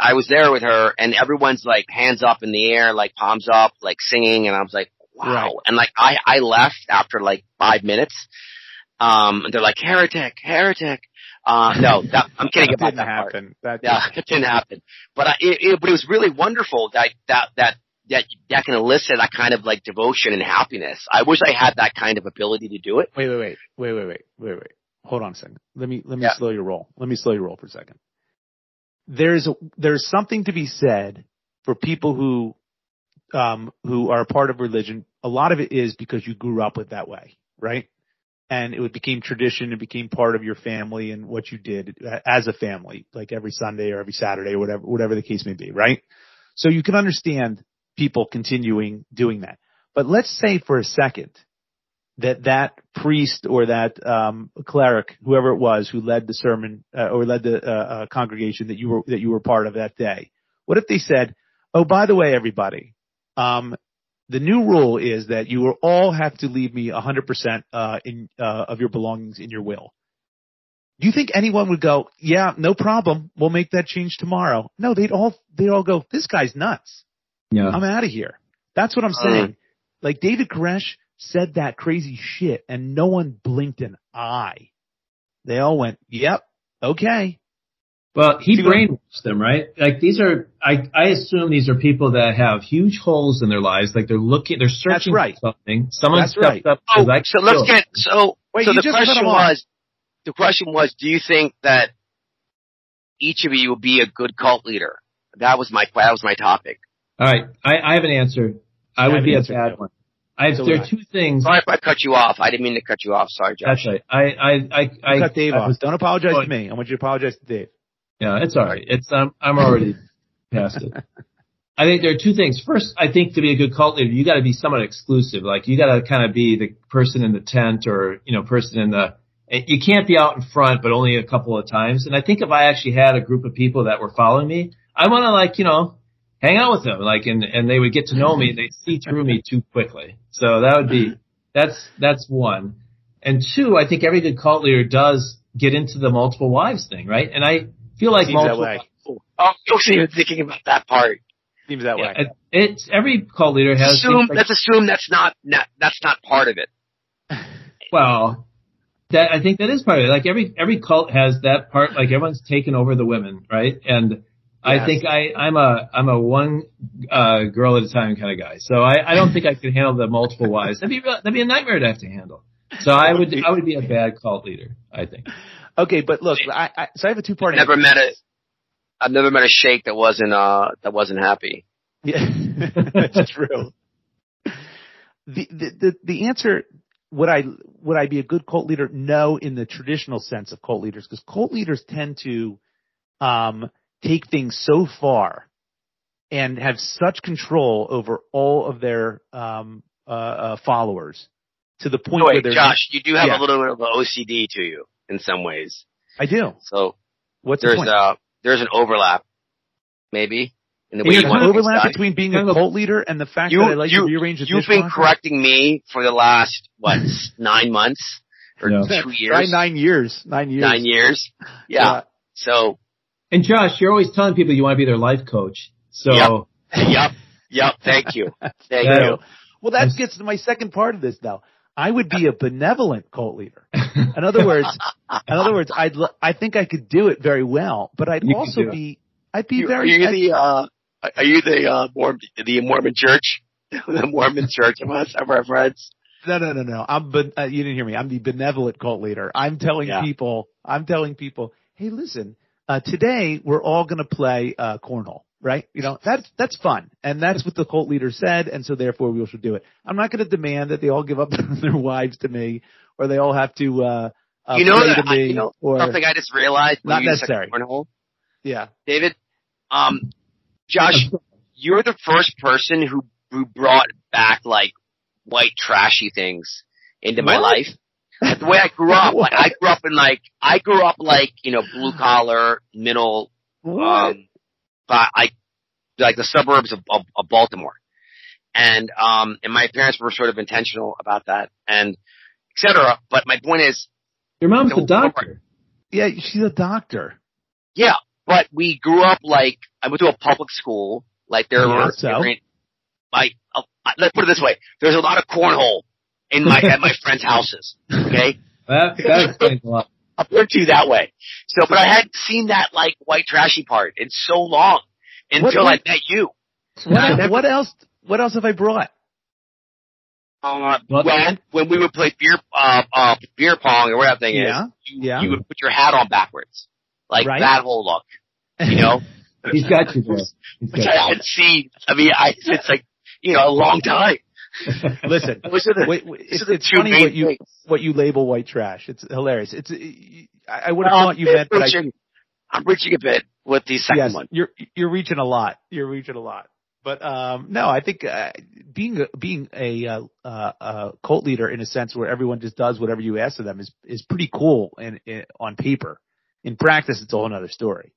[SPEAKER 3] I was there with her and everyone's like hands up in the air, like palms up, like singing and I was like, Wow
[SPEAKER 2] Right.
[SPEAKER 3] and like I, I left after like five minutes. Um and they're like, Heretic, heretic. Uh no, that, I'm
[SPEAKER 2] That
[SPEAKER 3] kidding about
[SPEAKER 2] didn't
[SPEAKER 3] that part.
[SPEAKER 2] happen. That
[SPEAKER 3] Yeah, it didn't happen. But I, it, it, but it was really wonderful that that that that that can elicit that kind of like devotion and happiness. I wish I had that kind of ability to do it.
[SPEAKER 2] Wait, wait, wait, wait, wait, wait, wait, wait. Hold on a second. Let me let me
[SPEAKER 3] Yeah.
[SPEAKER 2] slow your roll. Let me slow your roll for a second. There's a, there's something to be said for people who um who are a part of religion. A lot of it is because you grew up with that way, right? And it became tradition. It became part of your family and what you did uh, as a family, like every Sunday or every Saturday or whatever whatever the case may be, right? So you can understand people continuing doing that. But let's say for a second that that priest or that um, cleric, whoever it was, who led the sermon uh, or led the uh, uh, congregation that you were that you were part of that day. What if they said, "Oh, by the way, everybody, um, the new rule is that you will all have to leave me 100% uh, in uh, of your belongings in your will." Do you think anyone would go, "Yeah, no problem. We'll make that change tomorrow"? No, they'd all they'd all go, "This guy's nuts."
[SPEAKER 1] Yeah.
[SPEAKER 2] I'm out of here. That's what I'm
[SPEAKER 1] Uh-huh.
[SPEAKER 3] Uh.
[SPEAKER 2] saying. Like David Koresh said that crazy shit and no one blinked an eye. They all went, yep, okay.
[SPEAKER 1] Well, he
[SPEAKER 2] Do you-
[SPEAKER 1] brainwashed them, right? Like these are, I, I assume these are people that have huge holes in their lives. Like they're looking, they're searching
[SPEAKER 2] right.
[SPEAKER 1] for something. Someone
[SPEAKER 2] That's
[SPEAKER 1] steps
[SPEAKER 2] right.
[SPEAKER 1] up.
[SPEAKER 3] Oh,
[SPEAKER 1] says, "I can
[SPEAKER 3] so let's
[SPEAKER 1] kill."
[SPEAKER 3] get so.
[SPEAKER 2] Wait,
[SPEAKER 3] so
[SPEAKER 2] you
[SPEAKER 3] the
[SPEAKER 2] just cut
[SPEAKER 3] question
[SPEAKER 2] him off.
[SPEAKER 3] was, the question was, do you think that each of you will be a good cult leader? That was my that was my topic.
[SPEAKER 1] All right. I, I have an answer. I
[SPEAKER 2] I
[SPEAKER 1] would
[SPEAKER 2] have
[SPEAKER 1] be
[SPEAKER 2] an
[SPEAKER 1] a
[SPEAKER 2] answer,
[SPEAKER 1] bad
[SPEAKER 2] too.
[SPEAKER 1] one. I have,
[SPEAKER 2] So
[SPEAKER 1] there
[SPEAKER 2] would
[SPEAKER 1] are
[SPEAKER 2] I.
[SPEAKER 1] two things.
[SPEAKER 3] Sorry if I cut you off. I didn't mean to cut you off. Sorry, Josh.
[SPEAKER 1] That's right. I, I, I, I,
[SPEAKER 2] Cut Dave
[SPEAKER 1] I
[SPEAKER 2] off.
[SPEAKER 1] was- Oh.
[SPEAKER 2] Don't apologize
[SPEAKER 1] Go
[SPEAKER 2] to me. I want you to apologize to Dave.
[SPEAKER 1] Yeah, it's all right. It's I'm I'm already past it. I think there are two things. First, I think to be a good cult leader, you got to be somewhat exclusive. Like you got to kind of be the person in the tent or you know person in the. You can't be out in front, but only a couple of times. And I think if I actually had a group of people that were following me, I want to like you know hang out with them, like and and they would get to know me. and They'd see through me too quickly. So that would be that's that's one. And two, I think every good cult leader does get into the multiple wives thing, right? And I feel like
[SPEAKER 2] Seems that
[SPEAKER 1] multiple
[SPEAKER 2] way.
[SPEAKER 3] Oh, I wasn't even thinking about that part.
[SPEAKER 2] Seems that way.
[SPEAKER 1] yeah, it's every cult leader has
[SPEAKER 3] Assume,
[SPEAKER 1] things like-
[SPEAKER 3] let's assume that's not, not that's not part of it.
[SPEAKER 1] well. That I think that is part of it. Like every every cult has that part. Like everyone's taken over the women, right? And I
[SPEAKER 2] Yes.
[SPEAKER 1] think I I'm a I'm a one uh, girl at a time kind of guy. So I I don't think I could handle the multiple wives. That'd be real- that'd be a nightmare to have to handle. So I would I would be a bad cult leader. I think.
[SPEAKER 2] Okay, but look, I, I, so I have a two part
[SPEAKER 3] Never met a I've never met a sheikh that wasn't uh that wasn't happy.
[SPEAKER 2] Yeah, that's true. The, the the the answer would I would I be a good cult leader? No, in the traditional sense of cult leaders, because cult leaders tend to um, take things so far and have such control over all of their um, uh, uh, followers to the point
[SPEAKER 3] No,
[SPEAKER 2] where
[SPEAKER 3] wait,
[SPEAKER 2] they're
[SPEAKER 3] Josh, you do have
[SPEAKER 2] Yeah.
[SPEAKER 3] a little bit of an OCD to you in some ways.
[SPEAKER 2] I do.
[SPEAKER 3] So
[SPEAKER 2] What's the
[SPEAKER 3] there's
[SPEAKER 2] point?
[SPEAKER 3] uh there's an overlap, maybe in the way
[SPEAKER 2] There's
[SPEAKER 3] you
[SPEAKER 1] an
[SPEAKER 3] want
[SPEAKER 2] an
[SPEAKER 3] things
[SPEAKER 2] overlap
[SPEAKER 3] done.
[SPEAKER 2] between being
[SPEAKER 1] Kind
[SPEAKER 2] a
[SPEAKER 1] of a-
[SPEAKER 2] cult leader and the fact
[SPEAKER 3] You-
[SPEAKER 2] that I like to
[SPEAKER 3] you-
[SPEAKER 2] rearrange the
[SPEAKER 3] You've been
[SPEAKER 2] dishwasher?
[SPEAKER 3] correcting me for the last what nine months or
[SPEAKER 1] Yeah.
[SPEAKER 3] two years,
[SPEAKER 4] Nine, nine years. Nine years.
[SPEAKER 3] nine years. yeah. So
[SPEAKER 1] And Josh, you're always telling people you want to be their life coach. So
[SPEAKER 3] Yep. yep, yep. Thank you, thank
[SPEAKER 1] Yeah.
[SPEAKER 3] you.
[SPEAKER 2] Well, that
[SPEAKER 1] Yes.
[SPEAKER 2] gets to my second part of this now. I would be a benevolent cult leader. In other words, in other words, I'd l- I think I could do it very well, but I'd
[SPEAKER 1] You could
[SPEAKER 2] also
[SPEAKER 1] do it.
[SPEAKER 2] be I'd be
[SPEAKER 3] You- are
[SPEAKER 2] very
[SPEAKER 3] you the uh, are you the uh, Mormon, the Mormon Church, the Mormon Church of us of our friends?
[SPEAKER 2] no no no no I'm ben, uh, you didn't hear me I'm the benevolent cult leader I'm telling
[SPEAKER 3] Yeah.
[SPEAKER 2] people I'm telling people hey listen uh, today we're all gonna play uh, cornhole right you know that's that's fun and that's what the cult leader said and so therefore we all should do it I'm not gonna demand that they all give up their wives to me or they all have to uh, uh
[SPEAKER 3] You know
[SPEAKER 2] pray
[SPEAKER 3] that
[SPEAKER 2] to
[SPEAKER 3] I-
[SPEAKER 2] me
[SPEAKER 3] you know,
[SPEAKER 2] or
[SPEAKER 3] Something I just realized. when
[SPEAKER 2] Not
[SPEAKER 3] you said
[SPEAKER 2] necessary.
[SPEAKER 3] Cornhole,
[SPEAKER 2] yeah
[SPEAKER 3] David. Um, Josh, you're the first person who who brought back like white trashy things into my
[SPEAKER 2] What?
[SPEAKER 3] life. Like, the way I grew up, like I grew up in like I grew up like you know blue collar middle,
[SPEAKER 2] What?
[SPEAKER 3] um, but I like the suburbs of, of, of Baltimore, and um and my parents were sort of intentional about that and etc. But my point is,
[SPEAKER 1] your mom's a
[SPEAKER 3] Don't
[SPEAKER 1] doctor.
[SPEAKER 2] yeah, she's a doctor.
[SPEAKER 3] Yeah, but we grew up like I went to a public school. Like there
[SPEAKER 2] Yeah,
[SPEAKER 3] were,
[SPEAKER 2] so?
[SPEAKER 3] there were- like uh, let's put it this way: there's a lot of cornhole in my at my friends' houses. Okay,
[SPEAKER 1] That, that explains a lot.
[SPEAKER 3] up there too that way. So, but I hadn't seen that like white trashy part in so long until
[SPEAKER 2] What-
[SPEAKER 3] I met you.
[SPEAKER 2] What, what else? What else have I brought?
[SPEAKER 3] Uh,
[SPEAKER 1] What-
[SPEAKER 3] when when we would play beer uh, uh beer pong or whatever that thing
[SPEAKER 2] Yeah,
[SPEAKER 3] is, you,
[SPEAKER 2] yeah.
[SPEAKER 3] you would put your hat on backwards, like
[SPEAKER 2] Right.
[SPEAKER 3] that whole look, you know.
[SPEAKER 1] He's got you there. He's
[SPEAKER 3] Which
[SPEAKER 1] got
[SPEAKER 3] I hadn't seen. I mean, I it's like you know a long time.
[SPEAKER 2] Listen,
[SPEAKER 3] Those are the-
[SPEAKER 2] wait, wait,
[SPEAKER 3] those
[SPEAKER 2] it's,
[SPEAKER 3] are the
[SPEAKER 2] it's
[SPEAKER 3] two
[SPEAKER 2] funny
[SPEAKER 3] main
[SPEAKER 2] what you
[SPEAKER 3] things.
[SPEAKER 2] what you label white trash. It's hilarious. It's I, I would have
[SPEAKER 3] Um,
[SPEAKER 2] thought you meant
[SPEAKER 3] I'm
[SPEAKER 2] that. I,
[SPEAKER 3] reaching, I'm reaching a bit with the second
[SPEAKER 2] yes,
[SPEAKER 3] one.
[SPEAKER 2] you're you're reaching a lot. You're reaching a lot. But um, no, I think uh, being a, being a uh, uh, uh, cult leader in a sense where everyone just does whatever you ask of them is is pretty cool and, and on paper. In practice, it's a whole other story.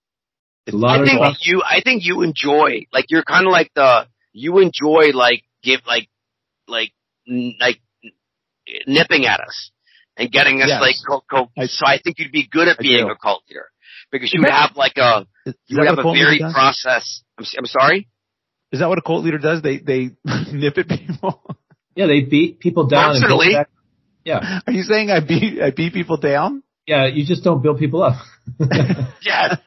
[SPEAKER 1] a lot
[SPEAKER 3] I
[SPEAKER 1] of
[SPEAKER 3] think
[SPEAKER 1] stuff.
[SPEAKER 3] you. I think you enjoy like you're kind of like the you enjoy like give like like n- like nipping at us and getting us
[SPEAKER 2] Yes.
[SPEAKER 3] like cult, cult.
[SPEAKER 2] I-
[SPEAKER 3] so I think you'd be good at
[SPEAKER 2] I
[SPEAKER 3] being
[SPEAKER 2] do.
[SPEAKER 3] a cult leader because you
[SPEAKER 2] Is
[SPEAKER 3] would
[SPEAKER 2] that-
[SPEAKER 3] have like a
[SPEAKER 2] Is
[SPEAKER 3] you would
[SPEAKER 2] that what
[SPEAKER 3] have a
[SPEAKER 2] cult leader
[SPEAKER 3] very
[SPEAKER 2] does?
[SPEAKER 3] process. I'm, s- I'm sorry.
[SPEAKER 2] Is that what a cult leader does? They they nip at people.
[SPEAKER 1] Yeah, they beat people down. and build
[SPEAKER 3] Personally.
[SPEAKER 1] back- yeah,
[SPEAKER 2] Are you saying I beat I beat people down?
[SPEAKER 1] yeah. You just don't build people up.
[SPEAKER 3] Yes.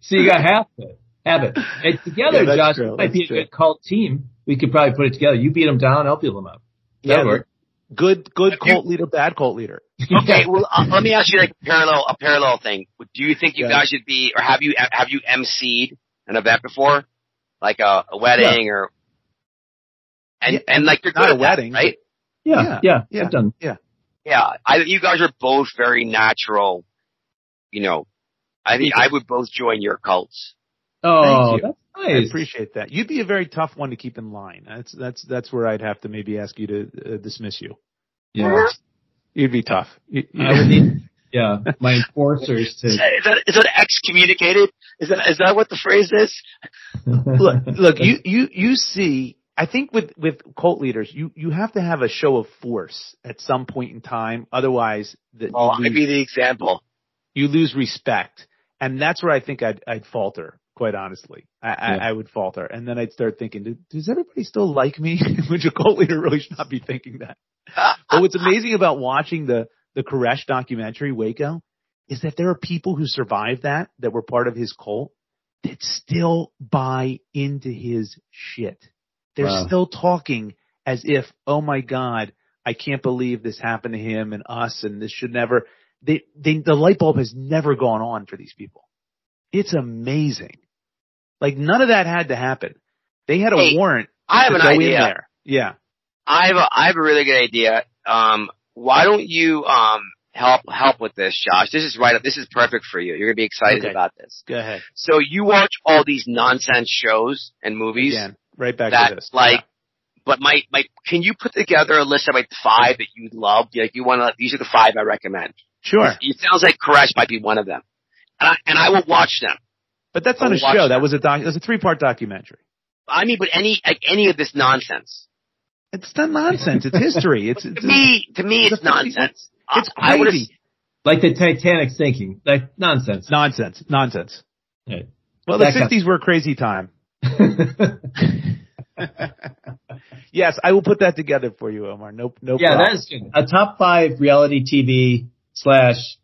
[SPEAKER 1] so you got half of it. Have it. And together,
[SPEAKER 2] Yeah, that's
[SPEAKER 1] Josh,
[SPEAKER 2] true,
[SPEAKER 1] it
[SPEAKER 2] that's
[SPEAKER 1] might be
[SPEAKER 2] true.
[SPEAKER 1] a good cult team. We could probably put it together. You beat them down, I'll beat them up.
[SPEAKER 2] Yeah.
[SPEAKER 1] That'll work.
[SPEAKER 2] Good good
[SPEAKER 3] Have you-
[SPEAKER 2] cult leader, bad cult leader.
[SPEAKER 3] Okay. Well, uh, let me ask you like a parallel a parallel thing. Do you think you
[SPEAKER 2] Yeah.
[SPEAKER 3] guys should be or have you have you emceed an event before, like a, a wedding or? And
[SPEAKER 2] Yeah,
[SPEAKER 3] and like you're
[SPEAKER 2] not
[SPEAKER 3] good
[SPEAKER 2] a
[SPEAKER 3] at that,
[SPEAKER 2] wedding,
[SPEAKER 3] right?
[SPEAKER 1] Yeah, yeah,
[SPEAKER 2] yeah.
[SPEAKER 1] I've done.
[SPEAKER 3] Yeah. I you guys are both very natural. You know, I think I would both join your cults.
[SPEAKER 1] Oh,
[SPEAKER 2] Thank you.
[SPEAKER 1] that's
[SPEAKER 2] I
[SPEAKER 1] nice.
[SPEAKER 2] appreciate that. You'd be a very tough one to keep in line. That's that's that's where I'd have to maybe ask you to uh, dismiss you.
[SPEAKER 1] yeah,
[SPEAKER 2] You'd be tough. You, you-
[SPEAKER 1] I would need yeah my enforcers
[SPEAKER 3] Is
[SPEAKER 1] to
[SPEAKER 3] that is that excommunicated? Is that is that what the phrase is?
[SPEAKER 2] look, look, you you you see, I think with with cult leaders, you you have to have a show of force at some point in time, otherwise the,
[SPEAKER 3] Well,
[SPEAKER 2] you,
[SPEAKER 3] I'd
[SPEAKER 2] lose,
[SPEAKER 3] be the example.
[SPEAKER 2] you lose respect, and that's where I think I'd I'd falter. Quite honestly, I,
[SPEAKER 1] Yeah.
[SPEAKER 2] I, I would falter, and then I'd start thinking, "Do- does everybody still like me? Which a cult leader really should not be thinking that. But what's amazing about watching the the Koresh documentary Waco is that there are people who survived that that were part of his cult that still buy into his shit. They're
[SPEAKER 1] Wow.
[SPEAKER 2] still talking as if, oh my god, I can't believe this happened to him and us, and this should never. they, they, the light bulb has never gone on for these people. It's amazing. Like none of that had to happen. They had a
[SPEAKER 3] Hey,
[SPEAKER 2] warrant.
[SPEAKER 3] I have
[SPEAKER 2] to
[SPEAKER 3] an
[SPEAKER 2] go in
[SPEAKER 3] idea.
[SPEAKER 2] there. Yeah.
[SPEAKER 3] I have a, I have a really good idea. Um, why don't you um help help with this, Josh? This is right up. This is perfect for you. You're gonna be excited
[SPEAKER 2] Okay.
[SPEAKER 3] about this.
[SPEAKER 2] Go ahead.
[SPEAKER 3] So you watch all these nonsense shows and movies
[SPEAKER 2] Again, right back
[SPEAKER 3] that
[SPEAKER 2] to this.
[SPEAKER 3] like. But my my, can you put together a list of like the five that you love? Like you want to? These are the five I recommend.
[SPEAKER 2] sure.
[SPEAKER 3] It sounds like Koresh might be one of them, and I and I will watch them.
[SPEAKER 2] But that's not a
[SPEAKER 3] I'll watch
[SPEAKER 2] show. That
[SPEAKER 3] that.
[SPEAKER 2] was a doc, it was a three part documentary.
[SPEAKER 3] I mean, but any like any of this nonsense
[SPEAKER 2] It's not nonsense. It's history. It's, it's
[SPEAKER 3] to me to me
[SPEAKER 2] It's
[SPEAKER 3] it's
[SPEAKER 2] a fucking-
[SPEAKER 3] nonsense.
[SPEAKER 2] it's
[SPEAKER 3] I- I would've-
[SPEAKER 2] crazy.
[SPEAKER 1] Like the Titanic sinking. Like nonsense.
[SPEAKER 2] nonsense. Nonsense.
[SPEAKER 1] Right.
[SPEAKER 2] Well, the
[SPEAKER 1] That kind-
[SPEAKER 2] sixties were a crazy time.
[SPEAKER 1] yeah,
[SPEAKER 2] Yes, I will put that together for you, Omar. No, no problem.
[SPEAKER 1] that is good. A top five reality TV slash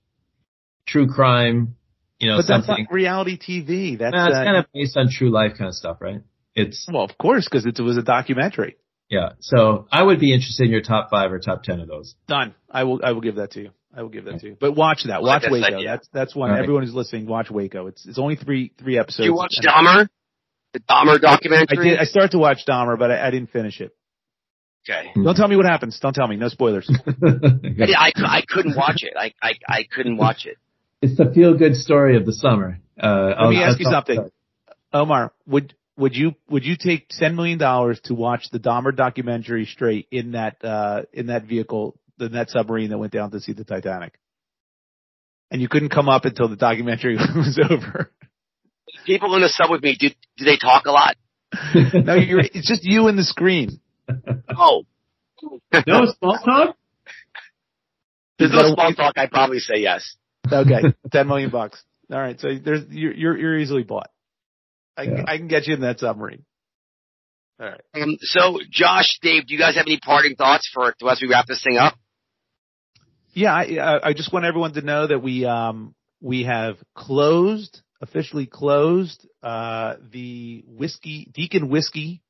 [SPEAKER 1] true crime, you know,
[SPEAKER 2] but that's
[SPEAKER 1] something.
[SPEAKER 2] not reality TV. That's
[SPEAKER 1] Nah, it's
[SPEAKER 2] uh,
[SPEAKER 1] kind of based on true life kind of stuff, right? It's
[SPEAKER 2] well, of course, because it was a documentary.
[SPEAKER 1] yeah. So I would be interested in your top five or top ten of those.
[SPEAKER 2] Done. I will. I will give that to you. I will give that to you. But watch that.
[SPEAKER 3] like
[SPEAKER 2] Watch
[SPEAKER 3] that
[SPEAKER 2] Waco.
[SPEAKER 3] idea.
[SPEAKER 2] That's that's one.
[SPEAKER 1] All right.
[SPEAKER 2] Everyone who's listening, watch Waco. It's it's only three three episodes.
[SPEAKER 3] you watch
[SPEAKER 2] And
[SPEAKER 3] Dahmer, the Dahmer
[SPEAKER 2] I
[SPEAKER 3] documentary.
[SPEAKER 2] did. I started to watch Dahmer, but I, I didn't finish it.
[SPEAKER 3] okay.
[SPEAKER 2] Don't tell me what happens. Don't tell me. No spoilers.
[SPEAKER 3] I, did- I, cou- I couldn't watch it. I, I, I couldn't watch it.
[SPEAKER 1] it's the feel good story of the summer. Uh,
[SPEAKER 2] Let me ask you something, Omar. Would would you would you take ten million dollars to watch the Dahmer documentary straight in that uh in that vehicle in that submarine that went down to see the Titanic? And you couldn't come up until the documentary was over.
[SPEAKER 3] People in the sub with me, do, do they talk a lot?
[SPEAKER 2] No, you're, it's just you and the screen.
[SPEAKER 3] Oh,
[SPEAKER 1] no small talk.
[SPEAKER 3] there's no small talk. I probably say yes.
[SPEAKER 2] Okay, ten million bucks. All right, so there's you're you're, you're easily bought. I, can-
[SPEAKER 1] Yeah.
[SPEAKER 2] I can get you in that submarine. All right.
[SPEAKER 3] Um, so Josh, Dave, do you guys have any parting thoughts for as we wrap this thing up?
[SPEAKER 2] Yeah, I, I- I just want everyone to know that we um we have closed officially closed uh the whiskey Deacon whiskey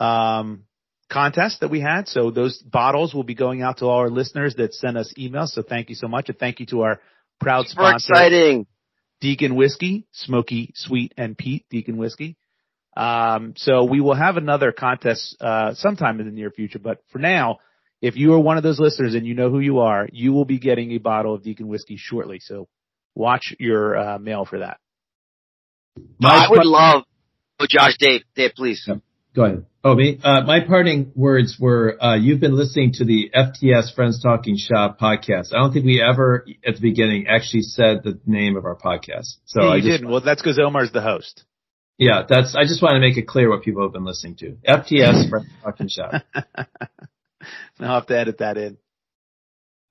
[SPEAKER 2] um contest that we had. So those bottles will be going out to all our listeners that sent us emails. So thank you so much, and thank you to our proud
[SPEAKER 3] Super
[SPEAKER 2] sponsor.
[SPEAKER 3] exciting.
[SPEAKER 2] Deacon Whiskey, Smoky, Sweet, and Pete Deacon Whiskey. Um, so we will have another contest uh, sometime in the near future. But for now, if you are one of those listeners and you know who you are, you will be getting a bottle of Deacon Whiskey shortly. So watch your uh, mail for that.
[SPEAKER 1] My
[SPEAKER 3] I would
[SPEAKER 1] part-
[SPEAKER 3] love. Oh, Josh, Dave, Dave, please.
[SPEAKER 1] Go ahead. Oh, me. Uh, my parting words were: uh, You've been listening to the FTS Friends Talking Shop podcast. I don't think we ever, at the beginning, actually said the name of our podcast. So
[SPEAKER 2] Yeah,
[SPEAKER 1] I
[SPEAKER 2] you
[SPEAKER 1] just,
[SPEAKER 2] didn't. Well, that's because Omar's the host.
[SPEAKER 1] yeah, that's. I just want to make it clear what people have been listening to. FTS Friends Talking Shop.
[SPEAKER 2] And I'll have to edit that in.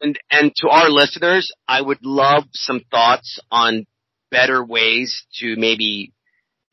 [SPEAKER 3] And and to our listeners, I would love some thoughts on better ways to maybe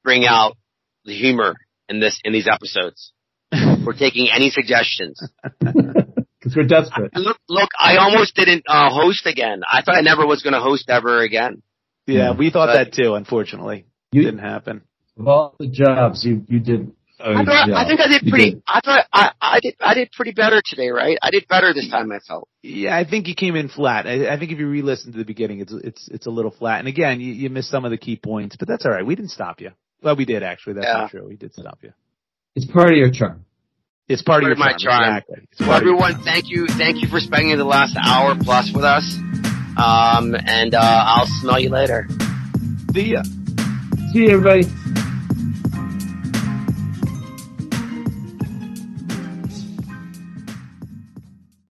[SPEAKER 3] bring out the humor in this in these episodes. We're taking any suggestions.
[SPEAKER 1] Because we're desperate.
[SPEAKER 3] Look, look, I almost didn't uh, host again. I thought I never was going to host ever again.
[SPEAKER 2] Yeah, we thought
[SPEAKER 3] But-
[SPEAKER 2] that too. Unfortunately, didn't happen.
[SPEAKER 5] Of all the jobs, you you did.
[SPEAKER 1] uh,
[SPEAKER 3] I, thought, I think I did
[SPEAKER 5] Oh, You
[SPEAKER 3] pretty.
[SPEAKER 5] did.
[SPEAKER 3] I thought I, I did. I did pretty better today, right? I did better this time. I felt.
[SPEAKER 2] Yeah, I think you came in flat. I, I think if you re-listen to the beginning, it's it's it's a little flat. And again, you, you missed some of the key points, but that's all right. We didn't stop you. Well, we did actually. That's
[SPEAKER 3] Yeah.
[SPEAKER 2] not true. We did stop you.
[SPEAKER 1] It's part of your charm.
[SPEAKER 2] It's part,
[SPEAKER 3] Part
[SPEAKER 2] of
[SPEAKER 3] of
[SPEAKER 2] your
[SPEAKER 3] my charm.
[SPEAKER 2] Exactly. It's
[SPEAKER 3] So
[SPEAKER 2] part of your
[SPEAKER 3] everyone, thank you, thank you for spending the last hour plus with us. Um, and uh, I'll smell you later.
[SPEAKER 2] charm. See ya.
[SPEAKER 5] See you, everybody.